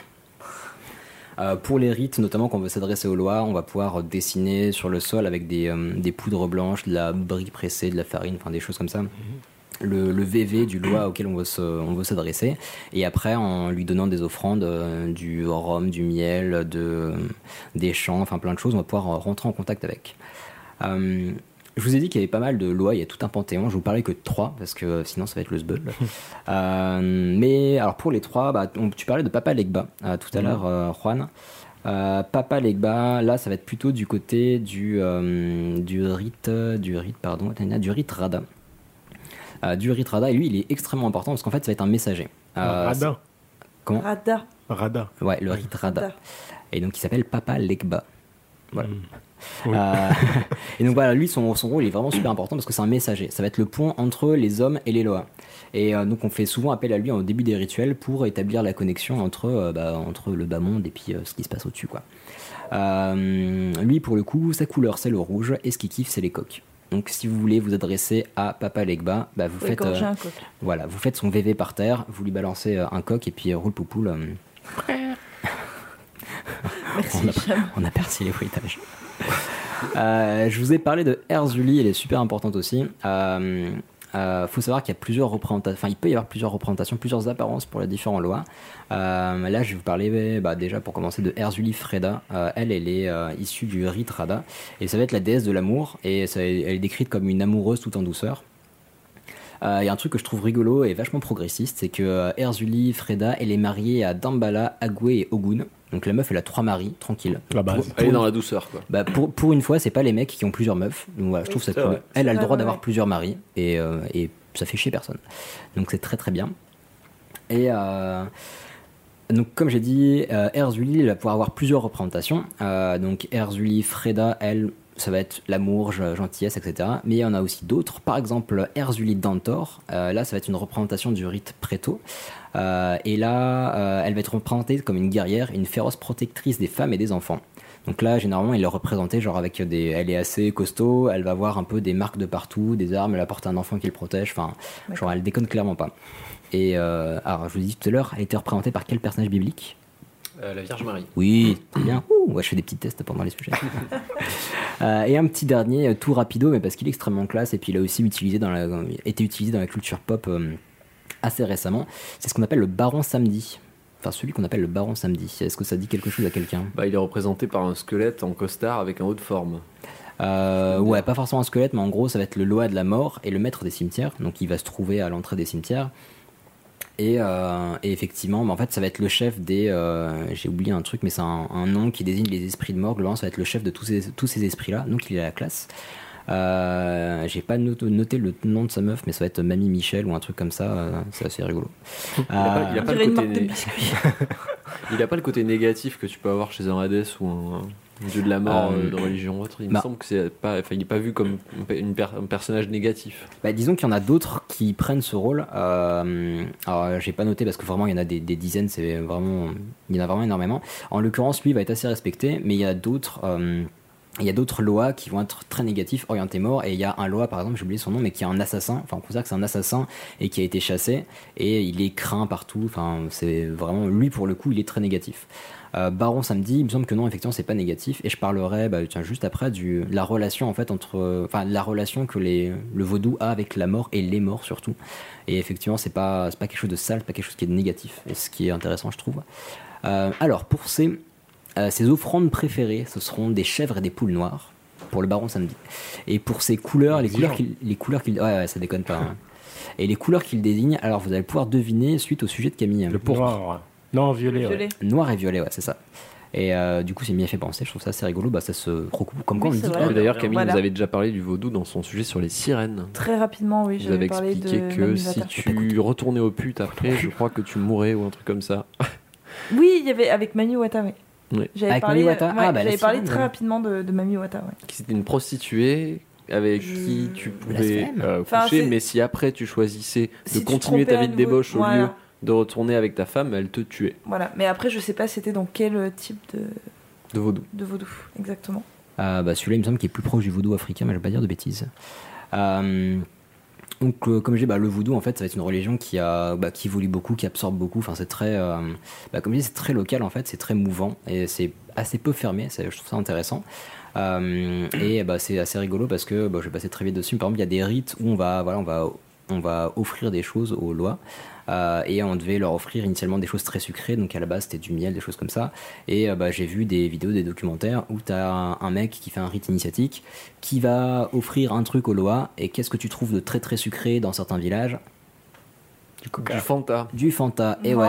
Euh, pour les rites, notamment quand on veut s'adresser aux lois, on va pouvoir dessiner sur le sol avec des, euh, des poudres blanches, de la brie pressée, de la farine, enfin des choses comme ça. Le, le VV du loi auquel on veut se- on veut s'adresser. Et après, en lui donnant des offrandes, euh, du rhum, du miel, de, des champs, enfin plein de choses, on va pouvoir euh, rentrer en contact avec. Euh, je vous ai dit qu'il y avait pas mal de lois, il y a tout un panthéon. Je vous parlais que de trois, parce que euh, sinon ça va être le sbeul. Euh, mais alors pour les trois, bah, on- tu parlais de Papa Legba euh, tout à Mhm. l'heure, euh, Juan. Euh, Papa Legba, là ça va être plutôt du côté du, euh, du rite, du rite, pardon, du rite Rada. Euh, du rite Rada, et lui il est extrêmement important parce qu'en fait ça va être un messager. Euh, Ah, Rada. Comment Rada. Rada. Ouais, le rite Rada. Rada. Et donc il s'appelle Papa Legba. Voilà. Euh, et donc voilà, lui, son, son rôle il est vraiment super important parce que c'est un messager. Ça va être le pont entre les hommes et les Loa. Et euh, donc on fait souvent appel à lui au début des rituels pour établir la connexion entre, euh, bah, entre le bas monde et puis euh, ce qui se passe au-dessus. quoi. Euh, lui, pour le coup, sa couleur c'est le rouge et ce qu'il kiffe c'est les coques. Donc si vous voulez vous adresser à Papa Legba, bah, vous, Oui, faites, quand euh, j'ai un coq. voilà, vous faites son VV par terre, vous lui balancez euh, un coq et puis euh, roule poupoule. euh, on, a, on a percé les bruitages. Euh, je vous ai parlé de Erzuli, elle est super importante aussi. Euh, euh, faut savoir qu'il y a plusieurs représentations, enfin il peut y avoir plusieurs représentations, plusieurs apparences pour les différents lois. Euh, là, je vais vous parler bah, déjà pour commencer de Erzuli Freda. Euh, elle, elle est euh, issue du rite Rada et ça va être la déesse de l'amour et ça- elle est décrite comme une amoureuse tout en douceur. Euh, Il y a un truc que je trouve rigolo et vachement progressiste, c'est que euh, Erzuli Freda, elle est mariée à Dambala, Agwe et Ogun. Donc la meuf, elle a trois maris, tranquille. La base. Elle est dans la douceur, quoi. Bah, pour, pour une fois, c'est pas les mecs qui ont plusieurs meufs. Donc voilà, je trouve ça c'est cool. vrai. Elle a le Ouais, droit ouais, d'avoir ouais. plusieurs maris et, euh, et ça fait chier personne. Donc c'est très très bien. Et euh, donc, comme j'ai dit, euh, Erzuli elle va pouvoir avoir plusieurs représentations. Euh, donc, Erzuli, Freda, elle, ça va être l'amour, je- gentillesse, etc. Mais il y en a aussi d'autres. Par exemple, Erzuli Dantor. Euh, là, ça va être une représentation du rite préto. Euh, et là, euh, elle va être représentée comme une guerrière, une féroce protectrice des femmes et des enfants. Donc là, généralement, il est représenté genre avec des. Elle est assez costaud, elle va avoir un peu des marques de partout, des armes, elle apporte un enfant qui le protège. Enfin, genre, elle déconne clairement pas. Et euh, alors, je vous ai dit tout à l'heure, elle était représentée par quel personnage biblique Euh, la Vierge Marie. Oui, très bien. Ouh, ouais, je fais des petits tests pendant les sujets. Euh, et un petit dernier, euh, tout rapido, mais parce qu'il est extrêmement classe et puis il a aussi utilisé dans la, été utilisé dans la culture pop euh, assez récemment. C'est ce qu'on appelle le baron samedi. Enfin, celui qu'on appelle le baron samedi. Est-ce que ça dit quelque chose à quelqu'un Bah, il est représenté par un squelette en costard avec un haut de forme. Euh, ouais, pas forcément un squelette, mais en gros, ça va être le Loa de la mort et le maître des cimetières. Donc, il va se trouver à l'entrée des cimetières. Et, euh, et effectivement, bah, en fait, ça va être le chef des. euh, J'ai oublié un truc, mais c'est un, un nom qui désigne les esprits de mort. Globalement, ça va être le chef de tous ces, tous ces esprits-là. Donc, il est à la classe. Euh, J'ai pas noté, noté le nom de sa meuf, mais ça va être Mamie Michel ou un truc comme ça. euh, c'est assez rigolo. Il a pas- Ah. il a Euh, pas le côté né- Il a pas le côté négatif que tu peux avoir chez un Hadès ou un un dieu de la mort Euh, euh, de religion ou autre. Il bah. me semble que c'est pas, enfin, il est pas vu comme une pe- une per- un personnage négatif. Bah, disons qu'il y en a d'autres qui prennent ce rôle. Euh, alors, j'ai pas noté parce que vraiment, il y en a des, des dizaines, c'est vraiment, il y en a vraiment énormément. En l'occurrence, lui, il va être assez respecté, mais il y a d'autres. euh, il y a d'autres lois qui vont être très négatifs, orientés mort, et il y a un loi, par exemple, j'ai oublié son nom, mais qui est un assassin, enfin, on considère que c'est un assassin, et qui a été chassé, et il est craint partout, enfin, c'est vraiment, lui, pour le coup, il est très négatif. Euh, Baron samedi, il me semble que non, effectivement, c'est pas négatif. Et je parlerai, bah, tiens, juste après, du, de la relation en fait entre, euh, enfin, de la relation que les, le vaudou a avec la mort et les morts surtout. Et effectivement, c'est pas, c'est pas quelque chose de sale, c'est pas quelque chose qui est négatif. Et ce qui est intéressant, je trouve. Euh, alors pour ces, euh, ses offrandes préférées, ce seront des chèvres et des poules noires pour le Baron samedi. Et pour ses couleurs, les couleurs qu'il, les couleurs qu'il, ouais, ouais, ça déconne pas. hein. Et les couleurs qu'il désigne, alors vous allez pouvoir deviner suite au sujet de Camille. Le pourpre. Non, violet. ouais. Violet. Noir et violet, ouais, c'est ça. Et euh, du coup, c'est bien fait penser. Je trouve ça assez rigolo. Bah, ça se recoupe. Comme quoi, Oui, on c'est dit. vrai. oh, Mais D'ailleurs, Camille Voilà. nous avait déjà parlé du vaudou dans son sujet sur les sirènes. Très rapidement, oui, Vous avez j'avais parlé de. expliqué que Manu si Vatar. tu retournais au pute après, je crois que tu mourrais ou un truc comme ça. Oui, il y avait avec Manu Wata, oui. Ouais. J'avais Avec parlé, euh, Manu Wata ouais, Ah, bah, la j'avais parlé sirène, très ouais. rapidement de, de Mami Wata, ouais. qui c'était une prostituée avec qui tu pouvais Blasphème. euh, Enfin, coucher, Bah, c'est- mais si après tu choisissais Si de tu continuer ta trompais à vie de nouveau, débauche au voilà. lieu de retourner avec ta femme, elle te tuait Voilà. Mais après, je sais pas c'était dans quel euh, type de, de vaudou. de vaudou, exactement. Ah, bah, celui-là, il me semble qu'il est plus proche du vaudou africain, mais je vais pas dire de bêtises. Euh, donc, euh, comme je dis, bah, le vaudou, en fait, ça va être une religion qui, a, bah, qui évolue beaucoup, qui absorbe beaucoup. Enfin, c'est très, euh, bah, comme je dis, c'est très local, en fait, c'est très mouvant et c'est assez peu fermé. C'est- Je trouve ça intéressant. Euh, et bah, c'est assez rigolo parce que bah, je vais passer très vite dessus. mais Par exemple, il y a des rites où on va, voilà, on va, on va offrir des choses aux lois. Euh, et on devait leur offrir initialement des choses très sucrées, donc à la base c'était du miel, des choses comme ça. Et euh, bah, j'ai vu des vidéos, des documentaires où t'as un, un mec qui fait un rite initiatique qui va offrir un truc aux lois. Et qu'est-ce que tu trouves de très très sucré dans certains villages Du, Fanta. Du Fanta, et Non. ouais.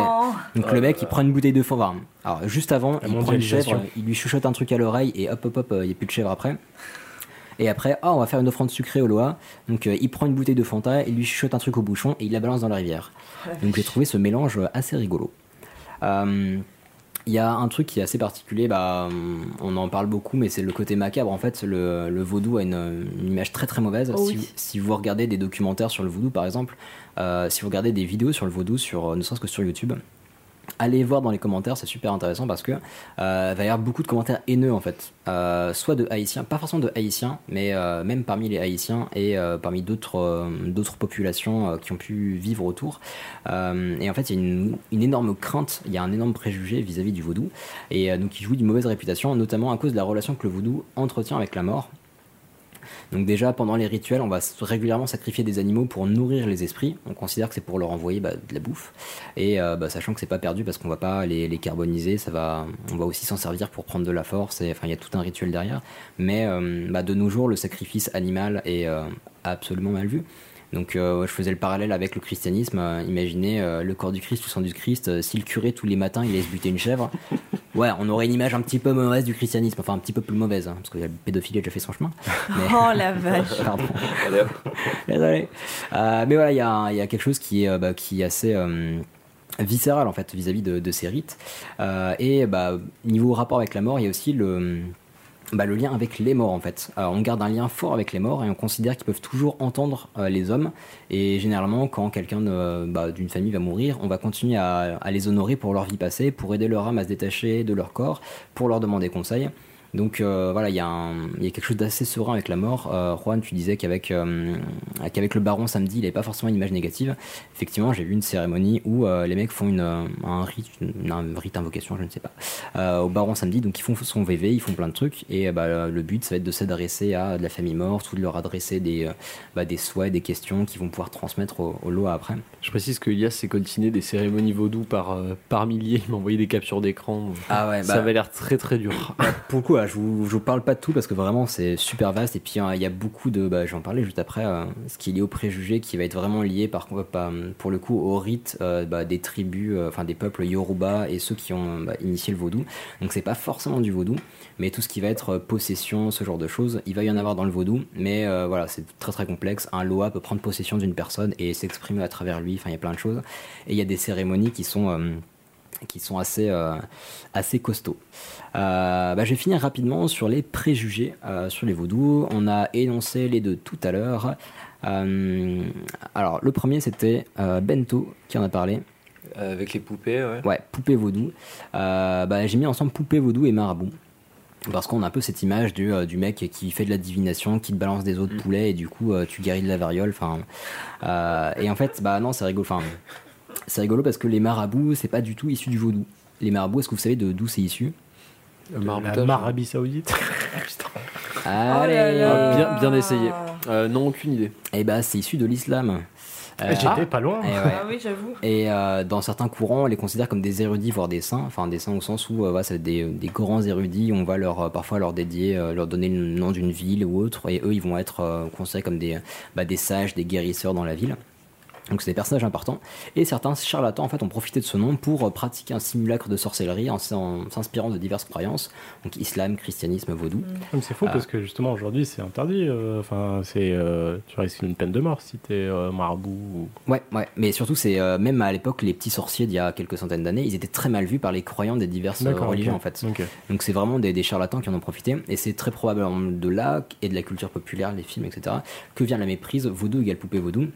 Donc Oh le là mec il là. prend une bouteille de Fanta. Alors juste avant, il prend une mondialisation. chèvre, il lui chuchote un truc à l'oreille et hop hop hop, euh, il n'y a plus de chèvre après. Et après, ah, on va faire une offrande sucrée au Loa. Donc euh, il prend une bouteille de Fanta, il lui chuchote un truc au bouchon et il la balance dans la rivière. Ouais. Donc j'ai trouvé ce mélange euh, assez rigolo. Euh, Il y a un truc qui est assez particulier, bah, on en parle beaucoup, mais c'est le côté macabre. En fait, le, le vaudou a une, une image très très mauvaise. Oh si, oui. si vous regardez des documentaires sur le vaudou, par exemple, euh, si vous regardez des vidéos sur le vaudou, sur, euh, ne serait-ce que sur YouTube, Allez voir dans les commentaires, c'est super intéressant parce que euh, il va y avoir beaucoup de commentaires haineux en fait, Euh, soit de haïtiens, pas forcément de haïtiens, mais euh, même parmi les haïtiens et euh, parmi d'autres euh, d'autres populations euh, qui ont pu vivre autour. Euh, et en fait, il y a une, une énorme crainte, il y a un énorme préjugé vis-à-vis du vaudou et euh, donc il joue d'une mauvaise réputation, notamment à cause de la relation que le vaudou entretient avec la mort. Donc déjà, pendant les rituels, on va s- régulièrement sacrifier des animaux pour nourrir les esprits. On considère que c'est pour leur envoyer bah, de la bouffe. Et euh, bah, sachant que c'est pas perdu parce qu'on va pas les, les carboniser, ça va, on va aussi s'en servir pour prendre de la force. Et enfin, il y a tout un rituel derrière. Mais euh, bah, de nos jours, le sacrifice animal est euh, absolument mal vu. Donc euh, je faisais le parallèle avec le christianisme. Euh, imaginez euh, le corps du Christ, le sang du Christ. euh, si le curé tous les matins il laisse buter une chèvre, ouais, on aurait une image un petit peu mauvaise du christianisme. Enfin un petit peu plus mauvaise, hein, parce que le pédophile a déjà fait son chemin. Mais- Oh la vache. Pardon. Désolé. Euh, mais voilà, il y a, un- il y a quelque chose qui est, euh, bah, qui est assez euh, viscéral en fait vis-à-vis de, de ces rites. Euh, et bah, niveau rapport avec la mort, il y a aussi le, bah, le lien avec les morts en fait. Euh, on garde un lien fort avec les morts et on considère qu'ils peuvent toujours entendre euh, les hommes. Et généralement, quand quelqu'un de- bah, d'une famille va mourir, on va continuer à, à les honorer pour leur vie passée, pour aider leur âme à se détacher de leur corps, pour leur demander conseil. Donc euh, voilà, il y, a un- il y a quelque chose d'assez serein avec la mort. Euh, Juan, tu disais qu'avec euh, qu'avec le baron samedi, il n'avait pas forcément une image négative. Effectivement, j'ai vu une cérémonie où euh, les mecs font une, euh, un rite, une- un rite invocation, je ne sais pas, euh, au baron samedi. Donc ils font son VV, ils font plein de trucs. Et euh, bah, le but, ça va être de s'adresser à de la famille morte ou de leur adresser des, euh, bah, des souhaits, des questions qu'ils vont pouvoir transmettre au, au lot après. Je précise que Elias s'est coltiné des cérémonies vaudou par, euh, par milliers. Il m'a envoyé des captures d'écran. donc Ah ouais, bah- Ça avait l'air très très dur. Bah, pour le coup, là, je vous, je vous parle pas de tout parce que vraiment c'est super vaste et puis hein, il y a beaucoup de, bah, j'en parlais juste après, euh, ce qui est lié au préjugé qui va être vraiment lié par contre, pas, pour le coup au rite euh, bah, des tribus, euh, enfin des peuples Yoruba et ceux qui ont euh, bah, initié le vaudou. Donc c'est pas forcément du vaudou, mais tout ce qui va être euh, possession, ce genre de choses, il va y en avoir dans le vaudou, mais euh, voilà, c'est très très complexe. Un loa peut prendre possession d'une personne et s'exprimer à travers lui, enfin il y a plein de choses. Et il y a des cérémonies qui sont... euh, qui sont assez, euh, assez costauds. Euh, bah, je vais finir rapidement sur les préjugés euh, sur les vaudous. On a énoncé les deux tout à l'heure. Euh, alors, le premier, c'était euh, Bento qui en a parlé. Avec les poupées, ouais. Ouais, poupée vaudou. Euh, bah, J'ai mis ensemble poupée vaudou et marabout. Parce qu'on a un peu cette image du, euh, du mec qui fait de la divination, qui te balance des os de poulet et du coup euh, tu guéris de la variole. Enfin, euh, et en fait, bah non, c'est rigolo. Enfin, c'est rigolo parce que les marabouts, c'est pas du tout issu du vaudou. Les marabouts, est-ce que vous savez de d'où c'est issu Le maraboutage. Arabie Saoudite. Oh Allez, là là. Ah, Bien- bien essayé. Ah. Euh, non, aucune idée. Eh bah, c'est issu de l'islam. Euh, J'étais pas loin. Eh ouais. Ah oui, j'avoue. Et euh, dans certains courants, on les considère comme des érudits, voire des saints. Enfin, des saints au sens où euh, voilà, c'est des, des grands érudits. On va leur, euh, parfois leur dédier, euh, leur donner le nom d'une ville ou autre. Et eux, ils vont être euh, considérés comme des, bah, des sages, des guérisseurs dans la ville. Donc c'est des personnages importants. Et certains charlatans en fait ont profité de ce nom pour euh, pratiquer un simulacre de sorcellerie en s'en- s'inspirant de diverses croyances, donc islam, christianisme, vaudou. Mais C'est fou parce que justement aujourd'hui c'est interdit. euh, Enfin, c'est euh, tu risques une peine de mort si t'es euh, marabout. Ouais, ouais, mais surtout, c'est euh, même à l'époque, les petits sorciers d'il y a quelques centaines d'années, ils étaient très mal vus par les croyants des diverses euh, D'accord, ok. religions en fait. Ok. Donc c'est vraiment des, des charlatans qui en ont profité, et c'est très probablement de là et de la culture populaire, les films, etc. Que vient la méprise vaudou égale poupée vaudou.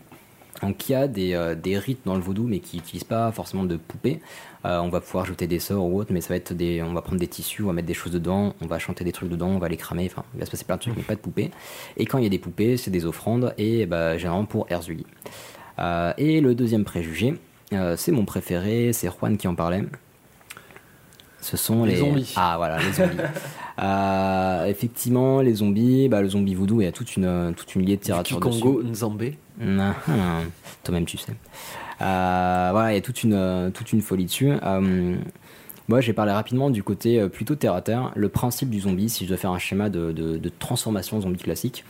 Donc il y a des, euh, des rites dans le vaudou, mais qui n'utilisent pas forcément de poupée. Euh, on va pouvoir jeter des sorts ou autre, mais ça va être des, on va prendre des tissus, on va mettre des choses dedans, on va chanter des trucs dedans, on va les cramer. Enfin, il va se passer plein de trucs, mais pas de poupée. Et quand il y a des poupées, c'est des offrandes, et bah, généralement pour Erzuli. Euh, et le deuxième préjugé, euh, c'est mon préféré, c'est Juan qui en parlait. Ce sont les, Les zombies. Ah voilà, les zombies. Euh, effectivement, les zombies, bah, le zombie voodoo, il y a toute une, euh, toute une liée de littérature dessus. Kikongo Nzambé. Ah, ah, Toi-même, tu sais. Euh, voilà, il y a toute une, euh, toute une folie dessus. Euh, moi, j'ai parlé rapidement du côté euh, plutôt terre à terre. Le principe du zombie, si je dois faire un schéma de, de- de transformation zombie classique,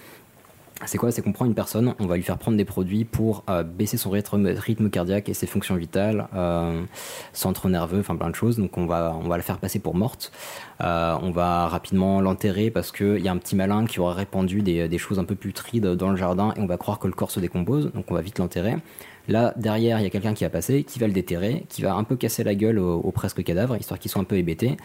C'est quoi C'est qu'on prend une personne, on va lui faire prendre des produits pour euh, baisser son rythme, rythme cardiaque et ses fonctions vitales, euh, centre nerveux, enfin plein de choses. Donc on va, on va la faire passer pour morte. Euh, on va rapidement l'enterrer parce qu'il y a un petit malin qui aura répandu des, des choses un peu putrides dans le jardin et on va croire que le corps se décompose. Donc on va vite l'enterrer. Là, derrière, il y a quelqu'un qui va passer, qui va le déterrer, qui va un peu casser la gueule au, au presque cadavre, histoire qu'il soit un peu hébété.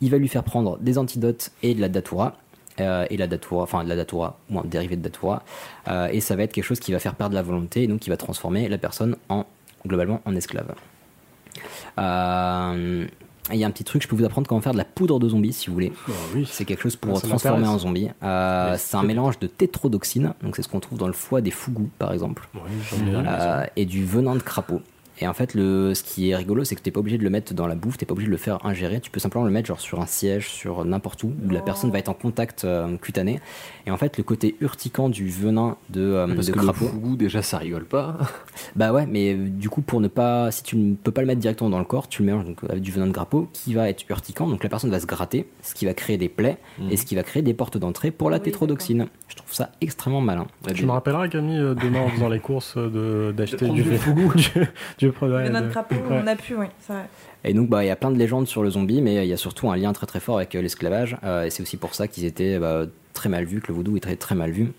Il va lui faire prendre des antidotes et de la datura. Euh, et la datura, enfin de la datura, ou un dérivé de datura, euh, et ça va être quelque chose qui va faire perdre la volonté, et donc qui va transformer la personne en, globalement, en esclave. Euh, il y a un petit truc, je peux vous apprendre comment faire de la poudre de zombie si vous voulez. C'est quelque chose pour Ah Ça transformer m'intéresse. en zombie. Euh, Oui, c'est un c'est- mélange de tétrodoxine, donc c'est ce qu'on trouve dans le foie des fougous par exemple, j'en ai vu, Euh, et du venin de crapaud. Et en fait, le, ce qui est rigolo, c'est que t'es pas obligé de le mettre dans la bouffe, t'es pas obligé de le faire ingérer, tu peux simplement le mettre genre sur un siège, sur n'importe où, où la Oh. personne va être en contact euh, cutané. Et en fait, le côté urticant du venin de, euh, Parce de que le crapaud. fougou, déjà, ça rigole pas. Bah ouais, mais euh, du coup, pour ne pas, si tu ne peux pas le mettre directement dans le corps, tu le mélanges donc avec du venin de crapaud qui va être urticant, donc la personne va se gratter, ce qui va créer des plaies et ce qui va créer des portes d'entrée pour la tétrodoxine. Je trouve ça extrêmement malin. Tu me rappelleras, Camille, euh, demain en faisant les courses, euh, de- d'acheter prendre du du fougou. du, du produit. Le nain de crapaud, on Ouais. a pu, oui, c'est vrai. Et donc, bah, il y a plein de légendes sur le zombie, mais il y a surtout un lien très très fort avec euh, l'esclavage. euh, et c'est aussi pour ça qu'ils étaient bah, très mal vus, que le vaudou est très très mal vu.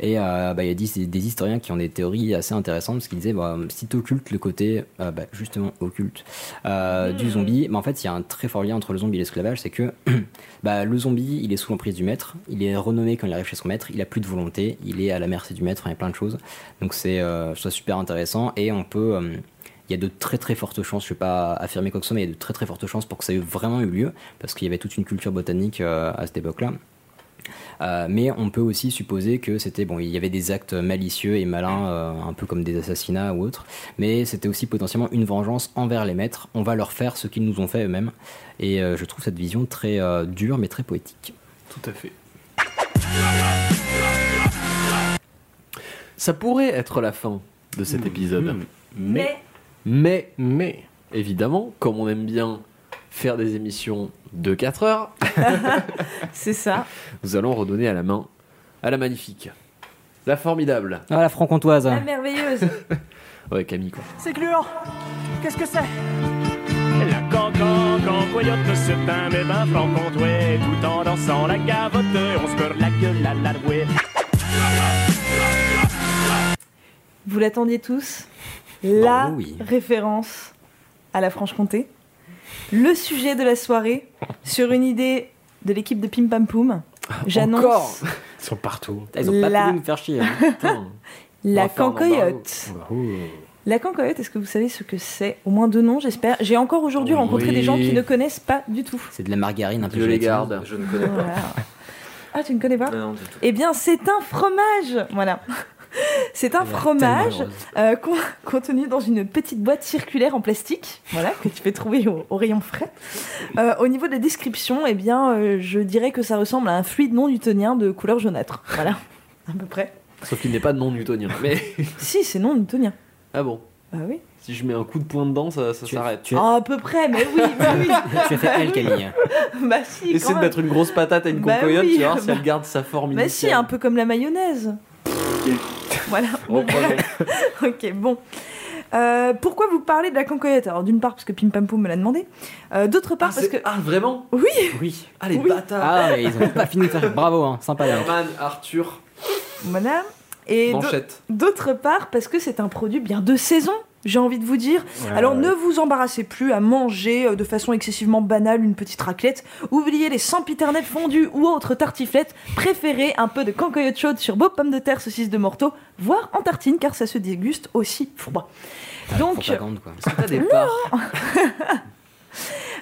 Et euh, bah, il y a des, des historiens qui ont des théories assez intéressantes parce qu'ils disaient bah, si tu occultes le côté euh, bah, justement occulte euh, du zombie, bah, en fait il y a un très fort lien entre le zombie et l'esclavage c'est que bah, le zombie il est sous l'emprise du maître, il est renommé quand il arrive chez son maître, il a plus de volonté, il est à la merci du maître, enfin, il y a plein de choses. Donc c'est euh, je trouve ça super intéressant et on peut. euh, il y a de très très fortes chances, je ne vais pas affirmer quoi que ce soit, mais il y a de très très fortes chances pour que ça ait vraiment eu lieu, parce qu'il y avait toute une culture botanique euh, à cette époque-là. Euh, mais on peut aussi supposer que c'était bon, il y avait des actes malicieux et malins, euh, un peu comme des assassinats ou autres, mais c'était aussi potentiellement une vengeance envers les maîtres. On va leur faire ce qu'ils nous ont fait eux-mêmes, et euh, je trouve cette vision très euh, dure mais très poétique. Tout à fait. Ça pourrait être la fin de cet épisode. Mais- Mais, mais, évidemment, comme on aime bien faire des émissions de 4 heures, c'est ça. Nous allons redonner à la main à la magnifique, la formidable. Ah, la franc-comtoise. La merveilleuse. Ouais, Camille, quoi. c'est gluant. Qu'est-ce que c'est La cancan, cancoyote se teint mes vins francs comptoirs, tout en dansant la gavotte, on se meurt la gueule à la rouée. Vous l'attendiez tous La Oh oui. référence à la Franche-Comté. Le sujet de la soirée sur une idée de l'équipe de Pim Pam Poum. J'annonce Ils sont partout. Ils ont pas La- voulu me faire chier. hein. la cancoyote. La cancoyote, est-ce que vous savez ce que c'est Au moins deux noms, j'espère. J'ai encore aujourd'hui Oui. rencontré des gens qui ne connaissent pas du tout. C'est de la margarine un peu Je les gélatine. garde. Je ne connais pas. Voilà. Ah, tu ne connais pas Non, du tout. Eh bien, c'est un fromage. Voilà. C'est un Elle a l'air fromage tellement euh, con- contenu dans une petite boîte circulaire en plastique, voilà, que tu peux trouver au, au rayon frais. Euh, au niveau de la description, eh bien, euh, je dirais que ça ressemble à un fluide non newtonien de couleur jaunâtre. Voilà, à peu près. Sauf qu'il n'est pas non newtonien. Mais Si, c'est non newtonien. ah bon. Bah oui. Si je mets un coup de poing dedans, ça, ça s'arrête. Ah, à peu près, mais oui, mais oui. Tu as fait elle, Camille. bah si, quand Essaie de même. mettre une grosse patate à une Bah concoyote, oui, tu vas voir si bah- elle garde sa forme Bah si, initiale. un peu comme la mayonnaise. voilà. Ah, ok, bon. Euh, pourquoi vous parlez de la cancoyote Alors d'une part parce que Pim Pam Poum me l'a demandé. Euh, D'autre part parce que... Ah vraiment Oui Oui. Ah les Oui. bâtards Ah, mais ils ont pas fini de faire. Bravo, hein, sympa. les mecs. Herman, Arthur, Madame. Et d'au- Manchette. d'autre part parce que c'est un produit bien de saison, j'ai envie de vous dire. Ouais, Alors ouais. ne vous embarrassez plus à manger euh, de façon excessivement banale une petite raclette. Oubliez les sempiternels fondus ou autres tartiflettes. Préférez un peu de cancoyote chaude sur beaux pommes de terre, saucisses de morteau, voire en tartine car ça se déguste aussi froid. Ah, Donc, propagande, quoi. Non.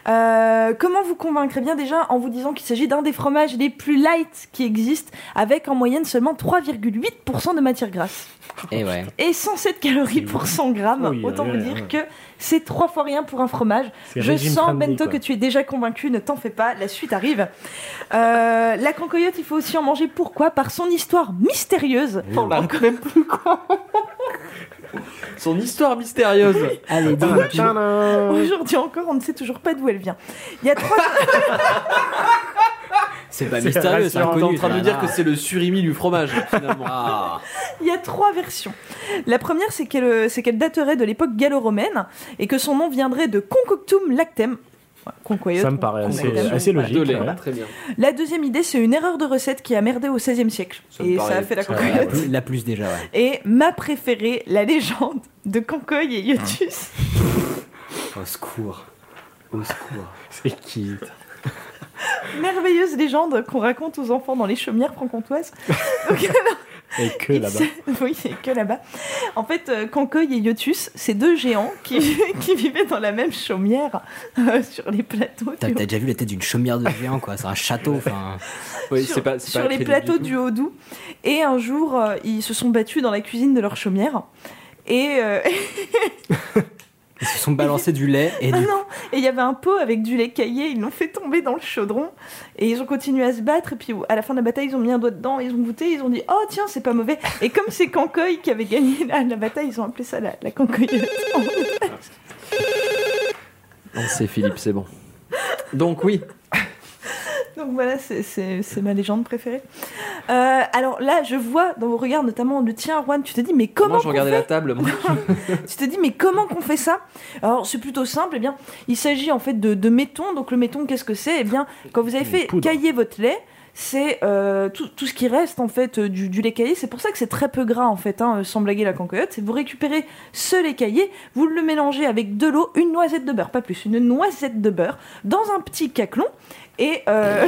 Euh, comment vous convaincre Eh bien déjà en vous disant qu'il s'agit d'un des fromages les plus light qui existent, avec en moyenne seulement 3,8% de matière grasse. Et Eh ouais. Et 107 calories pour 100 grammes, Oui, autant oui, vous oui, dire oui. que c'est trois fois rien pour un fromage. C'est Je régime sens, friendly, Bento, quoi. que tu es déjà convaincu, ne t'en fais pas, la suite arrive. Euh, la cancoyote, il faut aussi en manger. Pourquoi Par son histoire mystérieuse. On la raconte même plus quoi Son histoire mystérieuse. Allez, Aujourd'hui encore, on ne sait toujours pas d'où elle vient. Il y a trois. C'est pas mystérieux, c'est inconnu. en train de me dire Ah. que c'est le surimi du fromage, finalement. Ah. Il y a trois versions. La première, c'est qu'elle euh, c'est qu'elle daterait de l'époque gallo-romaine et que son nom viendrait de concoctum lactem. Ouais, conquoyot, Ça me paraît assez, conquoyot. assez logique. Dolé, ouais. hein, très bien. La deuxième idée, c'est une erreur de recette qui a merdé au XVIe siècle. et ça a fait la La concoyote. plus- La plus déjà, ouais. Et ma préférée, la légende de Concoy et Iotus. Au secours. Au secours. C'est qui Merveilleuse légende qu'on raconte aux enfants dans les chaumières franc-comtoises. Et que là-bas. oui, et que là-bas. En fait, euh, Cancoy et Iotus, c'est deux géants qui, qui vivaient dans la même chaumière euh, sur les plateaux. T'as du- t'as déjà vu la tête d'une chaumière de géant, quoi. C'est un château, enfin. sur, sur les plateaux du Haut-Doubs. Et un jour, euh, ils se sont battus dans la cuisine de leur chaumière. Et euh, Ils se sont balancés du lait et ah du. non, et il y avait un pot avec du lait caillé, ils l'ont fait tomber dans le chaudron et ils ont continué à se battre. Et puis à la fin de la bataille, ils ont mis un doigt dedans, ils ont goûté, ils ont dit Oh tiens, c'est pas mauvais. Et comme c'est Cancoy qui avait gagné la, la bataille, ils ont appelé ça la, la cancoyotte. Non, c'est Philippe, c'est bon. Donc oui. Donc voilà, c'est- c'est c'est ma légende préférée. Euh, alors là, je vois dans vos regards, notamment le tien, Juan, tu te dis Mais comment Moi, je qu'on regardais fait la table. moi. tu te dis mais comment qu'on fait ça Alors c'est plutôt simple, eh bien il s'agit en fait de, de méton. Donc le méton qu'est-ce que c'est Eh bien quand vous avez fait cailler votre lait, c'est euh, tout, tout ce qui reste en fait euh, du, du lait caillé. C'est pour ça que c'est très peu gras en fait, hein, euh, sans blaguer la cancoyote. C'est vous récupérez ce lait caillé, vous le mélangez avec de l'eau, une noisette de beurre, pas plus, une noisette de beurre dans un petit caclon et euh,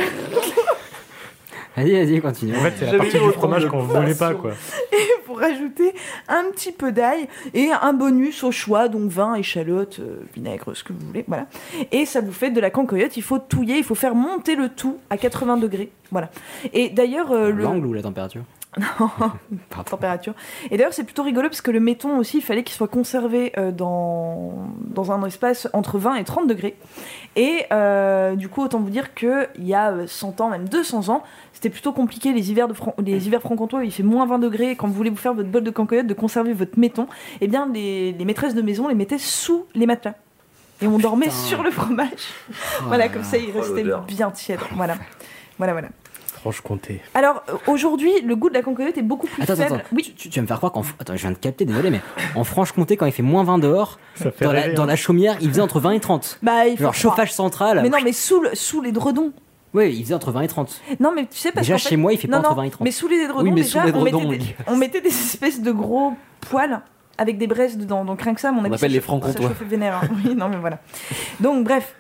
Vas-y, vas-y, continue. En fait, c'est la partie du fromage qu'on voulait pas, quoi. et pour ajouter un petit peu d'ail et un bonus au choix, donc vin, échalote, euh, vinaigre, ce que vous voulez, voilà. Et ça vous fait de la cancoyote, il faut touiller, il faut faire monter le tout à 80 degrés, voilà. Et d'ailleurs, euh, le... L'angle ou la température température. Et d'ailleurs, c'est plutôt rigolo parce que le méton aussi, il fallait qu'il soit conservé euh, dans, dans un espace entre 20 et 30 degrés. Et euh, du coup, autant vous dire qu'il y a euh, 100 ans, même 200 ans, c'était plutôt compliqué les hivers, de Fran- les hivers franc-comtois, il fait moins 20 degrés. Et quand vous voulez vous faire votre bol de cancoyote, de conserver votre méton, eh bien, les, les maîtresses de maison les mettaient sous les matelas. Et Ah, on dormait sur le fromage. voilà, là comme là. ça, il Oh, restait l'odeur. bien tiède. Voilà. Voilà, voilà. Franche-Comté. Alors, euh, aujourd'hui, le goût de la cancoyote est beaucoup plus Attends, faible. attends, attends. Tu, tu- tu vas me faire croire qu'en. Attends, je viens de capter, désolé, mais en Franche-Comté, quand il fait moins 20 dehors, fait dans, la, rêver, hein. dans la chaumière, il faisait entre 20 et 30. Bah, il faut Genre croire. chauffage central. Mais non, mais sous, le- sous les dredons. Oui, il faisait entre 20 et 30. Non, mais tu sais, parce Déjà, qu'en fait- chez moi, il fait Non, pas entre non, 20 et 30. Mais sous les dredons, Oui, mais déjà, sous les dredons, on, mettait des, oui. on mettait des espèces de gros poils avec des braises dedans. Donc rien que ça, mon On appétit appelle les se- francs-comtois. se chauffait vénère. hein. Oui, non, mais voilà. Donc, bref.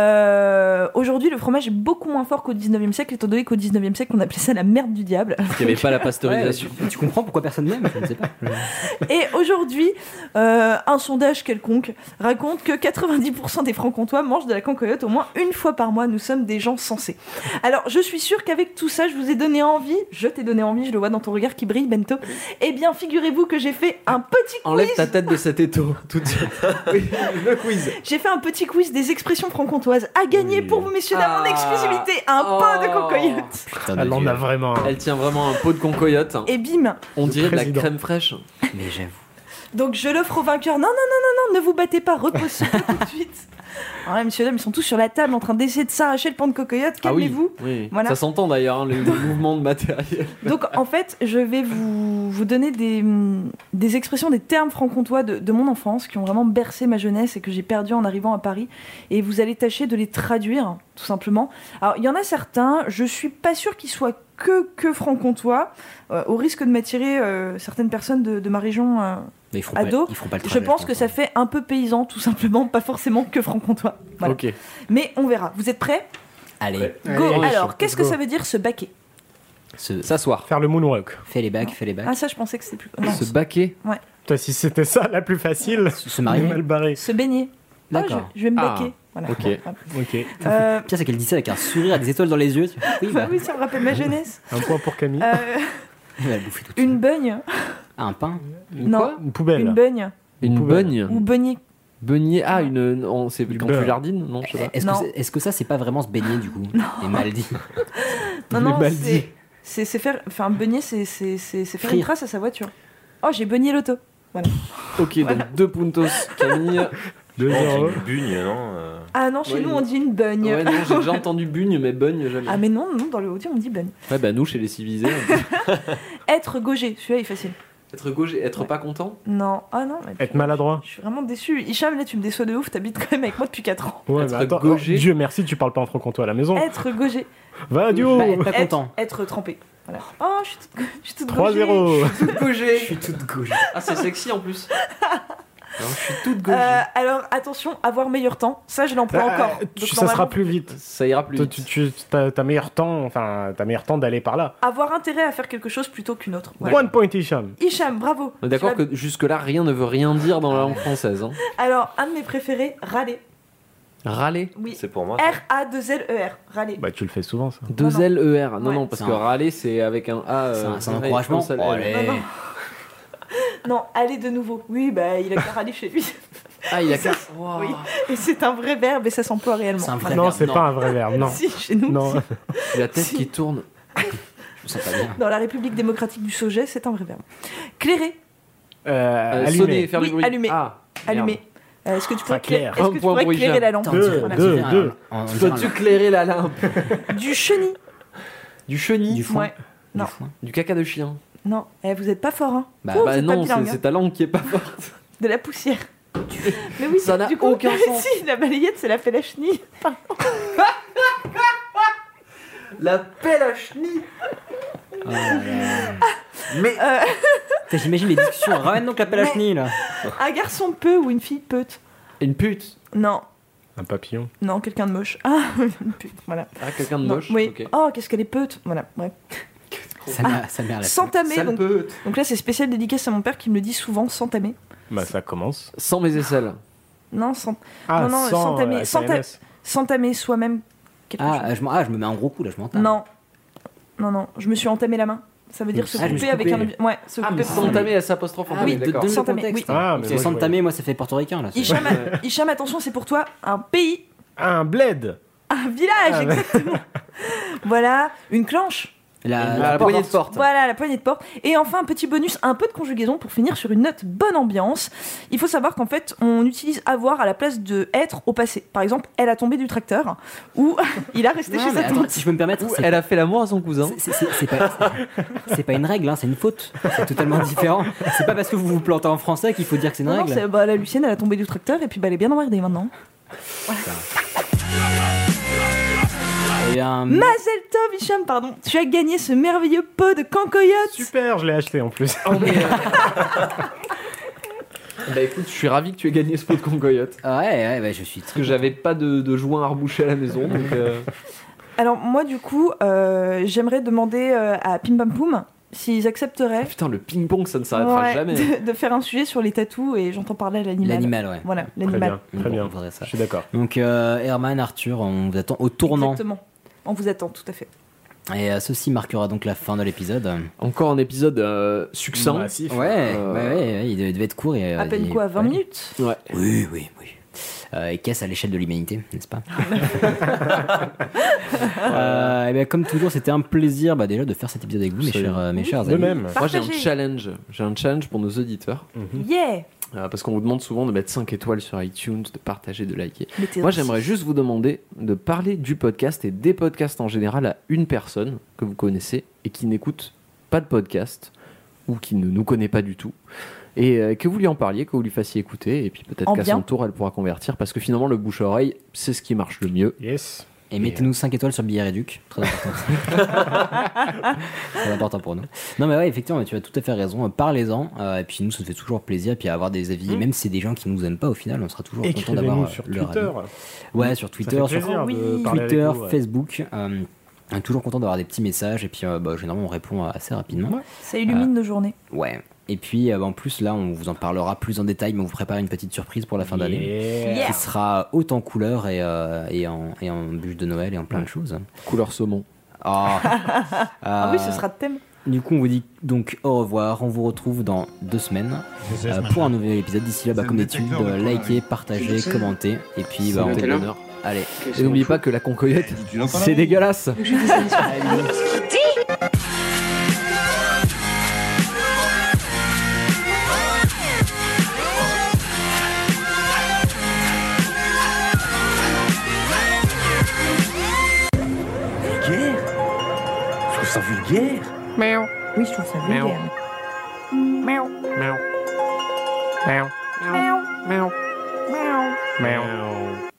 Euh, Aujourd'hui, le fromage est beaucoup moins fort qu'au 19e siècle, étant donné qu'au 19e siècle, on appelait ça la merde du diable. Il n'y avait pas la pasteurisation. tu, comprends pourquoi personne n'aime Je ne sais pas. Et aujourd'hui, euh, un sondage quelconque raconte que 90% des francs-comtois mangent de la cancoyote au moins une fois par mois. Nous sommes des gens sensés. Alors, je suis sûre qu'avec tout ça, je vous ai donné envie. Je t'ai donné envie, je le vois dans ton regard qui brille, Bento. Eh bien, figurez-vous que j'ai fait un petit Enlève quiz. ta tête de cet étau tout de suite. Oui, le quiz. J'ai fait un petit quiz des expressions franc-comtoises à gagner pour vous, messieurs, dames, en Ah. exclusivité. Un pain de cancoyote. Elle Ah, en a vraiment. Elle tient vraiment un pot de concoyote. Et bim. On Le dirait de président. la crème fraîche. Mais j'avoue. Donc je l'offre au vainqueur. Non, non, non, non, non, ne vous battez pas, reposez tout de suite. Alors là, monsieur, dames, ils sont tous sur la table en train d'essayer de s'arracher le pan de cocoyote. Ah oui, Calmez-vous. oui. Voilà. Ça s'entend d'ailleurs, hein, le mouvement de matériel. Donc en fait, je vais vous, vous donner des, hum, des expressions, des termes franc-comtois de, de mon enfance qui ont vraiment bercé ma jeunesse et que j'ai perdu en arrivant à Paris. Et vous allez tâcher de les traduire, tout simplement. Alors il y en a certains, je suis pas sûre qu'ils soient que, que franc-comtois, euh, au risque de m'attirer euh, certaines personnes de, de ma région. euh, Mais ils feront pas- ado, ils feront pas le je trajet, pense je que ça fait un peu paysan, tout simplement, pas forcément que franc-comtois. Voilà. Ok. Mais on verra. Vous êtes prêts Allez. Go. Alors, qu'est-ce que ça veut dire se baquer S'asseoir. Faire le moonwalk. Fais les bacs, fais les bacs. Ah ça, je pensais que c'était plus. non. baquer Ouais. Toi, si c'était ça la plus facile, se marier. on est mal barré. Se baigner. Ah, je, je vais me baquer. Voilà. Ok. Euh, Pire, c'est qu'elle dit ça avec un sourire, avec des étoiles dans les yeux. Oui, Bah bah. oui, ça me rappelle ma jeunesse. Un point pour Camille. Euh, Elle a bouffé tout. une bogne. Ah, un pain Non. Une poubelle. Une bogne. Une bogne Ou beignet. Beignet. Ah, une. on- C'est quand beurre. tu jardines Non, je sais pas. Est-ce que, Non. c'est- est-ce que ça, c'est pas vraiment se baigner du coup Et mal dit. Non, non, mal c'est- c'est c'est faire. Enfin, un beignet, c'est c'est- c'est- c'est faire une Frire. trace à sa voiture. Oh, j'ai beigné l'auto. Voilà. Ok, donc deux puntos, Camille. Je pense 2-0. que Oh, c'est une bugne, non euh, Ah non, chez Ouais, nous non. on dit une bugne. Ouais, non, j'ai déjà entendu bugne, mais bugne jamais. ah mais non, non, dans le haut on dit bugne. Ouais, bah nous, chez les civilisés, on dit Être gaugé, celui-là est facile. être gauche et être pas content. Non, ah non, mais Être maladroit. je suis vraiment déçu. Hicham, là tu me déçois de ouf, t'habites quand même avec moi depuis 4 ans. Ouais, bah attends, oh, Dieu merci, tu parles pas en franc-comtois à la maison. Être gaugé. Va, Dio Bah, Bah, Être, être trempé. Voilà. Oh, je suis toute, je suis toute gaugée. 3-0. Je suis toute gaugée. Je suis toute gauche. Ah, c'est sexy en plus. Non, je suis toute gauche. Euh, alors attention, avoir meilleur temps, ça je l'emploie Ah, encore. tu- Donc, ça sera normalement, plus vite. Ça ira plus Tu, tu, t'as, t'as meilleur temps, enfin, t'as meilleur temps d'aller par là. Avoir intérêt à faire quelque chose plutôt qu'une autre. Voilà. One point, Hicham. Hicham, bravo. On est D'accord Tu Ah l'as- que jusque-là, rien ne veut rien dire dans la langue française. Hein. Alors, un de mes préférés, râler. Râler Oui. C'est pour moi. R-A-2-L-E-R, râler. Bah, tu le fais souvent, ça. Deux L E R. Non, Ouais. non, parce C'est que un- râler, c'est avec un A. euh, C'est un- c'est un pareil, encouragement. comme ça, le Oh, L. allez. Non, non. Non, aller de nouveau. Oui, bah il a qu'à râler chez lui. Ah, il a Et qu'à- ça- oui. Et c'est un vrai verbe et ça s'emploie réellement. non, c'est pas un vrai verbe, non. Si, chez nous, Non. La tête qui tourne. Je me sens pas bien. Dans la République démocratique du Soget, c'est un vrai verbe. Clairer. Euh, Euh, allumé. sonner, faire du Oui, bruit. allumer. Ah, merde. Allumer. Euh, Est-ce que tu Ça pourrais, claire. clair. Est-ce Un que tu point pourrais pour éclairer Hicham. la lampe Attends, Deux, on dirait- deux, on dirait un- deux. on dirait Peux-tu un- clairer la lampe Du chenille. Du chenille. Du foin. Ouais. Non. Du caca de chien. Non, Eh, vous êtes pas fort, hein. Bah, Oh, vous bah êtes pas non, bilingue, c'est hein. c'est ta langue qui est pas forte. De la poussière. Mais oui, ça n'a du coup, aucun sens. Si, la balayette, c'est la pelle à chenille. La pelle à chenille Mais. J'imagine les discussions. Ramène donc la pelle à Mais- chenille, là. Un garçon peut ou une fille peut Une pute Non, Un papillon. non, quelqu'un de moche. Ah, une pute, voilà. Ah, quelqu'un de Non, moche Oui. ok. Oh, qu'est-ce qu'elle est peute Voilà, ouais. Sa mère- sa mère, la S'entamer. Sale Donc, peute. donc là, c'est spécial dédicace à mon père qui me le dit souvent, s'entamer. Bah, ça commence. Sans mes aisselles. Non, sans... Ah, non, non, sans, s'entamer. euh, s'enta- SMS. s'entamer soi-même. quelque chose. Ah, euh, je, m'en- ah, je me mets un gros coup, là, je m'entends. Non. Non, non, je me suis entamé la main. Ça veut dire se Ah, je me suis couper avec un coupé. objet. Ouais, se Ah, couper. mais s'entamer, elle s'apostrophe en Ah, premier, oui, de- d'accord. donne le S'entamer, contexte. oui. Ah, mais c'est moi, je s'entamer, moi, ça fait portoricain, là. c'est- Hicham, Hicham, attention, c'est pour toi un pays, Un bled. un village, Ah, ouais. exactement. voilà, une clanche. La, Ah, la poignée de porte. Voilà, la poignée de porte. Et enfin, un petit bonus, un peu de conjugaison pour finir sur une note bonne ambiance. Il faut savoir qu'en fait, on utilise avoir à la place de être au passé. Par exemple, elle a tombé du tracteur ou il a resté Non, chez mais sa attends, tante. si je peux me permettre, c'est Elle a fait l'amour à son cousin. C'est- c'est- C'est pas, c'est pas une règle, hein, c'est une faute. C'est totalement différent. C'est pas parce que vous vous plantez en français qu'il faut dire que c'est une Non, non, règle. c'est- bah, la Lucienne, elle a tombé du tracteur et puis bah, elle est bien emmerdée maintenant. Eh bien, Mazel Tov, Hicham, pardon. Tu as gagné ce merveilleux pot de cancoyote. Super, je l'ai acheté en plus. Bah écoute, je suis ravi que tu aies gagné ce pot de congoyote. Ouais, ouais, bah, je suis Parce que j'avais pas de, de joint à reboucher à la maison, donc. euh, Alors moi du coup, euh, j'aimerais demander euh, à Pim Pam Poum s'ils accepteraient Ah, Putain, le ping-pong, ça ne s'arrêtera ouais, jamais. de, de faire un sujet sur les tatous et j'entends parler à l'animal. L'animal, ouais. Voilà, l'animal. Très bien. ça. Je suis d'accord. Donc, euh, Herman, Arthur, on vous attend au tournant. Exactement. On vous attend, tout à fait. Et euh, ceci marquera donc la fin de l'épisode. Encore un épisode euh, succinct. Ouais, ouais, Euh, ouais, ouais, il devait- devait être court. Et, euh, à peine il- quoi, 20 ouais. minutes Ouais. Oui, oui, oui. Euh, et qu'est-ce à l'échelle de l'humanité, n'est-ce pas Euh, eh bien, Comme toujours, c'était un plaisir bah, déjà de faire cet épisode avec vous, mes chers, euh, mes chers amis. Moi, j'ai un Partagez. challenge. J'ai un challenge pour nos auditeurs. Yeah Euh, parce qu'on vous demande souvent de mettre 5 étoiles sur iTunes, de partager, de liker. Mais t'es Moi, gentil. j'aimerais juste vous demander de parler du podcast et des podcasts en général à une personne que vous connaissez et qui n'écoute pas de podcast ou qui ne nous connaît pas du tout. Et euh, que vous lui en parliez, que vous lui fassiez écouter, et puis peut-être En qu'à bien. son tour, elle pourra convertir, parce que finalement, le bouche-oreille, c'est ce qui marche le mieux. Yes. Et mettez-nous 5 étoiles sur Billard Educ, très important. très important pour nous. Non mais ouais, effectivement, tu as tout à fait raison, parlez-en, euh, et puis nous, ça nous fait toujours plaisir, et puis avoir des avis, même si c'est des gens qui nous aiment pas au final, on sera toujours content d'avoir Mmh. Écrivez-nous euh, sur leur Twitter. avis. Ouais, sur Twitter, fait sur plaisir de Oui. parler avec Twitter, vous, ouais. Facebook, euh, on est toujours content d'avoir des petits messages, et puis euh, bah, généralement, on répond euh, assez rapidement. Ça illumine nos journées. Ouais. Et puis, euh, en plus, là, on vous en parlera plus en détail, mais on vous prépare une petite surprise pour la fin d'année. Yeah. Qui sera haute en couleurs et, euh, et en, et en bûche de Noël et en plein de choses. Couleur saumon. Ah oui, ce sera de thème. Euh, Du coup, on vous dit donc au revoir. On vous retrouve dans deux semaines euh, pour un nouvel épisode. D'ici là, bah, comme d'habitude, euh, likez, partagez, commentez. Et puis, bah, on C'était l'heure. Allez. Et n'oubliez pas que la concoyote, c'est dégueulasse. Kitty ça vulgaire Miaou. Oui, je trouve ça Miaou. vulgaire. Miaou. Miaou. Miaou. Miaou. Miaou.